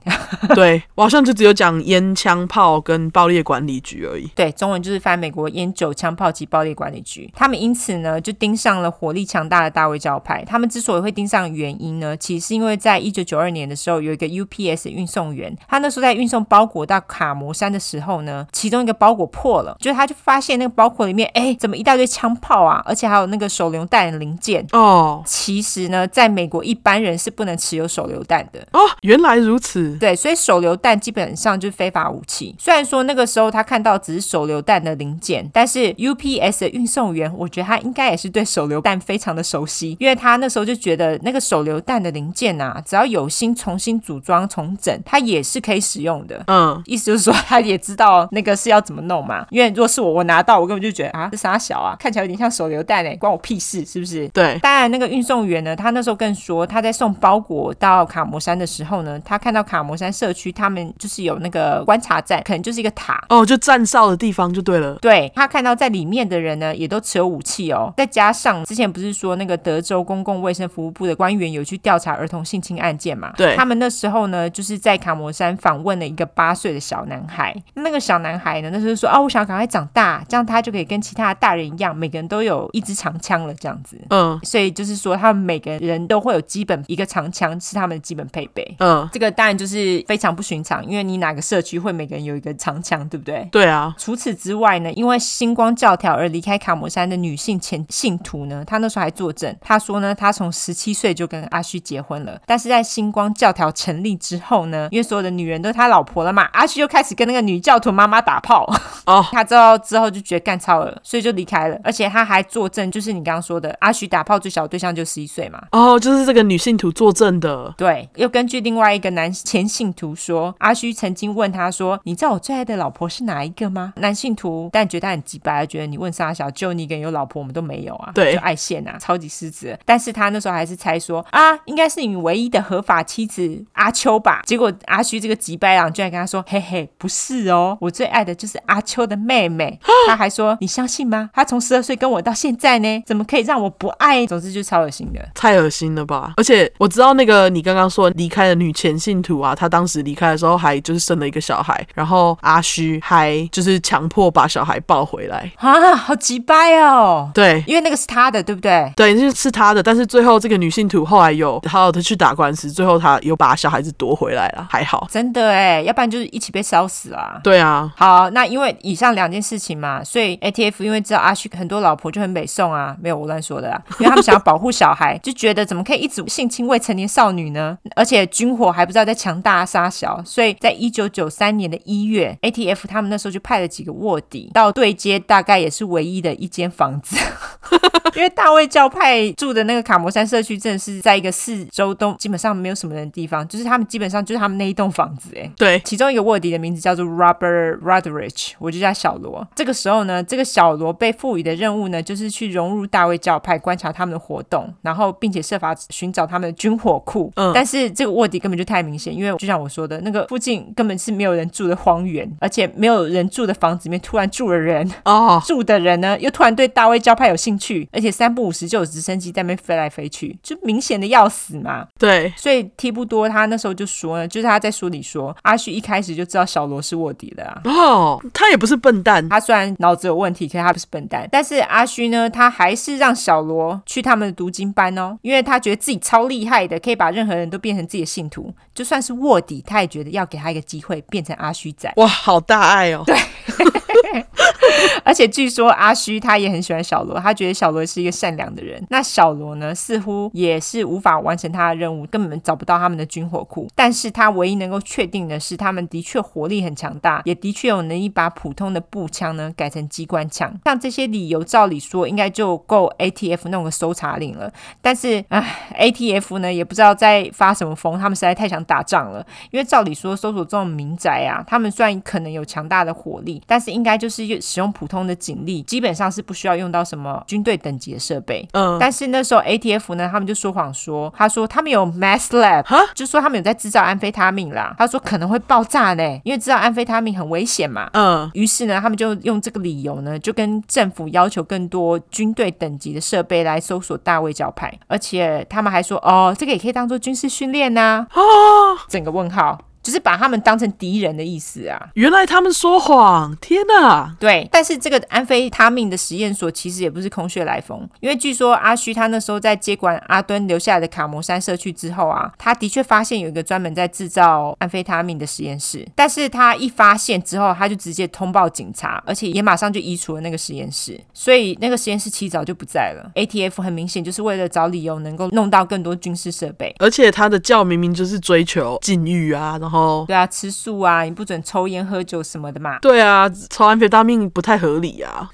[SPEAKER 1] 对我好像就只有讲烟、枪、炮跟爆裂管理局而已。
[SPEAKER 2] 对，中文就是翻美国烟酒枪炮及暴力管理局。他们因此呢，就盯上了火力强大的大卫教派。他们之所以会盯上原因呢，其实是因为在一九九二年的时候，有一个 UPS 运送员，他那时候在运送包裹到卡摩山的时候呢，其中一个包裹破了，就是他就发现那个包裹里面，哎，怎么一大堆枪炮啊，而且还有那个手榴弹的零件。
[SPEAKER 1] 哦
[SPEAKER 2] 其实呢，在美国一般人是不能持有手榴弹的，
[SPEAKER 1] 哦，原来如此，
[SPEAKER 2] 对，所以手榴弹基本上就是非法武器。虽然说那个时候他看到只是手榴弹的零件，但是 UPS 的运送员，我觉得他应该也是对手榴弹非常的熟悉，因为他那时候就觉得那个手榴弹的零件啊，只要有心重新组装重整，它也是可以使用的。
[SPEAKER 1] 嗯，
[SPEAKER 2] 意思就是说，他也知道那个是要怎么弄嘛。因为如果是我，我拿到，我根本就觉得啊，这傻小啊，看起来有点像手榴弹哎、关我屁事，是不是？
[SPEAKER 1] 对，
[SPEAKER 2] 当然，那个运送员呢，他那时候更说，他在送包裹到卡摩山的时候呢，他看到卡摩山社区他们就是有那个观察站，可能就是一个塔。
[SPEAKER 1] 哦，就站哨的地方就对了，
[SPEAKER 2] 对他看到在里面的人呢，也都持有武器哦。再加上之前不是说那个德州公共卫生服务部的官员有去调查儿童性侵案件嘛？
[SPEAKER 1] 对
[SPEAKER 2] 他们那时候呢，就是在卡摩山访问了一个八岁的小男孩。那个小男孩呢，那时候说啊，我想赶快长大，这样他就可以跟其他的大人一样，每个人都有一支长枪了，这样子。
[SPEAKER 1] 嗯
[SPEAKER 2] 所以就是说，他们每个人都会有基本一个长枪是他们的基本配备。
[SPEAKER 1] 嗯，
[SPEAKER 2] 这个当然就是非常不寻常，因为你哪个社区会每个人有一个长枪，对不对？
[SPEAKER 1] 对啊，
[SPEAKER 2] 除此之外呢，因为星光教条而离开卡摩山的女性前信徒呢，她那时候还作证，她说呢，她从十七岁就跟阿虚结婚了，但是在星光教条成立之后呢，因为所有的女人都是她老婆了嘛，阿虚又开始跟那个女教徒妈妈打炮，
[SPEAKER 1] 哦
[SPEAKER 2] 他知道之后就觉得干超了，所以就离开了，而且他还作证，就是你刚刚说的，阿许打炮最小的对象就十一岁嘛，
[SPEAKER 1] 哦，就是这个女信徒作证的，
[SPEAKER 2] 对，又根据另外一个男前信徒说，阿虚曾经问他说：“你知道我最爱的老婆是哪一个吗？”男信徒但觉得他很鸡掰，觉得你问傻小，就你一个人有老婆，我们都没有啊，
[SPEAKER 1] 对
[SPEAKER 2] 就爱现啊，超级狮子的。但是他那时候还是猜说啊，应该是你唯一的合法妻子阿秋吧。结果阿虚这个鸡掰狼居然跟他说：“嘿嘿，不是哦，我最爱的就是阿秋的妹妹。”他还说：“你相信吗？她从十二岁跟我到现在呢，怎么可以让我不爱？”总之就超恶心的。
[SPEAKER 1] 太恶心了吧！而且我知道那个你刚刚说离开的女前信徒啊，她当时离开的时候还就是生了一个小孩，然后阿虚还就是强迫把小孩抱回来。
[SPEAKER 2] 啊，好急掰哦！
[SPEAKER 1] 对
[SPEAKER 2] 因为那个是他的，对不对？
[SPEAKER 1] 对，这是他的，但是最后这个女性图后来有好好的去打官司，最后她有把小孩子夺回来了，还好。
[SPEAKER 2] 真的哎，要不然就是一起被烧死啊。
[SPEAKER 1] 对啊，
[SPEAKER 2] 好，那因为以上两件事情嘛，所以 ATF 因为知道阿旭很多老婆就很美颂啊，没有我乱说的啦，因为他们想要保护小孩， 就觉得怎么可以一直性侵未成年少女呢？而且军火还不知道在强大杀小，所以在一九九三年的一月，ATF 他们那时候就派了几个卧底到对接，大概也是唯一的一间房子。 因为大卫教派住的那个卡摩山社区，真的是在一个四周都基本上没有什么人的地方，就是他们基本上就是他们那一栋房子、欸，
[SPEAKER 1] 对，
[SPEAKER 2] 其中一个卧底的名字叫做 Robert Rutherridge，我就叫小罗。这个时候呢，这个小罗被赋予的任务呢，就是去融入大卫教派，观察他们的活动，然后并且设法寻找他们的军火库。
[SPEAKER 1] 嗯
[SPEAKER 2] 但是这个卧底根本就太明显，因为就像我说的，那个附近根本是没有人住的荒原，而且没有人住的房子里面突然住了人，
[SPEAKER 1] 哦，
[SPEAKER 2] 住的人呢又突然对大卫教派有兴趣，而且三不五时就有直升机在那边飞来飞去，就明显的要死嘛。
[SPEAKER 1] 对，
[SPEAKER 2] 所以提布多他那时候就说呢，就是他在书里说，阿旭一开始就知道小罗是卧底的啊。
[SPEAKER 1] 哦，他也不是笨蛋，
[SPEAKER 2] 他虽然脑子有问题，可是他不是笨蛋。但是阿虚呢，他还是让小罗去他们的读经班哦，因为他觉得自己超厉害的，可以把任何人都变成自己的信徒，就算是卧底，他也觉得要给他一个机会变成阿虚仔。
[SPEAKER 1] 哇，好大爱哦，对，
[SPEAKER 2] 而且据说阿虚他也很喜欢小罗，他觉得小罗是一个善良的人。那小罗呢，似乎也是无法完成他的任务，根本找不到他们的军火库。但是他唯一能够确定的是，他们的确火力很强大，也的确有能力把普通的步枪呢改成机关枪。像这些理由，照理说应该就够 ATF 弄个搜查令了。但是，唉，ATF 呢也不知道在发什么疯，他们实在太想打仗了。因为照理说，搜索这种民宅啊，他们虽然可能有强大的火力，但是应该就是使用普通的警力，基本上是不需要用到什么军队等级的设备。
[SPEAKER 1] 嗯，
[SPEAKER 2] 但是那时候 ATF 呢，他们就说谎说，他说他们有 mass lab，
[SPEAKER 1] 哈
[SPEAKER 2] 就说他们有在制造安非他命啦。他说可能会爆炸呢，因为制造安非他命很危险嘛。
[SPEAKER 1] 嗯，
[SPEAKER 2] 于是呢，他们就用这个理由呢，就跟政府要求更多军队等级的设备来搜索大卫教派，而且他们还说，哦，这个也可以当做军事训练呐、
[SPEAKER 1] 哦
[SPEAKER 2] 整个问号，就是把他们当成敌人的意思啊。
[SPEAKER 1] 原来他们说谎，天哪，
[SPEAKER 2] 对，但是这个安非他命的实验所其实也不是空穴来风，因为据说阿虚他那时候在接管阿敦留下来的卡摩山社区之后啊，他的确发现有一个专门在制造安非他命的实验室，但是他一发现之后，他就直接通报警察，而且也马上就移除了那个实验室，所以那个实验室其实早就不在了。ATF 很明显就是为了找理由能够弄到更多军事设备。
[SPEAKER 1] 而且他的教明明就是追求禁欲啊，然后。
[SPEAKER 2] 对啊，吃素啊，你不准抽烟喝酒什么的嘛。
[SPEAKER 1] 对啊，抽安非他命不太合理 啊。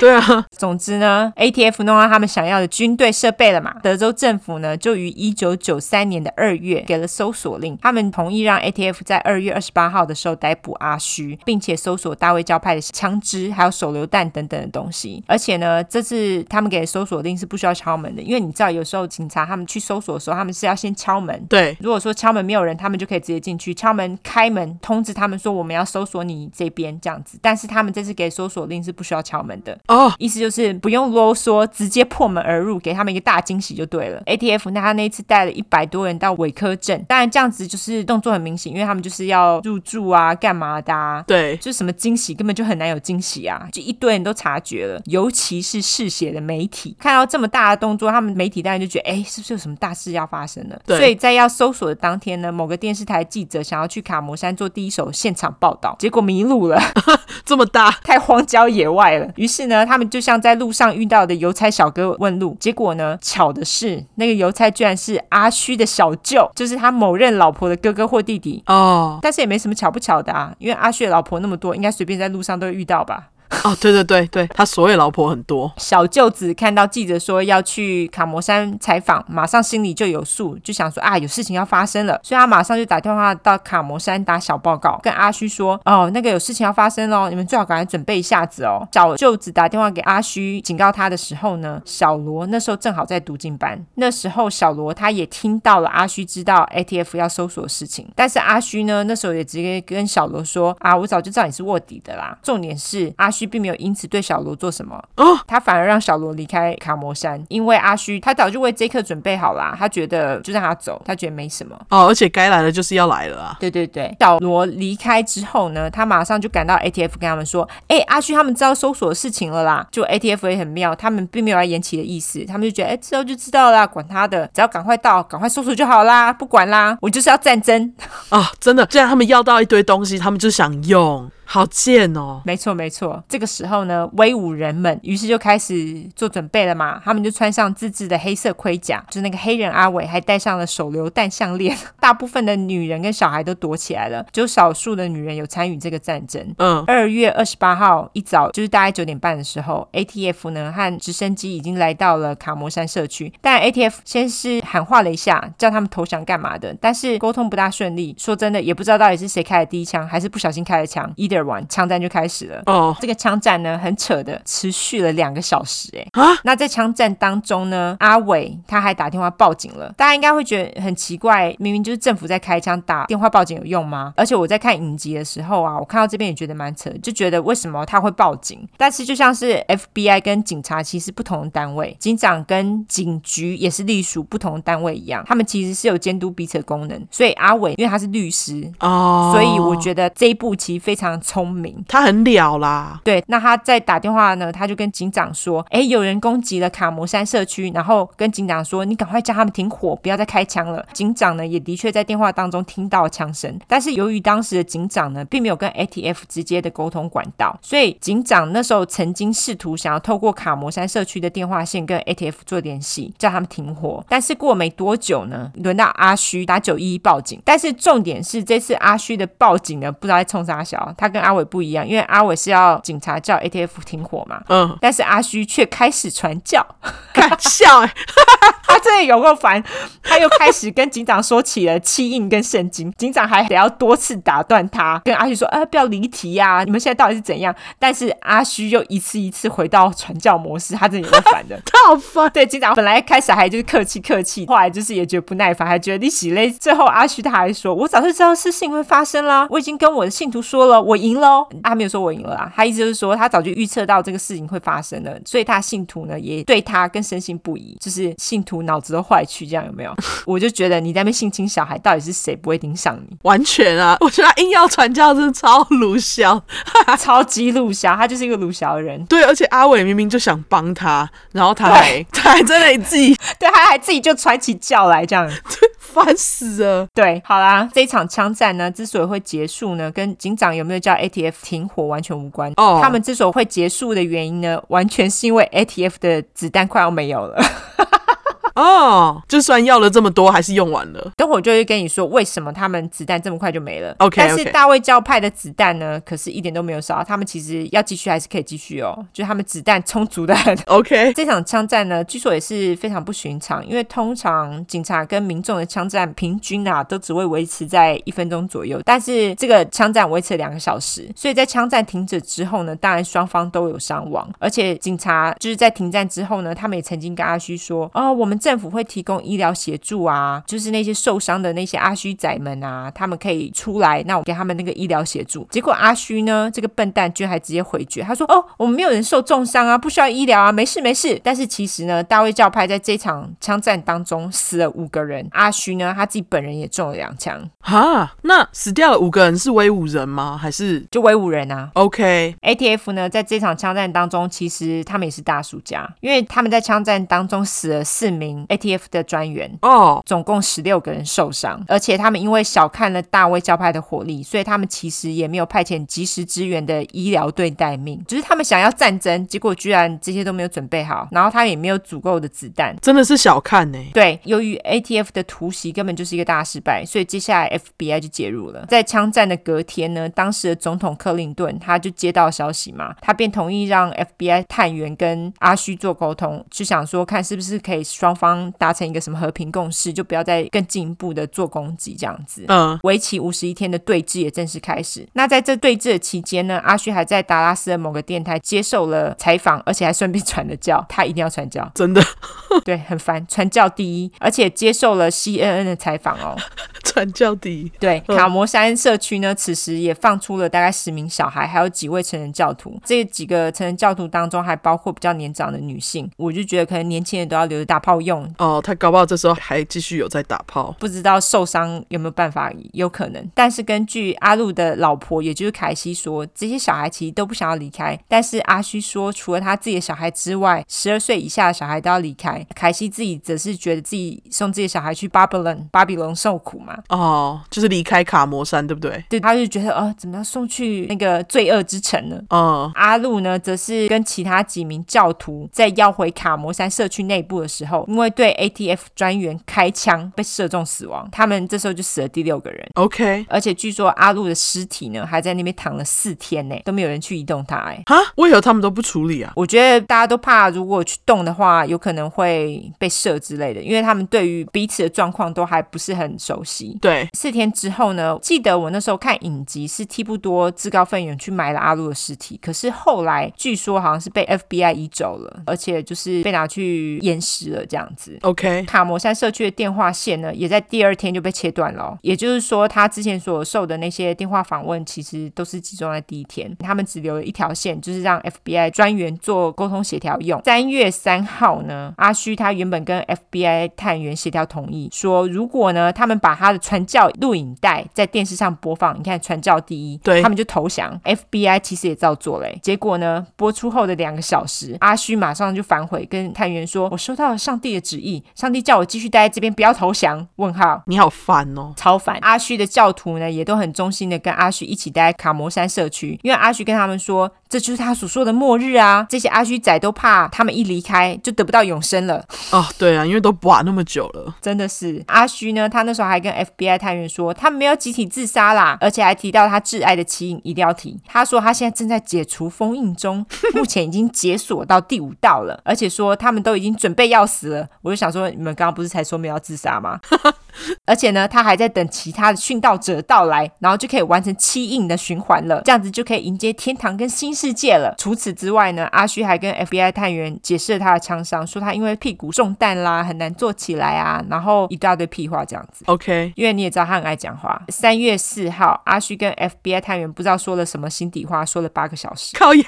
[SPEAKER 1] 对啊，
[SPEAKER 2] 总之呢，ATF 弄到他们想要的军队设备了嘛，德州政府呢就于一九九三年的二月给了搜索令，他们同意让 ATF 在二月二十八号的时候逮捕阿虚，并且搜索大卫教派的枪支还有手榴弹等等的东西。而且呢，这次他们给的搜索令是不需要敲门的，因为你知道有时候警察他们去搜索的时候，他们是要先敲门。
[SPEAKER 1] 对，
[SPEAKER 2] 如果说敲门没有人，他们就可以直接进去，敲门开门通知他们说我们要搜索你这边这样子。但是他们这次给搜索令是不需要敲门的，
[SPEAKER 1] 哦，
[SPEAKER 2] 意思就是不用啰嗦，直接破门而入，给他们一个大惊喜就对了。ATF 那他那一次带了一百多人到伪科镇，当然这样子就是动作很明显，因为他们就是要入住啊，干嘛的、啊。
[SPEAKER 1] 对，
[SPEAKER 2] 就什么惊喜，根本就很难有惊喜啊！就一堆人都察觉了，尤其是嗜血的媒体，看到这么大的动作，他们媒体当然就觉得，哎，是不是有什么大事要发生了？
[SPEAKER 1] 对
[SPEAKER 2] 所以在要搜索的当天呢，某个电视台记者想要去卡摩山做第一手现场报道，结果迷路了。
[SPEAKER 1] 这么大，
[SPEAKER 2] 太荒郊野外了。于是呢，他们就像在路上遇到的邮差小哥问路，结果呢，巧的是，那个邮差居然是阿虚的小舅，就是他某任老婆的哥哥或弟弟。
[SPEAKER 1] 哦，
[SPEAKER 2] 但是也没什么巧不巧的啊，因为阿旭的老婆那么多，应该随便在路上都会遇到吧。
[SPEAKER 1] 哦，对对对对，他所有老婆很多，
[SPEAKER 2] 小舅子看到记者说要去卡摩山采访，马上心里就有数，就想说啊，有事情要发生了，所以他马上就打电话到卡摩山打小报告，跟阿虚说哦，那个有事情要发生喽，你们最好赶快准备一下子哦。小舅子打电话给阿虚警告他的时候呢，小罗那时候正好在读经班，那时候小罗他也听到了阿虚知道 ATF 要搜索的事情，但是阿虚呢那时候也直接跟小罗说啊，我早就知道你是卧底的啦。重点是阿虚须并没有因此对小罗做什么，
[SPEAKER 1] 哦，
[SPEAKER 2] 他反而让小罗离开卡摩山，因为阿虚他早就为这一刻准备好啦，他觉得就让他走，他觉得没什么。
[SPEAKER 1] 哦，而且该来的就是要来了啊！
[SPEAKER 2] 对对对，小罗离开之后呢，他马上就赶到 ATF 跟他们说：“哎、阿旭他们知道搜索的事情了啦。”就 ATF 也很妙，他们并没有要延期的意思，他们就觉得：“哎、之后就知道啦，管他的，只要赶快到，赶快搜索就好啦，不管啦，我就是要战争。
[SPEAKER 1] 啊，真的，既然他们要到一堆东西，他们就想用，好贱哦”！
[SPEAKER 2] 没错没错，这个时候呢，威武人们于是就开始做准备了嘛，他们就穿上自制的黑色盔甲，就是那个黑人阿伟还戴上了手榴弹项链，大部分的女人跟小孩都躲起来了，只有少数的女人有参与这个战争。
[SPEAKER 1] 嗯，
[SPEAKER 2] 二月二十八号一早，就是大概九点半的时候，ATF 呢和直升机已经来到了卡摩山社区。但 ATF 先是喊话了一下，叫他们投降干嘛的，但是沟通不大顺利。说真的，也不知道到底是谁开的第一枪，还是不小心开了枪。Either one，枪战就开始了。
[SPEAKER 1] 哦，
[SPEAKER 2] 这个枪战呢，很扯的，持续了两个小时、欸，
[SPEAKER 1] 啊
[SPEAKER 2] 那在枪战当中呢，阿伟他还打电话报警了。大家应该会觉得很奇怪，明明就是政府在开枪，打电话报警有用吗？而且我在看影集的时候啊，我看到这边也觉得蛮扯，就觉得为什么他会报警？但是就像是 FBI 跟警察其实不同的单位，警长跟警局也是隶属不同的单位一样，他们其实是有监督彼此的功能。所以阿伟因为他是律师，
[SPEAKER 1] 哦，
[SPEAKER 2] 所以我觉得这一步其实非常聪明。
[SPEAKER 1] 他很了啦，
[SPEAKER 2] 对，那他在打电话呢，他就跟警长说：“哎，有人攻击了卡摩山社区。”然后跟警长说：“你赶快叫他们停火，不要再开枪了。”警长呢，也的确在电话当中听到枪声，但是由于当时的警长呢，并没有跟 ATF 直接的沟通管道，所以警长那时候曾经试图想要透过卡摩山社区的电话线跟 ATF 做联系，叫他们停火。但是过没多久呢，轮到阿虚打九一一报警，但是重点是这次阿虚的报警呢，不知道在冲啥小，他跟阿伟不一样，因为阿伟是要警察叫 ATF 停火嘛。
[SPEAKER 1] 嗯，
[SPEAKER 2] 但是阿虚却开始传教，
[SPEAKER 1] 看笑哎、
[SPEAKER 2] 他真的有够烦，他又开始跟警长说起了气印跟圣经，警长还得要多次打断他，跟阿虚说：“啊，不要离题呀、你们现在到底是怎样？”但是阿虚又一次一次回到传教模式，他真的有够烦的。
[SPEAKER 1] 他好烦，
[SPEAKER 2] 对，警长本来开始还就是客气客气，后来就是也觉得不耐烦，还觉得你洗嘞。最后阿虚他还说：“我早就知道事情会发生啦，我已经跟我的信徒说了，我赢喽。他没有说我赢了啦，他意思就是说他早就预测到这个事情会发生了，所以他信徒呢也对他更深信不疑，就是信徒脑子都坏去，这样有没有？ 我就觉得你在那边性侵小孩，到底是谁不会盯上你？
[SPEAKER 1] 完全啊，我觉得他硬要传教真的超鲁笑。
[SPEAKER 2] 超级鲁小，他就是一个鲁小人，
[SPEAKER 1] 对，而且阿伟明明就想帮他，然后他还 他还在那里自己
[SPEAKER 2] 对，他还自己就传起教来这样。
[SPEAKER 1] 烦死了。
[SPEAKER 2] 对，好啦，这一场枪战呢，之所以会结束呢，跟警长有没有叫 ATF 停火完全无关。
[SPEAKER 1] 哦
[SPEAKER 2] 他们之所以会结束的原因呢，完全是因为 ATF 的子弹快要没有了。
[SPEAKER 1] 哦，就算要了这么多，还是用完了。
[SPEAKER 2] 等会我就会跟你说为什么他们子弹这么快就没了。
[SPEAKER 1] OK，
[SPEAKER 2] 但是
[SPEAKER 1] OK
[SPEAKER 2] 大卫教派的子弹呢，可是一点都没有少，他们其实要继续还是可以继续哦，就他们子弹充足的很。
[SPEAKER 1] OK，
[SPEAKER 2] 这场枪战呢，据说也是非常不寻常，因为通常警察跟民众的枪战平均啊，都只会维持在一分钟左右，但是这个枪战维持了两个小时，所以在枪战停止之后呢，当然双方都有伤亡，而且警察就是在停战之后呢，他们也曾经跟阿虚说，哦，我们政府会提供医疗协助啊，就是那些受伤的那些阿虚仔们啊，他们可以出来，那我给他们那个医疗协助。结果阿虚呢，这个笨蛋居然还直接回绝，他说，哦，我们没有人受重伤啊，不需要医疗啊，没事没事。但是其实呢，大卫教派在这场枪战当中死了五个人，阿虚呢他自己本人也中了两枪，
[SPEAKER 1] 哈，那死掉了五个人是威武人吗？还是
[SPEAKER 2] 就威武人啊。
[SPEAKER 1] OK？
[SPEAKER 2] ATF 呢，在这场枪战当中，其实他们也是大输家，因为他们在枪战当中死了四名 ATF 的专员，
[SPEAKER 1] 哦，
[SPEAKER 2] 总共十六个人受伤，而且他们因为小看了大卫教派的火力，所以他们其实也没有派遣及时支援的医疗队待命，只、是他们想要战争，结果居然这些都没有准备好，然后他们也没有足够的子弹。
[SPEAKER 1] 真的是小看呢、
[SPEAKER 2] 对，由于 ATF 的突袭根本就是一个大失败，所以接下来 FBI 就介入了。在枪战的隔天呢，当时的总统克林顿他就接到消息嘛，他便同意让 FBI 探员跟阿虚做沟通，就想说看是不是可以双方达成一个什么和平共识，就不要再更进一步的做攻击这样子。
[SPEAKER 1] 嗯，，
[SPEAKER 2] 为期五十一天的对峙也正式开始。那在这对峙的期间呢，阿旭还在达拉斯的某个电台接受了采访，而且还顺便传了教，他一定要传教
[SPEAKER 1] 真的
[SPEAKER 2] 对，很烦，传教第一，而且接受了 CNN 的采访哦。
[SPEAKER 1] 传教第一。
[SPEAKER 2] 对，
[SPEAKER 1] 嗯
[SPEAKER 2] 卡摩山社区呢，此时也放出了大概十名小孩，还有几位成人教徒。这几个成人教徒当中，还包括比较年长的女性。我就觉得，可能年轻人都要留着大炮用，
[SPEAKER 1] 哦，他搞不好这时候还继续有在打炮。
[SPEAKER 2] 不知道受伤有没有办法，有可能。但是根据阿路的老婆，也就是凯西说，这些小孩其实都不想要离开。但是阿虚说，除了他自己的小孩之外，十二岁以下的小孩都要离开。凯西自己则是觉得自己送自己的小孩去巴比伦，巴比伦受苦嘛，
[SPEAKER 1] 哦，就是离开卡摩山，对不对？
[SPEAKER 2] 对，他就觉得哦，怎么要送去那个罪恶之城呢？
[SPEAKER 1] 嗯，
[SPEAKER 2] 阿路呢，则是跟其他几名教徒在要回卡摩山社区内部的时候，因为对 ATF 专员开枪被射中死亡，他们这时候就死了第六个人。
[SPEAKER 1] OK，
[SPEAKER 2] 而且据说阿路的尸体呢，还在那边躺了四天呢，都没有人去移动它。哎，
[SPEAKER 1] 哈，为何他们都不处理啊？
[SPEAKER 2] 我觉得大家都怕，如果去动的话，有可能会被射之类的，因为他们对于彼此的状况都还不是很熟悉。
[SPEAKER 1] 对，
[SPEAKER 2] 四天之后呢，记得我那时候看影集是提布多自告奋勇去埋了阿路的尸体，可是后来据说好像是被 FBI 移走了，而且就是被拿去验尸了这样子。
[SPEAKER 1] OK，
[SPEAKER 2] 卡摩山社区的电话线呢，也在第二天就被切断了哦、也就是说，他之前所受的那些电话访问，其实都是集中在第一天，他们只留了一条线，就是让 FBI 专员做沟通协调用。三月三号呢，阿虚他原本跟 FBI 探员协调同意，说如果呢他们把他的传教录影带在电视上播放，你看传教第一，
[SPEAKER 1] 对
[SPEAKER 2] 他们就投降。FBI 其实也照做嘞、结果呢，播出后的两个小时，阿虚马上就反悔，跟探员说：“我收到了上帝的旨意，上帝叫我继续待在这边，不要投降。”问号。
[SPEAKER 1] 你好烦哦。
[SPEAKER 2] 超凡阿虚的教徒呢，也都很忠心的跟阿虚一起待在卡摩山社区，因为阿虚跟他们说，这就是他所说的末日啊！这些阿虚仔都怕他们一离开就得不到永生了。
[SPEAKER 1] 哦，对啊，因为都把那么久了。
[SPEAKER 2] 真的是阿虚呢，他那时候还跟 FBI 探员说，他没有集体自杀啦，而且还提到他挚爱的奇影一定要提。他说他现在正在解除封印中，目前已经解锁到第五道了，而且说他们都已经准备要死了。我就想说，你们刚刚不是才说没有要自杀吗？而且呢，他还在等其他的殉道者到来，然后就可以完成七印的循环了，这样子就可以迎接天堂跟新世界了。除此之外呢，阿虚还跟 FBI 探员解释了他的枪伤，说他因为屁股中弹啦，很难坐起来啊，然后一大堆屁话这样子。
[SPEAKER 1] OK，
[SPEAKER 2] 因为你也知道他很爱讲话。三月四号，阿虚跟 FBI 探员不知道说了什么心底话，说了八个小时。
[SPEAKER 1] 靠腰，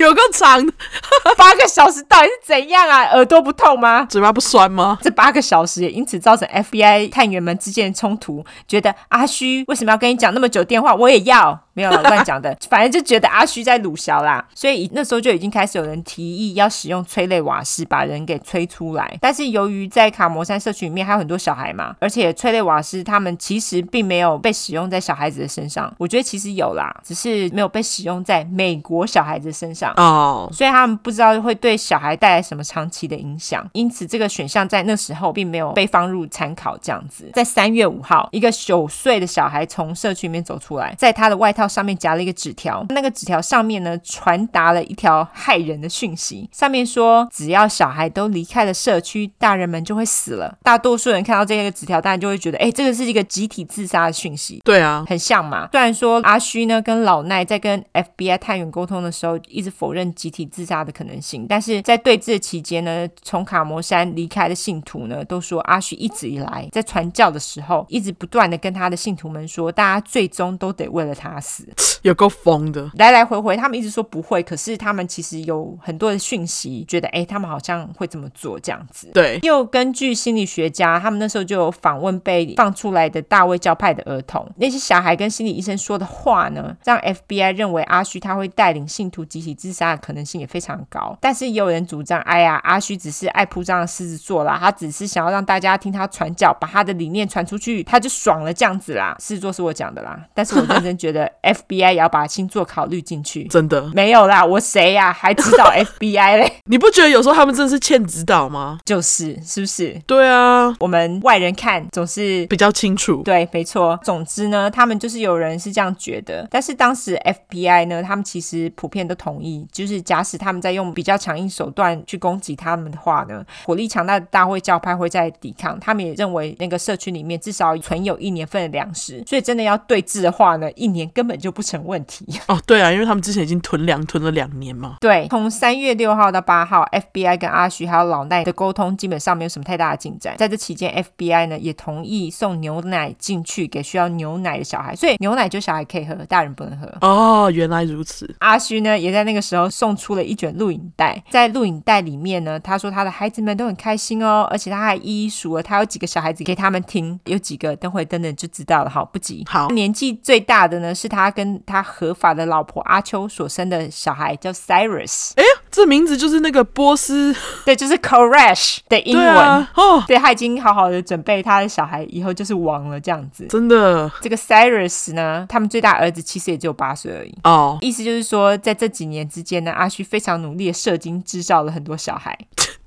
[SPEAKER 1] 有个长的，
[SPEAKER 2] 八个小时到底是怎样啊？耳朵不痛吗？
[SPEAKER 1] 嘴巴不酸吗？
[SPEAKER 2] 这八个小时也因此造成 FBI 探员们之间的冲突，觉得阿虚为什么要跟你讲那么久电话？我也要，没有啦乱讲的，反正就觉得阿虚在鲁小啦，所以那时候就已经开始有人提议要使用催泪瓦斯把人给催出来。但是由于在卡摩山社区里面还有很多小孩嘛，而且催泪瓦斯他们其实并没有被使用在小孩子的身上，我觉得其实有啦，只是没有被使用在美国小孩子身上。
[SPEAKER 1] 哦，
[SPEAKER 2] 所以他们不知道会对小孩带来什么长期的影响，因此这个选项在那时候并没有被放入参考。这样子，在三月五号，一个九岁的小孩从社区里面走出来，在他的外套上面夹了一个纸条，那个纸条上面呢传达了一条骇人的讯息，上面说只要小孩都离开了社区，大人们就会死了。大多数人看到这个纸条，当然就会觉得，哎，这个是一个集体自杀的讯息。
[SPEAKER 1] 对啊，
[SPEAKER 2] 很像嘛。虽然说阿虚呢跟老奈在跟 FBI 探员沟通的时候，一直否认集体自杀的可能性，但是在对峙的期间呢，从卡摩山离开的信徒呢，都说阿虚一直以来在传教的时候，一直不断的跟他的信徒们说，大家最终都得为了他死。
[SPEAKER 1] 有够疯的。
[SPEAKER 2] 来来回回，他们一直说不会，可是他们其实有很多的讯息，觉得诶，他们好像会这么做这样子。
[SPEAKER 1] 对，
[SPEAKER 2] 又根据心理学家，他们那时候就有访问被放出来的大卫教派的儿童，那些小孩跟心理医生说的话呢，让 FBI 认为阿虚他会带领信徒集体自杀的可能性也非常高。但是也有人主张，哎呀，阿虚只是爱铺张的狮子座啦，他只是想要让大家听他传教，把他的理念传出去，他就爽了这样子啦。狮子座是我讲的啦，但是我认真觉得 FBI 也要把星座考虑进去。
[SPEAKER 1] 真的，
[SPEAKER 2] 没有啦，我谁呀、还指导 FBI 嘞？
[SPEAKER 1] 你不觉得有时候他们真的是欠指导吗？
[SPEAKER 2] 就是，是不是？
[SPEAKER 1] 对啊，
[SPEAKER 2] 我们外人看总是。
[SPEAKER 1] 比较清楚。
[SPEAKER 2] 对，没错。总之呢，他们就是有人是这样觉得，但是当时 FBI 呢，他们其实普遍都同意，就是假使他们在用比较强硬手段去攻击他们的话呢，火力强大的大会教派会在抵抗。他们也认为那个社区里面至少存有一年份的粮食，所以真的要对峙的话呢，一年根本就不成问题。
[SPEAKER 1] 哦，对啊，因为他们之前已经囤粮囤了两年嘛。
[SPEAKER 2] 对，从三月六号到八号，FBI 跟阿徐还有老奈的沟通基本上没有什么太大的进展。在这期间，FBI 呢也同意送牛奶进去给需要牛奶的小孩，所以牛奶就小孩可以喝，大人不能喝。
[SPEAKER 1] 哦，原来如此。
[SPEAKER 2] 阿虚呢，也在那个时候送出了一卷录影带。在录影带里面呢，他说他的孩子们都很开心哦，而且他还一一数了他有几个小孩子给他们听，有几个等会等等就知道了。好，不急。
[SPEAKER 1] 好
[SPEAKER 2] 年纪最大的呢，是他跟他合法的老婆阿秋所生的小孩，叫 Cyrus，
[SPEAKER 1] 哎呀，这名字就是那个波斯，
[SPEAKER 2] 对，就是 Koresh 的英
[SPEAKER 1] 对
[SPEAKER 2] 文。
[SPEAKER 1] 啊，哦，
[SPEAKER 2] 对他已经好好的准备他的小孩以后就是王了这样子。
[SPEAKER 1] 真的
[SPEAKER 2] 这个 Cyrus 呢，他们最大儿子其实也只有八岁而已。
[SPEAKER 1] 哦，
[SPEAKER 2] 意思就是说，在这几年之间呢，阿虚非常努力的射精，制造了很多小孩。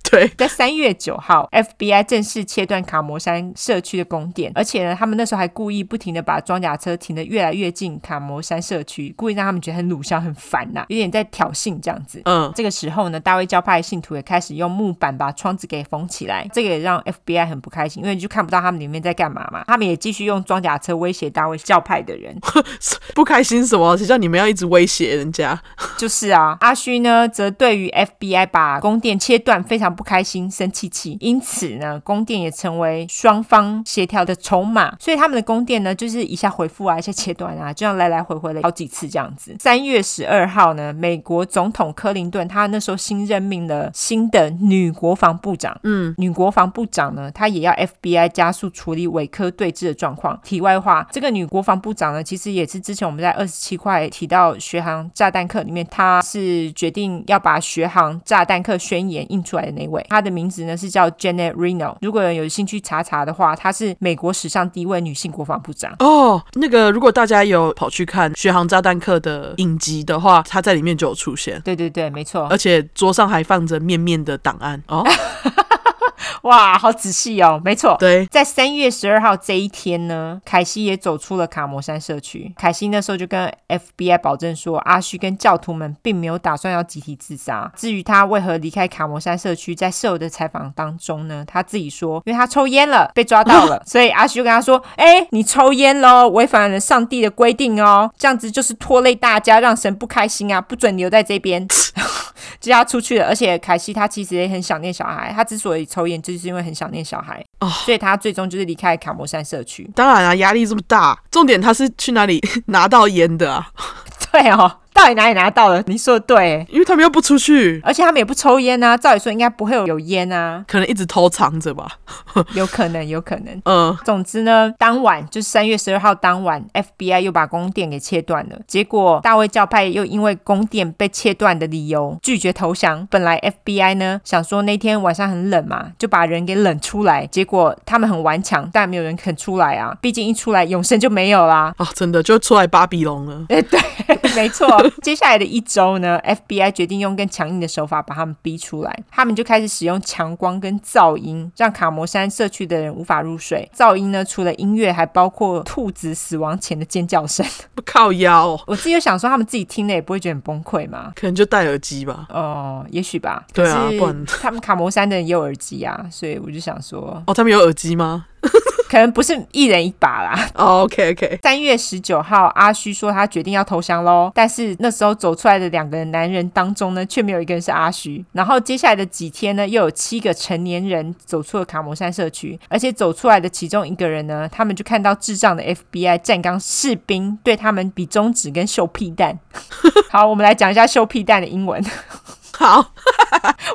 [SPEAKER 1] 对，
[SPEAKER 2] 在三月九号，FBI 正式切断卡摩山社区的供电，而且呢，他们那时候还故意不停的把装甲车停得越来越近卡摩山社区，故意让他们觉得很鲁嚣、很烦呐、有点在挑衅这样子。
[SPEAKER 1] 嗯，
[SPEAKER 2] 这个时候呢，大卫教派信徒也开始用木板把窗子给封起来，这个也让 FBI 很不开心，因为就看不到他们里面在干嘛嘛。他们也继续用装甲车威胁大卫教派的人，
[SPEAKER 1] 不开心什么？谁叫你们要一直威胁人家？
[SPEAKER 2] 就是啊，阿虚呢，则对于 FBI 把供电切断非常不开心、生气气，因此呢，供电也成为双方协调的筹码。所以他们的供电呢，就是一下回复啊，一下切断啊，这样来来回回了好几次这样子。三月十二号呢，美国总统克林顿他那时候新任命了新的女国防部长，嗯，女国防部长呢，她也要 FBI 加速处理伪科对峙的状况。题外话，这个女国防部长呢，其实也是之前我们在二十七块提到学航炸弹课里面，她是决定要把学航炸弹课宣言印出来的那位。她的名字呢是叫 Janet Reno。如果有兴趣查查的话，她是美国史上第一位女性国防部长。
[SPEAKER 1] 哦，那个，如果大家有跑去看《学航炸弹客》的影集的话，他在里面就有出现，
[SPEAKER 2] 对对对，没错。
[SPEAKER 1] 而且桌上还放着面面的档案。哦，
[SPEAKER 2] 哇，好仔细哦，没错。
[SPEAKER 1] 对，
[SPEAKER 2] 在三月十二号这一天呢，凯西也走出了卡摩山社区。凯西那时候就跟 FBI 保证说，阿虚跟教徒们并没有打算要集体自杀。至于他为何离开卡摩山社区，在社友的采访当中呢，他自己说，因为他抽烟了，被抓到了，所以阿虚就跟他说：“哎、你抽烟喽，违反了上帝的规定哦，这样子就是拖累大家，让神不开心啊，不准留在这边。” 就要出去了。而且凯西他其实也很想念小孩，他之所以抽烟，就是因为很想念小孩，
[SPEAKER 1] 哦
[SPEAKER 2] 所以他最终就是离开卡摩山社区。
[SPEAKER 1] 当然啊，压力这么大，重点他是去哪里拿到烟的啊？
[SPEAKER 2] 对哦，到底哪里拿到了？你说的对，
[SPEAKER 1] 因为他们又不出去，
[SPEAKER 2] 而且他们也不抽烟啊，照理说应该不会有有烟啊，
[SPEAKER 1] 可能一直偷藏着吧。
[SPEAKER 2] 有可能，有可能。
[SPEAKER 1] 嗯，
[SPEAKER 2] 总之呢，当晚就是三月十二号当晚，FBI 又把供电给切断了。结果大卫教派又因为供电被切断的理由拒绝投降。本来 FBI 呢想说那天晚上很冷嘛，就把人给冷出来。结果他们很顽强，但没有人肯出来啊。毕竟一出来永生就没有啦。
[SPEAKER 1] 哦，真的就出来巴比龙了。
[SPEAKER 2] 哎，对，没错。接下来的一周呢，FBI 决定用更强硬的手法把他们逼出来。他们就开始使用强光跟噪音，让卡摩山社区的人无法入睡。噪音呢，除了音乐，还包括兔子死亡前的尖叫声。
[SPEAKER 1] 不靠腰、哦，
[SPEAKER 2] 我自己就想说，他们自己听了也不会觉得很崩溃嘛。
[SPEAKER 1] 可能就戴耳机吧。
[SPEAKER 2] 哦，也许吧。
[SPEAKER 1] 对啊
[SPEAKER 2] 可是
[SPEAKER 1] 不然
[SPEAKER 2] 他们卡摩山的人也有耳机啊，所以我就想说，
[SPEAKER 1] 哦，他们有耳机吗、
[SPEAKER 2] 可能不是一人一把啦，
[SPEAKER 1] 哦、？OK OK，
[SPEAKER 2] 三月十九号，阿虚说他决定要投降喽，但是那时候走出来的两个男人当中呢，却没有一个人是阿虚。然后接下来的几天呢，又有七个成年人走出了卡摩山社区，而且走出来的其中一个人呢，他们就看到智障的 FBI 站岗士兵对他们比中指跟秀屁蛋。 好，我们来讲一下秀屁蛋的英文，
[SPEAKER 1] 好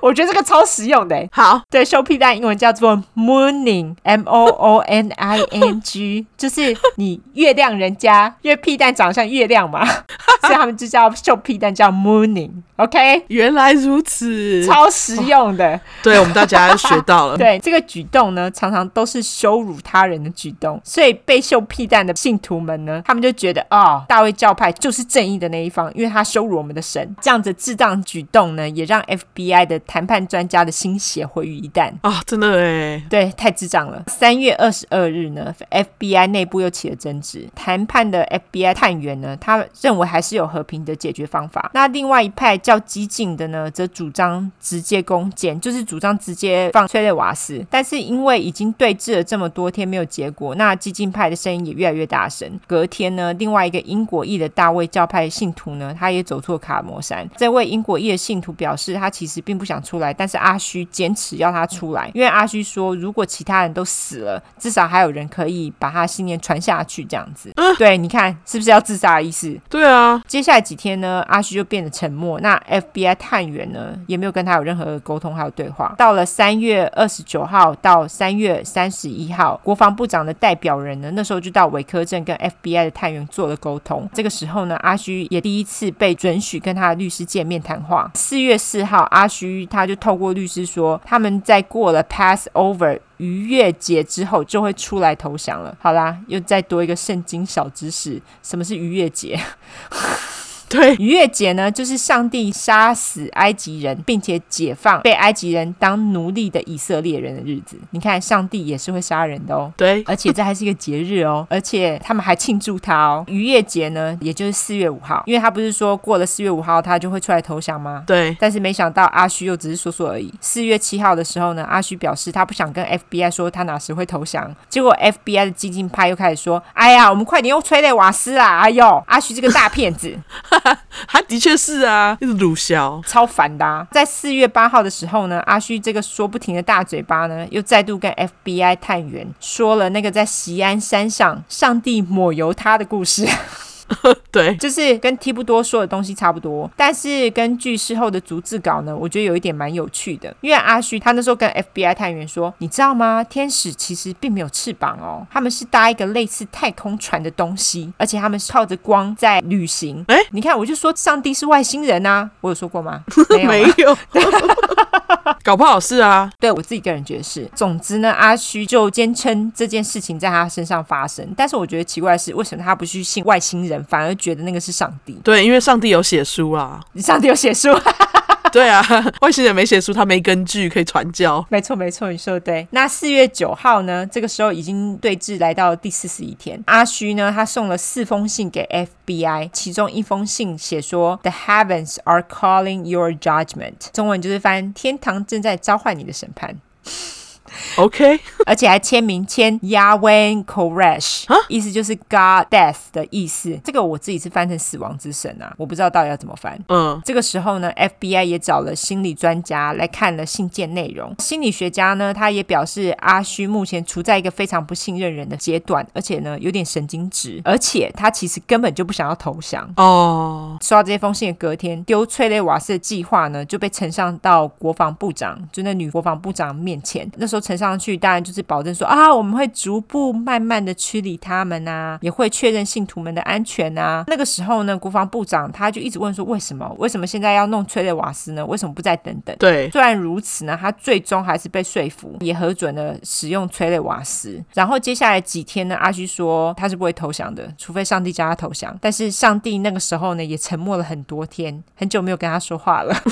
[SPEAKER 2] 我觉得这个超实用的欸。
[SPEAKER 1] 好
[SPEAKER 2] 对，秀屁蛋英文叫做 mooning，m o o n i n g，就是 你月亮人家，因为屁蛋长得像月亮嘛， 所以他们就叫秀屁蛋叫 mooning，OK，、
[SPEAKER 1] 原来如此。
[SPEAKER 2] 超实用的。
[SPEAKER 1] 对我们大家学到了。
[SPEAKER 2] 对，这个举动呢，常常都是羞辱他人的举动，所以被秀屁蛋的信徒们呢，他们就觉得哦，大卫教派就是正义的那一方，因为他羞辱我们的神。这样子智障举动呢，也让 FBI 的谈判专家的心血毁于一旦。
[SPEAKER 1] 啊、真的哎，
[SPEAKER 2] 对，太智障了。三月二十二日呢，FBI 内部又起了争执，谈判的 FBI 探员呢，他认为还是有和平的解决方法。那另外一派较激进的呢，则主张直接攻坚，就是主张直接放催泪瓦斯。但是因为已经对峙了这么多天没有结果，那激进派的声音也越来越大声。隔天呢，另外一个英国裔的大卫教派信徒呢，他也走错卡摩山。这位英国裔的信徒表示，他其实并不想出来，但是阿虚坚持要他出来，因为阿虚说，如果其他人都死了，至少还有人可以把他信念传下去，这样子。对，你看是不是要自杀的意思？
[SPEAKER 1] 对啊，
[SPEAKER 2] 接下来几天呢，阿虚就变得沉默。那 FBI 探员呢，也没有跟他有任何的沟通还有对话。到了三月二十九号到三月三十一号，国防部长的代表人呢，那时候就到韦科镇跟 FBI 的探员做了沟通。这个时候呢，阿虚也第一次被准许跟他的律师见面谈话。四月四号，阿虚他就透过律师说，他们在过了 Passover 逾越节之后就会出来投降了。好啦，又再多一个圣经小知识，什么是逾越节？
[SPEAKER 1] 对，
[SPEAKER 2] 逾越节呢，就是上帝杀死埃及人，并且解放被埃及人当奴隶的以色列人的日子。你看，上帝也是会杀人的哦。
[SPEAKER 1] 对，
[SPEAKER 2] 而且这还是一个节日哦，而且他们还庆祝他哦。逾越节呢，也就是四月五号，因为他不是说过了四月五号他就会出来投降吗？
[SPEAKER 1] 对，
[SPEAKER 2] 但是没想到阿虚又只是说说而已。四月七号的时候呢，阿虚表示他不想跟 FBI 说他哪时会投降，结果 FBI 的激进派又开始说：“哎呀，我们快点用催泪瓦斯啦！”哎呦，阿虚这个大骗子，
[SPEAKER 1] 他的确是啊，一直鲁枭，
[SPEAKER 2] 超烦的、啊。在四月八号的时候呢，阿虚这个说不停的大嘴巴呢，又再度跟 FBI 探员说了那个在西安山上上帝抹油他的故事。
[SPEAKER 1] 对，
[SPEAKER 2] 就是跟提布多说的东西差不多，但是根据事后的逐字稿呢，我觉得有一点蛮有趣的，因为阿旭他那时候跟 FBI 探员说，你知道吗？天使其实并没有翅膀哦，他们是搭一个类似太空船的东西，而且他们是靠着光在旅行。
[SPEAKER 1] 诶
[SPEAKER 2] 你看，我就说上帝是外星人啊，我有说过吗？没有啊
[SPEAKER 1] 没有， 搞不好是啊，
[SPEAKER 2] 对我自己个人觉得是。总之呢，阿虚就坚称这件事情在他身上发生，但是我觉得奇怪的是，为什么他不去信外星人，反而觉得那个是上帝？
[SPEAKER 1] 对，因为上帝有写书啦，
[SPEAKER 2] 上帝有写书。
[SPEAKER 1] 对啊，外星人没写书，他没根据可以传教，
[SPEAKER 2] 没错，没错，你说的对。那四月九号呢？这个时候已经对峙来到第四十一天。阿虚呢，他送了四封信给 FBI，其中一封信写说：“The heavens are calling your judgment。”中文就是翻“天堂正在召唤你的审判”。
[SPEAKER 1] OK，
[SPEAKER 2] 而且还签名签 Yahweh Koresh，意思就是 God Death 的意思。这个我自己是翻成死亡之神啊，我不知道到底要怎么翻。
[SPEAKER 1] 嗯，
[SPEAKER 2] 这个时候呢，FBI 也找了心理专家来看了信件内容。心理学家呢，他也表示阿虚目前处在一个非常不信任人的阶段，而且呢有点神经质，而且他其实根本就不想要投降。
[SPEAKER 1] 哦，
[SPEAKER 2] 收到这封信的隔天，丢催泪瓦斯的计划呢就被呈上到国防部长，就那女国防部长面前。那时候呈上去，当然就是保证说啊，我们会逐步慢慢的驱离他们啊，也会确认信徒们的安全啊。那个时候呢，国防部长他就一直问说，为什么？为什么现在要弄催泪瓦斯呢？为什么不再等等？
[SPEAKER 1] 对，
[SPEAKER 2] 虽然如此呢，他最终还是被说服，也核准了使用催泪瓦斯。然后接下来几天呢，阿虚说他是不会投降的，除非上帝叫他投降。但是上帝那个时候呢，也沉默了很多天，很久没有跟他说话了。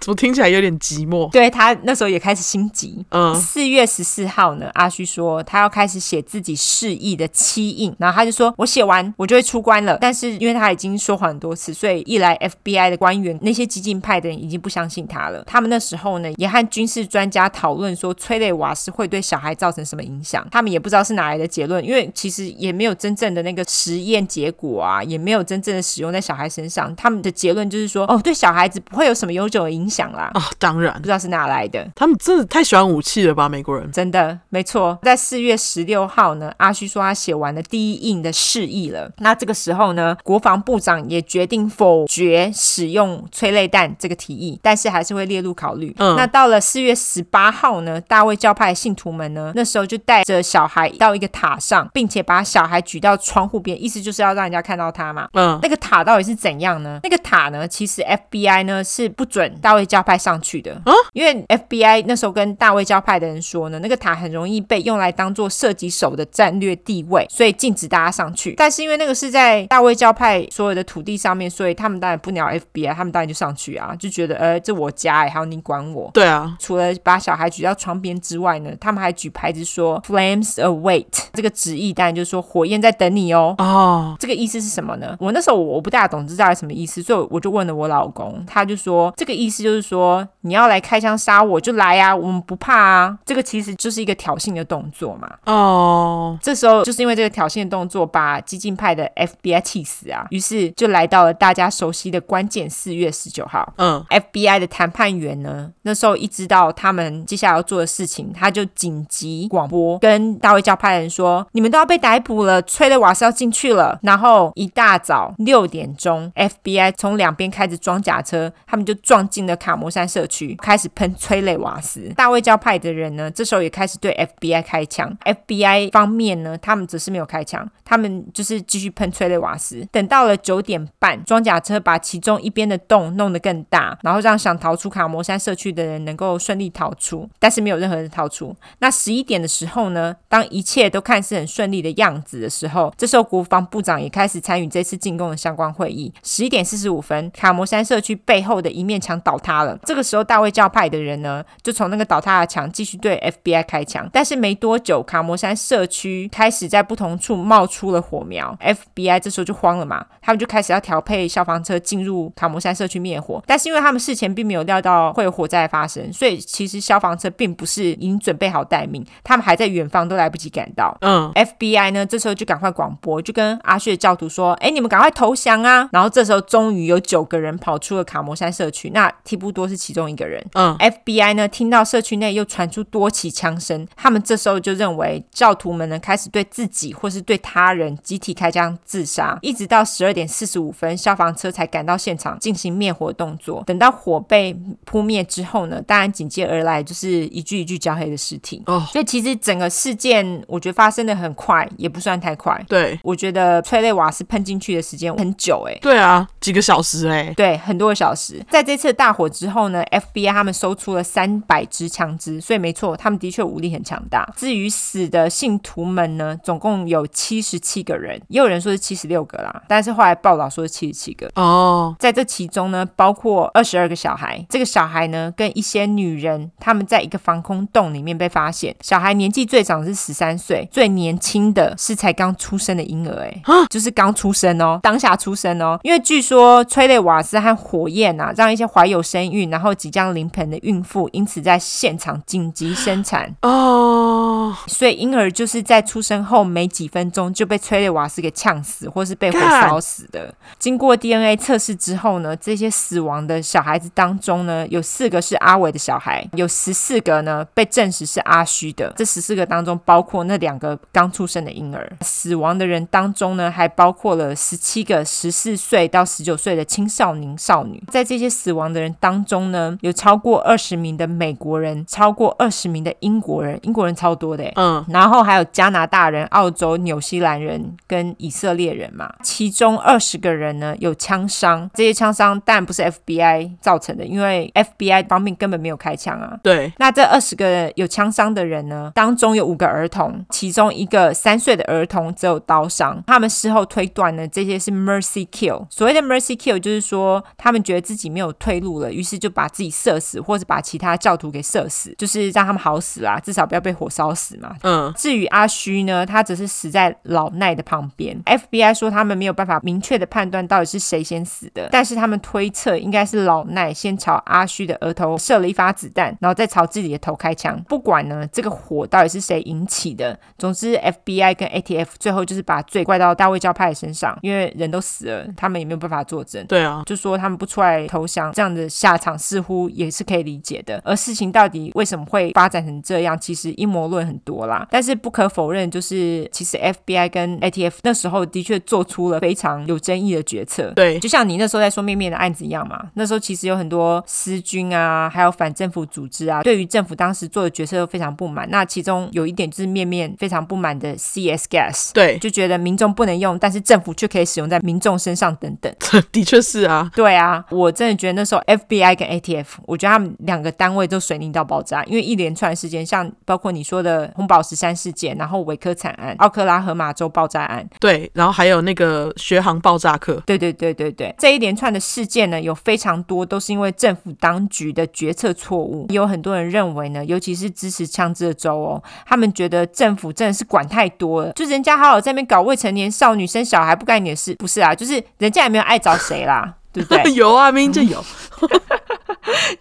[SPEAKER 1] 怎么听起来有点寂寞？
[SPEAKER 2] 对他那时候也开始心急。
[SPEAKER 1] 嗯，
[SPEAKER 2] 四月十四号呢，阿虚说他要开始写自己示意的七印，然后他就说：“我写完我就会出关了。”但是因为他已经说谎很多次，所以一来 FBI 的官员那些激进派的人已经不相信他了。他们那时候呢，也和军事专家讨论说催泪瓦斯会对小孩造成什么影响，他们也不知道是哪来的结论，因为其实也没有真正的那个实验结果啊，也没有真正的使用在小孩身上。他们的结论就是说，哦，对小孩子不会有什么永久的影响啦。
[SPEAKER 1] 啊，当然
[SPEAKER 2] 不，知道是哪来的，
[SPEAKER 1] 他们真的太喜欢武器了吧，美国人？
[SPEAKER 2] 真的，没错，在四月十六号呢，阿虚说他写完了第一印的示意了。那这个时候呢，国防部长也决定否决使用催泪弹这个提议，但是还是会列入考虑。
[SPEAKER 1] 嗯
[SPEAKER 2] 那到了四月十八号呢，大卫教派的信徒们呢，那时候就带着小孩到一个塔上，并且把小孩举到窗户边，意思就是要让人家看到他嘛。
[SPEAKER 1] 嗯，
[SPEAKER 2] 那个塔到底是怎样呢？那个塔呢，其实 FBI 呢是不准大卫教派上去的，因为 FBI 那时候跟大卫教派的人说呢，那个塔很容易被用来当做射击手的战略地位，所以禁止大家上去。但是因为那个是在大卫教派所有的土地上面，所以他们当然不鸟 FBI，他们当然就上去啊，就觉得呃这我家哎、还有你管我。
[SPEAKER 1] 对啊，
[SPEAKER 2] 除了把小孩举到床边之外呢，他们还举牌子说 “Flames await”，这个旨意当然就是说火焰在等你哦。
[SPEAKER 1] 哦，
[SPEAKER 2] 这个意思是什么呢？我那时候我不大懂这到底什么意思，所以我就问了我老公，他就说这个意思就是说你要来开枪杀我就来啊，我们不怕啊。这个其实就是一个挑衅的动作嘛。
[SPEAKER 1] 哦，
[SPEAKER 2] 这时候就是因为这个挑衅的动作，把激进派的 FBI 气死啊，于是就来到了大家熟悉的关键四月十九号。
[SPEAKER 1] 嗯，
[SPEAKER 2] FBI 的谈判员呢，那时候一知道他们接下来要做的事情，他就紧急广播跟大卫教派人说：“你们都要被逮捕了，催泪瓦斯要进去了。”然后一大早六点钟，FBI 从两边开着装甲车，他们就撞进了卡摩山社区，开始喷催泪瓦斯。大卫教派的人呢，这时候也开始对 FBI 开枪。FBI 方面呢，他们只是没有开枪，他们就是继续喷催泪瓦斯。等到了九点半，装甲车把其中一边的洞弄得更大，然后让想逃出卡摩山社区的人能够顺利逃出，但是没有任何人逃出。那十一点的时候呢，当一切都看似很顺利的样子的时候，这时候国防部长也开始参与这次进攻的相关会议。十一点四十五分，卡摩山社区背后的一面墙倒塌了。这个时候，大卫教派的人呢，就从那个倒塌的墙继续对 FBI 开枪。但是没多久，卡摩山社区开始在不同处冒出了火苗，FBI 这时候就慌了嘛，他们就开始要调配消防车进入卡摩山社区灭火。但是因为他们事前并没有料到会有火灾发生，所以其实消防车并不是已经准备好待命，他们还在远方都来不及赶到。
[SPEAKER 1] 嗯，
[SPEAKER 2] FBI 呢，这时候就赶快广播，就跟阿血教徒说：“哎，你们赶快投降啊！”然后这时候终于有九个人跑出了卡摩山社区，那提布多是其中一个人。
[SPEAKER 1] 嗯
[SPEAKER 2] ，FBI 呢听到社区内又传出多起枪声，他们这时候就认为教徒们呢开始对自己或是对他人集体开枪自杀，一直到十二点四十五分，消防车才赶到现场进行灭火动作。等到火被扑灭之后呢，当然紧接而来就是一具一具焦黑的尸体。
[SPEAKER 1] 哦，
[SPEAKER 2] 所以其实整个事件，我觉得发生的很快，也不算太快。
[SPEAKER 1] 对，
[SPEAKER 2] 我觉得催泪瓦斯喷进去的时间很久、欸，
[SPEAKER 1] 对啊，几个小时哎、
[SPEAKER 2] 对，很多个小时。在这次大火之后呢，FBI 他们搜出了三百支枪支，所以没错，他们的确武力很强大。至于死的信徒们呢，总共有七十七个人，也有人说是七十六个啦，但是后来报道说是七十七个。
[SPEAKER 1] 哦，
[SPEAKER 2] 在这其中呢，包括二十二个小孩。这个小孩呢，跟一些女人，他们在一个防空洞里面被发现。小孩年纪最长是十三岁，最年轻的是才刚出生的婴儿、欸，哎，就是刚出生哦，当下出生哦。因为据说催泪瓦斯和火焰啊，让一些怀有身孕然后即将临盆的孕妇，因此在现场紧急生产，
[SPEAKER 1] 哦，
[SPEAKER 2] 所以婴儿就是在出生后没几分钟就被催泪瓦斯给呛死，或是被火烧死的。经过 DNA 测试之后呢，这些死亡的小孩子当中呢，有四个是阿伟的小孩，有十四个呢被证实是阿虚的。这十四个当中，包括那两个刚出生的婴儿。死亡的人当中呢，还包括了十七个十四岁到十九岁的青少年少女。在这些死亡的人当中呢，有超过二十名的美国人，超过二十名的英国人，英国人超多的欸
[SPEAKER 1] 嗯，
[SPEAKER 2] 然后还有加拿大人、澳洲、纽西兰人跟以色列人嘛，其中二十个人呢有枪伤，这些枪伤但不是 FBI 造成的，因为 FBI 方面根本没有开枪啊。
[SPEAKER 1] 对，
[SPEAKER 2] 那这二十个有枪伤的人呢，当中有五个儿童，其中一个三岁的儿童只有刀伤。他们事后推断呢，这些是 mercy kill。所谓的 mercy kill 就是说，他们觉得自己没有退路了，于是就把自己射死，或是把其他教徒给射死，就是让他们好死啊，至少不要被火烧死嘛。
[SPEAKER 1] 嗯，
[SPEAKER 2] 至于阿虚呢，他只是死在老奈的旁边。FBI 说他们没有办法明确的判断到底是谁先死的，但是他们推测应该是老奈先朝阿虚的额头射了一发子弹，然后再朝自己的头开枪。不管呢这个火到底是谁引起的，总之 FBI 跟 ATF 最后就是把罪怪到大卫教派身上，因为人都死了，他们也没有办法作证。
[SPEAKER 1] 对啊，
[SPEAKER 2] 就说他们不出来投降，这样的下场似乎也是可以理解的。而事情到底为什么会发展成这样，其实阴谋论很多啦。但是不可否认，就是其实 FBI 跟 ATF 那时候的确做出了非常有争议的决策。
[SPEAKER 1] 对
[SPEAKER 2] 就像你那时候在说面面的案子一样嘛，那时候其实有很多私军啊，还有反政府组织啊，对于政府当时做的决策都非常不满。那其中有一点就是面面非常不满的 CS gas。
[SPEAKER 1] 对，
[SPEAKER 2] 就觉得民众不能用，但是政府却可以使用在民众身上等等。
[SPEAKER 1] 的确是啊，
[SPEAKER 2] 对啊，我真的觉得那时候 FBI 跟 ATF，我觉得他们两个单位都水逆到爆炸，因为一连串事件，像包括你说的红宝石山事件，然后维科惨案、奥克拉荷马州爆炸案，
[SPEAKER 1] 对，然后还有那个学航爆炸课，
[SPEAKER 2] 对对对对对，这一连串的事件呢，有非常多都是因为政府当局的决策错误。也有很多人认为呢，尤其是支持枪支的州哦，他们觉得政府真的是管太多了，就人家好好在那边搞未成年少女生小孩，不干你的事，不是啊？就是人家也没有爱着谁啦。对 不对？
[SPEAKER 1] 有啊，明明就 有，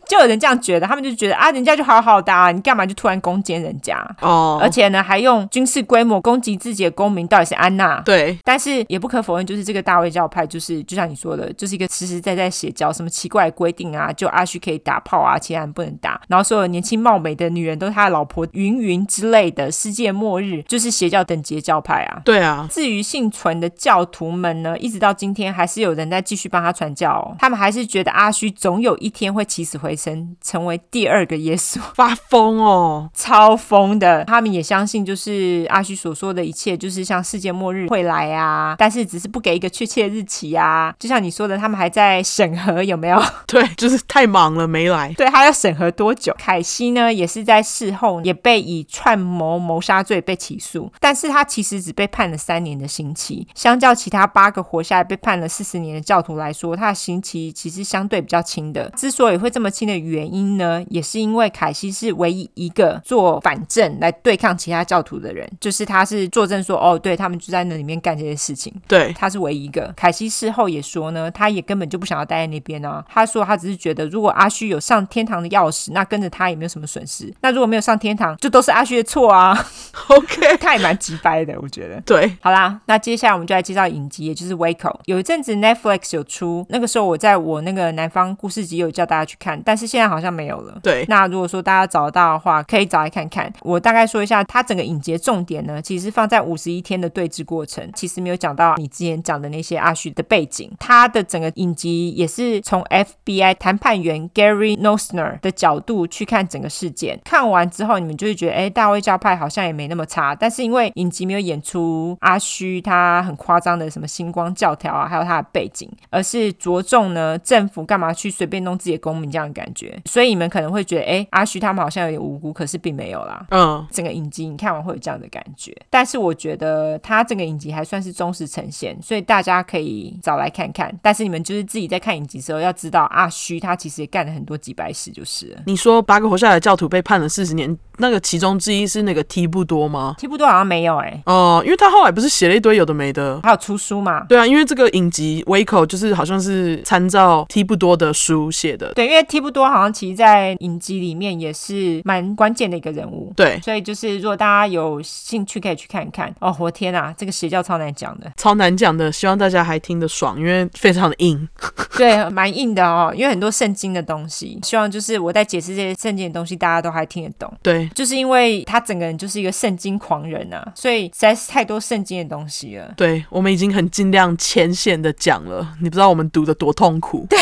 [SPEAKER 2] 就有人这样觉得，他们就觉得啊，人家就好好的、啊，你干嘛就突然攻坚人家？
[SPEAKER 1] 哦
[SPEAKER 2] 而，且呢，还用军事规模攻击自己的公民，到底是安娜？
[SPEAKER 1] 对，
[SPEAKER 2] 但是也不可否认，就是这个大卫教派，就是就像你说的，就是一个实实在在写教，什么奇怪的规定啊，就阿旭可以打炮啊，其他人不能打，然后所有年轻貌美的女人都是他的老婆，云云之类的，世界末日就是邪教等级的教派啊。
[SPEAKER 1] 对啊，
[SPEAKER 2] 至于幸存的教徒们呢，一直到今天还是有人在继续帮他传教、哦，他们还是觉得阿虚总有一天会起死回生，成为第二个耶稣。
[SPEAKER 1] 发疯哦，
[SPEAKER 2] 超疯的，他们也相信，就是阿虚所说的一切，就是像世界末日会来啊，但是只是不给一个确切日期啊。就像你说的，他们还在审核有没有
[SPEAKER 1] 对，就是太忙了没来，
[SPEAKER 2] 对他要审核多久。凯西呢，也是在事后也被以串谋谋杀罪被起诉，但是他其实只被判了三年的刑期，相较其他八个活下来被判了四十年的教徒来说，他的刑期其实相对比较轻的。之所以会这么轻的原因呢，也是因为凯西是唯一一个做反证来对抗其他教徒的人，就是他是作证说，哦，对他们就在那里面干这些事情。
[SPEAKER 1] 对，
[SPEAKER 2] 他是唯一一个。凯西事后也说呢，他也根本就不想要待在那边啊。他说他只是觉得，如果阿虚有上天堂的钥匙，那跟着他也没有什么损失。那如果没有上天堂，就都是阿虚的错啊。
[SPEAKER 1] OK，
[SPEAKER 2] 他也蛮直白的，我觉得。
[SPEAKER 1] 对，
[SPEAKER 2] 好啦，那接下来我们就来介绍影集，也就是《Waco》。有一阵子 Netflix 有出，那个时候我在我那个南方故事集有叫大家去看，但是现在好像没有了。
[SPEAKER 1] 对，
[SPEAKER 2] 那如果说大家找得到的话，可以找来看看。我大概说一下，它整个影节重点呢，其实放在五十一天的对峙过程，其实没有讲到你之前讲的那些阿旭的背景。它的整个影集也是从 FBI 谈判员 Gary Nosner 的角度去看整个事件。看完之后，你们就会觉得，哎，大卫教派好像也没那么差。但是因为影集没有演出阿虚他很夸张的什么星光教条啊，还有他的背景，而是着重呢政府干嘛去随便弄自己的公民这样的感觉。所以你们可能会觉得，哎，阿虚他们好像有点无辜，可是并没有啦。
[SPEAKER 1] 嗯，
[SPEAKER 2] 整个影集你看完会有这样的感觉，但是我觉得哎它整个影集还算是忠实呈现，所以大家可以找来看看。但是你们就是自己在看影集的时候要知道，啊阿虚他其实也干了很多几百事，就是了。
[SPEAKER 1] 你说八个活下来的教徒被判了四十年，那个其中之一是那个提布多吗？
[SPEAKER 2] 提布多好像没有哎、欸，
[SPEAKER 1] 哦、因为他后来不是写了一堆有的没的。
[SPEAKER 2] 还有出书嘛？
[SPEAKER 1] 对啊，因为这个影集《维口》就是好像是参照提布多的书写的。
[SPEAKER 2] 对，因为提布多好像其实在影集里面也是蛮关键的一个人物。
[SPEAKER 1] 对，
[SPEAKER 2] 所以就是，如果大家有兴趣，可以去看看。哦，我天啊，这个邪教超难讲的，
[SPEAKER 1] 超难讲的，希望大家还听得爽，因为非常的硬。
[SPEAKER 2] 对，蛮硬的哦，因为很多圣经的东西，希望就是我在解释这些圣经的东西，大家都还听得懂。
[SPEAKER 1] 对，
[SPEAKER 2] 就是因为他整个人就是一个圣经狂人啊，所以实在是太多圣经的东西了。
[SPEAKER 1] 对，我们已经很尽量浅显的讲了，你不知道我们读的多痛苦。对，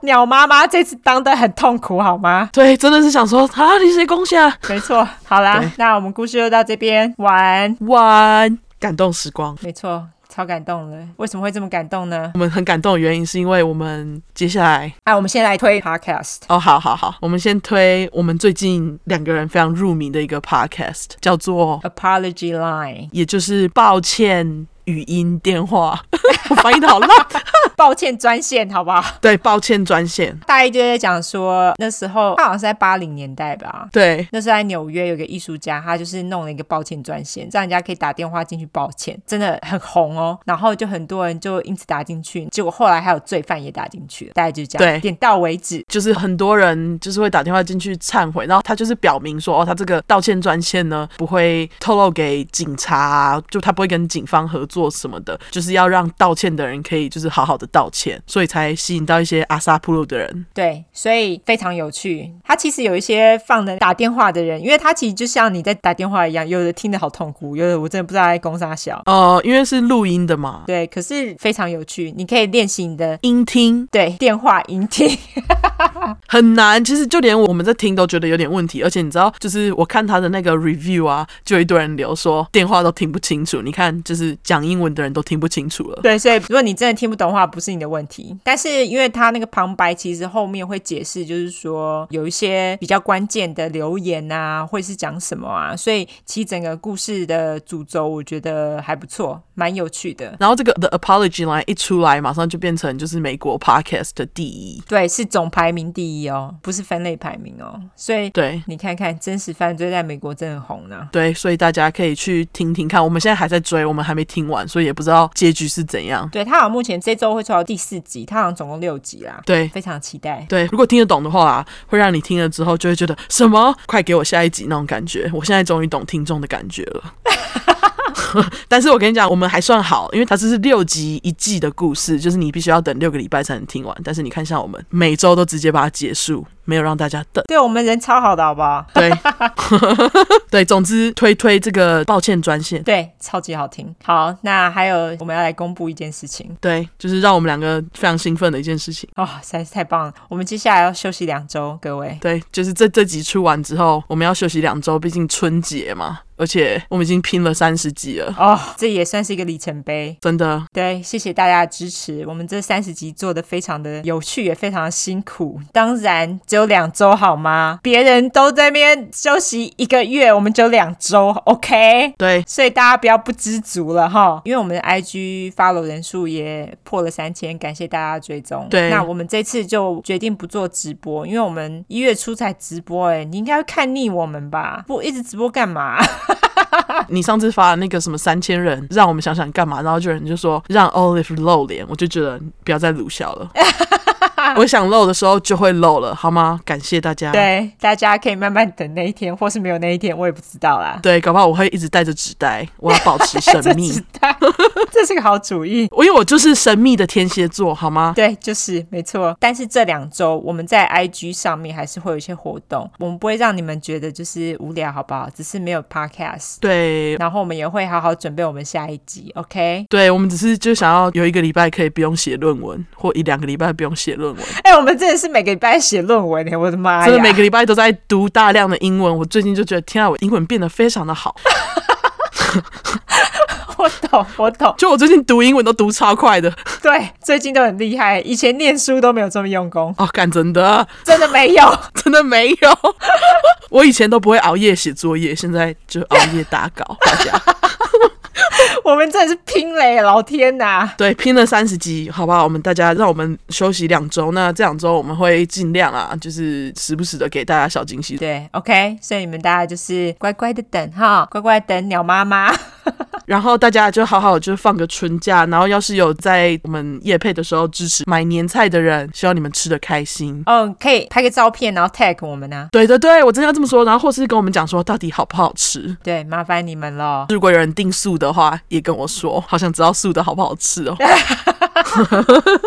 [SPEAKER 2] 鸟妈妈这次当的很痛苦，好吗？
[SPEAKER 1] 真的是想说啊，你谁攻下？
[SPEAKER 2] 没错，好啦
[SPEAKER 1] 对，
[SPEAKER 2] 那我们故事就到这边，晚安。
[SPEAKER 1] 晚，感动时光。
[SPEAKER 2] 没错，超感动了。为什么会这么感动呢？
[SPEAKER 1] 我们很感动的原因是因为我们接下来
[SPEAKER 2] 啊，我们先来推 podcast。
[SPEAKER 1] 哦，好好好，我们先推我们最近两个人非常入迷的一个 podcast，叫做
[SPEAKER 2] Apology Line，
[SPEAKER 1] 也就是抱歉语音电话， 我翻译的好烂。
[SPEAKER 2] 抱歉专线，好不好？
[SPEAKER 1] 对，抱歉专线。
[SPEAKER 2] 大一就在讲说，那时候他好像是在八零年代吧，
[SPEAKER 1] 对，
[SPEAKER 2] 那时候在纽约有个艺术家，他就是弄了一个抱歉专线，让人家可以打电话进去抱歉，真的很红哦。然后就很多人就因此打进去，结果后来还有罪犯也打进去了，大概就是这样，
[SPEAKER 1] 对
[SPEAKER 2] 点到为止。
[SPEAKER 1] 就是很多人就是会打电话进去忏悔，然后他就是表明说，哦，他这个道歉专线呢不会透露给警察啊、就他不会跟警方合作什么的，就是要让道歉的人可以就是好好的道歉，所以才吸引到一些阿萨布鲁的人。
[SPEAKER 2] 对，所以非常有趣。他其实有一些放的打电话的人，因为他其实就像你在打电话一样，有的听得好痛苦，有的我真的不知道在攻啥小。
[SPEAKER 1] 哦、因为是录音的嘛，
[SPEAKER 2] 对，可是非常有趣，你可以练习你的
[SPEAKER 1] 音听
[SPEAKER 2] 对电话音 听。
[SPEAKER 1] 很难，其实就连我们在听都觉得有点问题。而且你知道，就是我看他的那个 review 啊，就有一堆人留说电话都听不清楚。你看，就是讲英文的人都听不清楚了。
[SPEAKER 2] 对，所以如果你真的听不懂的话，不是你的问题。但是因为他那个旁白其实后面会解释，就是说有一些比较关键的留言啊，或者是讲什么啊，所以其实整个故事的主轴我觉得还不错，蛮有趣的。
[SPEAKER 1] 然后这个 The Apology Line 一出来，马上就变成就是美国 podcast 的第一。
[SPEAKER 2] 对，是总排名第一哦，不是分类排名哦。所以
[SPEAKER 1] 对
[SPEAKER 2] 你看看，真实犯罪在美国真的很红呢、
[SPEAKER 1] 对，所以大家可以去听听看。我们现在还在追，我们还没听完，所以也不知道结局是怎样。
[SPEAKER 2] 对他好像目前这周会出到第四集，他好像总共六集啦，
[SPEAKER 1] 对
[SPEAKER 2] 非常期待。
[SPEAKER 1] 对，如果听得懂的话、啊，会让你听了之后就会觉得什么，快给我下一集那种感觉。我现在终于懂听众的感觉了。 但是我跟你讲，我们还算好，因为它这是六集一季的故事，就是你必须要等六个礼拜才能听完。但是你看，像我们每周都直接把它结束，没有让大家等。
[SPEAKER 2] 对我们人超好的，好不好？
[SPEAKER 1] 对，对，总之推推这个抱歉专线，
[SPEAKER 2] 对，超级好听。好，那还有我们要来公布一件事情
[SPEAKER 1] 对，就是让我们两个非常兴奋的一件事情。
[SPEAKER 2] 哦，实在是太棒了。我们接下来要休息两周，各位。
[SPEAKER 1] 对，就是这这集出完之后，我们要休息两周，毕竟春节嘛，而且我们已经拼了三十集了，
[SPEAKER 2] 哦，这也算是一个里程碑。
[SPEAKER 1] 真的。
[SPEAKER 2] 对，谢谢大家的支持。我们这三十集做的非常的有趣，也非常的辛苦。当然只有两周好吗？别人都在那边休息一个月，我们只有两周，OK？
[SPEAKER 1] 对，
[SPEAKER 2] 所以大家不要不知足了哈，因为我们的 IG follow 人数也破了三千，感谢大家追踪。
[SPEAKER 1] 对
[SPEAKER 2] 那我们这次就决定不做直播，因为我们一月初才直播、哎，你应该会看腻我们吧？不一直直播干嘛？
[SPEAKER 1] 你上次发的那个什么三千人，让我们想想干嘛，然后就有人就说让 Olive 露脸，我就觉得不要再鲁笑 了。我想露的时候就会露了，好吗？感谢大家。
[SPEAKER 2] 对，大家可以慢慢等那一天，或是没有那一天，我也不知道啦。
[SPEAKER 1] 对，搞不好我会一直带着纸袋，我要保持神
[SPEAKER 2] 这
[SPEAKER 1] 秘
[SPEAKER 2] 纸。袋，这是个好主意。
[SPEAKER 1] 我因为我就是神秘的天蝎座，好吗？
[SPEAKER 2] 对，就是没错。但是这两周我们在 IG 上面还是会有一些活动，我们不会让你们觉得就是无聊，好不好？只是没有 podcast。
[SPEAKER 1] 对，
[SPEAKER 2] 然后我们也会好好准备我们下一集，OK？
[SPEAKER 1] 对，我们只是就想要有一个礼拜可以不用写论文，或一两个礼拜不用写论文。
[SPEAKER 2] 哎、我们真的是每个礼拜写论文欸呢，我的哎妈呀！
[SPEAKER 1] 真的每个礼拜都在读大量的英文。我最近就觉得，天啊，我英文变得非常的好。
[SPEAKER 2] 我懂，我懂。
[SPEAKER 1] 就我最近读英文都读超快的，
[SPEAKER 2] 对，最近都很厉害，以前念书都没有这么用功，
[SPEAKER 1] 哦，干真的
[SPEAKER 2] 真的没有。
[SPEAKER 1] 真的没有。我以前都不会熬夜写作业，现在就熬夜打稿。 大家
[SPEAKER 2] 我们真的是拼嘞，老天呐！
[SPEAKER 1] 对拼了三十集，好不好？我们大家让我们休息两周。那这两周我们会尽量啊，就是时不时的给大家小惊喜。
[SPEAKER 2] 对，OK，所以你们大家就是乖乖的等哈，乖乖地等鸟妈妈。
[SPEAKER 1] 然后大家就好好就放个春假，然后要是有在我们夜配的时候支持买年菜的人，希望你们吃的开心。
[SPEAKER 2] 哦，可以拍个照片，然后 tag 我们啊呢、
[SPEAKER 1] 对对对，我真的要这么说，然后或是跟我们讲说到底好不好吃。
[SPEAKER 2] 对，麻烦你们 了。
[SPEAKER 1] 如果有人订素的话，也跟我说，好想知道素的好不好吃哦。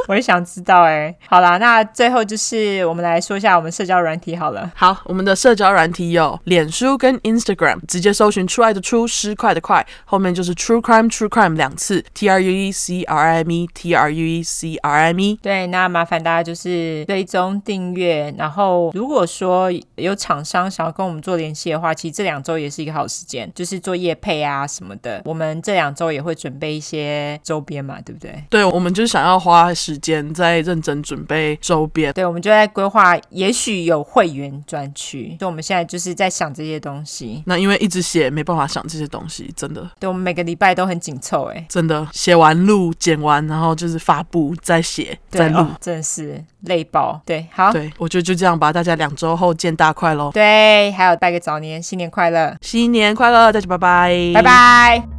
[SPEAKER 2] 我也想知道哎、好啦，那最后就是我们来说一下我们社交软体好了。
[SPEAKER 1] 好，我们的社交软体有脸书跟 Instagram，直接搜寻出来的出，失快的快，后面就是 True Crime True Crime 两次，T R U E C R I M E T R U E C R I M E。
[SPEAKER 2] 对，那麻烦大家就是追踪订阅，然后如果说有厂商想要跟我们做联系的话，其实这两周也是一个好时间，就是做业配啊什么的。我们这两周也会准备一些周边嘛，对不对？
[SPEAKER 1] 对，我们就是想要花时间在认真准备周边。
[SPEAKER 2] 对，我们就在规划，也许有会员专区，所以我们现在就是在想这些东西。
[SPEAKER 1] 那因为一直写没办法想这些东西，真的
[SPEAKER 2] 对，我们每个礼拜都很紧凑，哎，
[SPEAKER 1] 真的写完录剪完，然后就是发布再写再
[SPEAKER 2] 对，
[SPEAKER 1] 录。
[SPEAKER 2] 哦、真的是累爆。对，好，
[SPEAKER 1] 对，我觉得就这样吧，大家两周后见大快喽！
[SPEAKER 2] 对还有拜个早年，新年快乐，
[SPEAKER 1] 新年快乐，大家拜拜，
[SPEAKER 2] 拜拜。